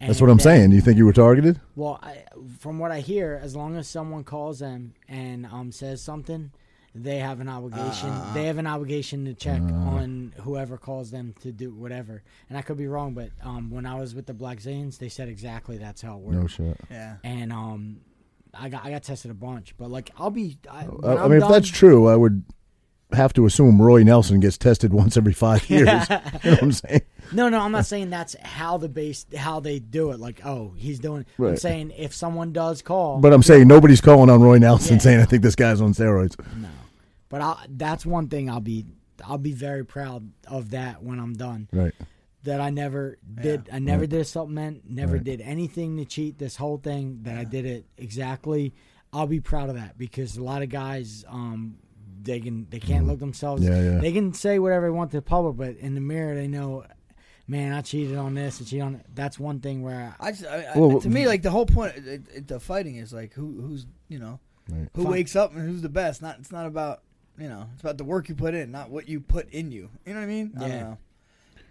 Speaker 3: And
Speaker 2: that's what I'm
Speaker 3: then-
Speaker 2: saying? You think you were targeted?
Speaker 3: Well, I, from what I hear, as long as someone calls them and um says something, they have an obligation. they have an obligation to check
Speaker 2: Uh.
Speaker 3: on whoever calls them to do whatever. And I could be wrong, but um when I was with the Black Zanes, they said exactly that's how it worked.
Speaker 2: No shit. Uh,
Speaker 1: yeah.
Speaker 3: And um. I got I got tested a bunch, but like I'll be. I,
Speaker 2: I,
Speaker 3: when
Speaker 2: Uh, I
Speaker 3: I'm
Speaker 2: mean, if
Speaker 3: done-
Speaker 2: that's true, I would have to assume Roy Nelson gets tested once every five years. You know what I'm saying?
Speaker 3: No, no, I'm not saying that's how the base how they do it. Like, oh, he's doing. I'm
Speaker 2: Right.
Speaker 3: saying if someone does call, but,
Speaker 2: But I'm saying nobody's calling on Roy Nelson
Speaker 3: Yeah.
Speaker 2: saying, I think this guy's on steroids.
Speaker 3: I, that's one thing I'll be I'll be very proud of that when I'm done.
Speaker 2: Right.
Speaker 3: That I never did. I never did a supplement. Never
Speaker 2: Right.
Speaker 3: did anything to cheat this whole thing. That I did it exactly. I'll be proud of that because a lot of guys, um, they can they can't look themselves.
Speaker 2: Mm-hmm. Yeah, yeah.
Speaker 3: They can say whatever they want to the public, but in the mirror they know. Man, I cheated on this. I cheated on. That's one thing where I,
Speaker 1: I just, I, I,
Speaker 2: Well,
Speaker 1: to me, like the whole point, it, it, the fighting is like who, who's, you know, who
Speaker 3: Fine.
Speaker 1: wakes up and who's the best. Not, it's not about, you know, it's about the work you put in, not what you put in you. You know what I mean? I don't
Speaker 3: Yeah.
Speaker 1: know.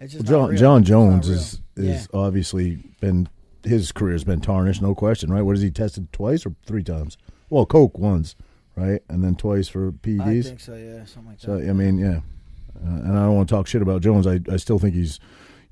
Speaker 1: It's
Speaker 2: Well,
Speaker 1: just not
Speaker 2: John,
Speaker 1: real.
Speaker 2: John
Speaker 1: It's not
Speaker 2: Jones
Speaker 1: real.
Speaker 2: is, is
Speaker 3: Yeah.
Speaker 2: obviously been, his career's been tarnished, no question, right? What is he tested twice or three times? Well, Coke once, right? And then twice for
Speaker 1: I
Speaker 2: PEDs.
Speaker 1: think so. Yeah, something like that.
Speaker 2: So I mean, yeah, uh, and I don't want to talk shit about Jones. I, I still think he's,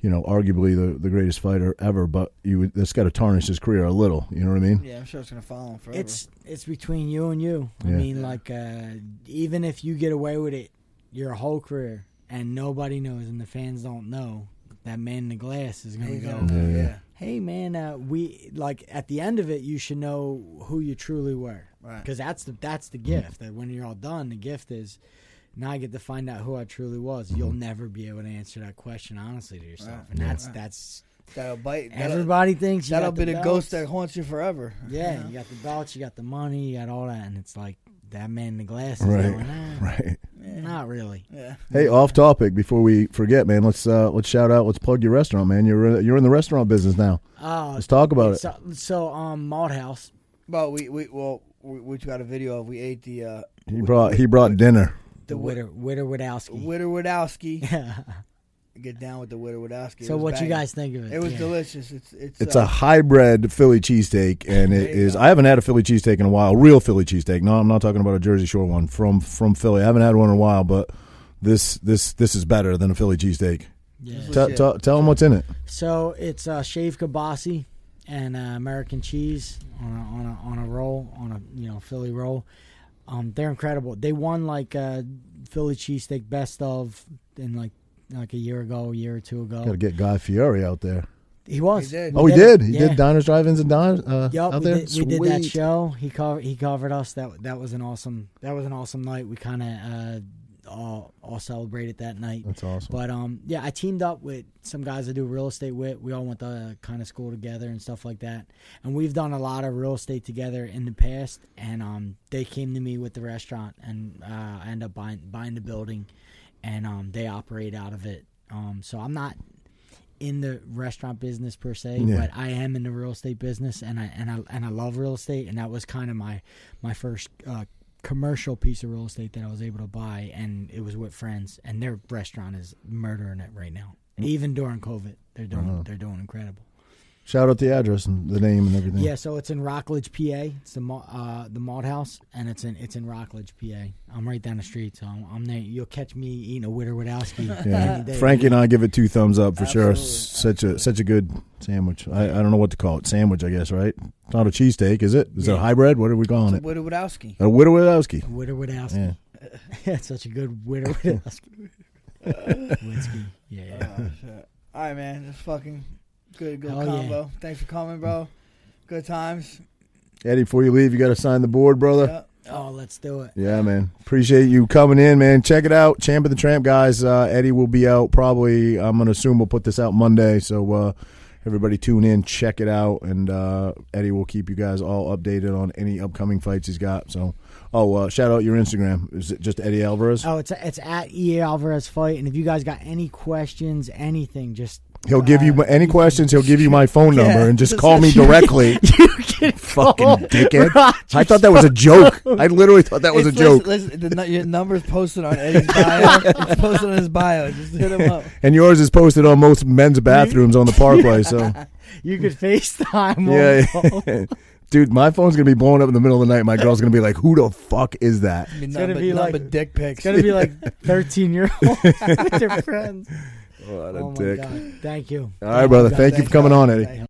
Speaker 2: you know, arguably the, the greatest fighter ever. But you would- that's got to tarnish his career a little. You know what I mean?
Speaker 1: yeah, I'm sure it's gonna follow him forever.
Speaker 3: It's it's between you and you. I
Speaker 2: Yeah.
Speaker 3: mean, like uh, even if you get away with it your whole career and nobody knows and the fans don't know, that man in the glass is gonna
Speaker 1: He's
Speaker 3: go.
Speaker 1: gonna-
Speaker 2: Yeah, yeah.
Speaker 1: yeah.
Speaker 3: Hey man, uh, we like at the end of it, you should know who you truly were,
Speaker 1: Right.
Speaker 3: Because that's the that's the gift. That when you're all done, the gift is now I get to find out who I truly was. You'll never be able to answer that question honestly to yourself,
Speaker 1: Right.
Speaker 3: and that's
Speaker 1: Right.
Speaker 3: that's
Speaker 1: That'll bite. That'll,
Speaker 3: everybody thinks you
Speaker 1: that'll
Speaker 3: got
Speaker 1: be the
Speaker 3: belts.
Speaker 1: ghost that haunts you forever.
Speaker 3: Yeah, you got the belts, you got the money, you got all that, and it's like that man in the glasses
Speaker 2: Right.
Speaker 3: going, ah,
Speaker 2: Right.
Speaker 3: not really.
Speaker 1: Yeah.
Speaker 2: Hey, off topic. Before we forget, man, let's uh, let's shout out. Let's plug your restaurant, man. You're uh, you're in the restaurant business now.
Speaker 3: Oh,
Speaker 2: Let's talk about it.
Speaker 3: so, so um, Malthouse.
Speaker 1: Well, we we well we, we got a video of we ate the uh,
Speaker 2: He brought he brought dinner.
Speaker 3: The Witter Witter
Speaker 2: Mm.
Speaker 3: Widowski.
Speaker 1: Witter Widowski. Get down with the Witter Widowski. It
Speaker 3: so
Speaker 1: was
Speaker 3: what you
Speaker 1: banging.
Speaker 3: guys think of it?
Speaker 1: It was
Speaker 3: Yeah.
Speaker 1: delicious. It's it's
Speaker 2: It's
Speaker 1: uh,
Speaker 2: a hybrid Philly cheesesteak, and it
Speaker 1: There you
Speaker 2: is.
Speaker 1: go.
Speaker 2: I haven't had a Philly cheesesteak in a while. Real Philly cheesesteak. No, I'm not talking about a Jersey Shore one from from Philly. I haven't had one in a while, but this this this is better than a Philly cheesesteak.
Speaker 3: Yeah.
Speaker 2: Tell,
Speaker 1: Legit.
Speaker 2: tell, tell them what's in it.
Speaker 3: So it's uh, shaved kielbasa and uh, American cheese on a, on a on a roll on a you know Philly roll. Um, they're incredible. They won like uh, Philly cheesesteak best of in like like a year ago, a year or two ago.
Speaker 2: Got to get Guy Fieri out there.
Speaker 3: He was.
Speaker 1: He did.
Speaker 3: We
Speaker 2: Oh, he did.
Speaker 3: it.
Speaker 2: He
Speaker 3: Yeah.
Speaker 2: did diners, drive-ins, and diners uh,
Speaker 3: Yep,
Speaker 2: out
Speaker 3: we,
Speaker 2: there.
Speaker 3: did, we did that
Speaker 2: Sweet.
Speaker 3: show. He covered he covered us. That that was an awesome that was an awesome night. We kind of uh, all all celebrated that night.
Speaker 2: That's awesome.
Speaker 3: But um, yeah, I teamed up with some guys I do real estate with. We all went to kind of school together and stuff like that. And we've done a lot of real estate together in the past. And um, they came to me with the restaurant, and uh, I ended up buying buying the building, and um, they operate out of it. Um, so I'm not in the restaurant business per se,
Speaker 2: Yeah.
Speaker 3: but I am in the real estate business, and I and I and I love real estate, and that was kind of my my first uh, commercial piece of real estate that I was able to buy, and it was with friends, and their
Speaker 2: Mm. Uh-huh.
Speaker 3: restaurant is murdering it right now, even during COVID, they're doing they're doing incredible.
Speaker 2: Shout out the address and the name and everything.
Speaker 3: Yeah, so it's in Rockledge, PA. It's the ma- uh, the Malt House, and it's in it's in Rockledge, PA. I'm right down the street, so I'm, I'm there. You'll catch me eating a Witter Widowski.
Speaker 2: Yeah. Frankie and I give it two thumbs up for sure. Such a such a good sandwich. I, I don't know what to call it. Sandwich, I guess. Right? It's not a cheesesteak, is it? Is it a
Speaker 3: Yeah.
Speaker 2: hybrid? What are we calling
Speaker 1: So
Speaker 2: it?
Speaker 1: Widow Wadowski.
Speaker 2: A Widowowski.
Speaker 3: Witter
Speaker 2: Yeah.
Speaker 3: Widowski. That's such a good Witter Widowski. Whiskey. Yeah. yeah.
Speaker 1: Oh, shit. All right, man. Just fucking good, good
Speaker 3: Hell yeah.
Speaker 1: combo. Thanks for coming, bro. Good times.
Speaker 2: Eddie, before you leave, you got to sign the board, brother.
Speaker 1: Yep.
Speaker 3: Oh, let's do it.
Speaker 2: Yeah, man. Appreciate you coming in, man. Check it out. Champ of the Tramp, guys. Uh, Eddie will be out probably, I'm going to assume we'll put this out Monday. So uh, everybody tune in, check it out. And uh, Eddie will keep you guys all updated on any upcoming fights he's got. So, oh, uh, shout out your Instagram. Is it just Eddie Alvarez?
Speaker 3: Oh, it's it's at EA Alvarez fight, and if you guys got any questions, anything, just
Speaker 2: He'll give you
Speaker 3: uh,
Speaker 2: my- any
Speaker 3: can-
Speaker 2: questions. He'll give you my phone
Speaker 1: Yeah.
Speaker 2: number and just call me directly.
Speaker 3: you can
Speaker 2: Fucking
Speaker 3: call
Speaker 2: dickhead.
Speaker 3: Roger's
Speaker 2: I thought that was a joke. I literally thought that was a
Speaker 1: It's-
Speaker 2: joke.
Speaker 1: Listen, listen, the, nu- your number's posted on Eddie's bio. it's posted on his bio. Just hit him up.
Speaker 2: And yours is posted on most men's bathrooms on the Parkway. So.
Speaker 3: You could FaceTime.
Speaker 2: Yeah,
Speaker 3: Yeah.
Speaker 2: yeah. dude, my phone's gonna be blowing up in the middle of the night. My girl's gonna be like, "Who the fuck is that?"
Speaker 1: I mean,
Speaker 3: gonna
Speaker 1: nothing but,
Speaker 3: be
Speaker 1: nothing
Speaker 3: like-
Speaker 1: but dick pics.
Speaker 3: It's gonna be like thirteen year old with your friends.
Speaker 2: What a
Speaker 3: oh my
Speaker 2: dick!
Speaker 3: god! Thank you.
Speaker 2: All right, brother.
Speaker 3: Thank you.
Speaker 2: Thank you for coming on, Eddie.
Speaker 3: Hell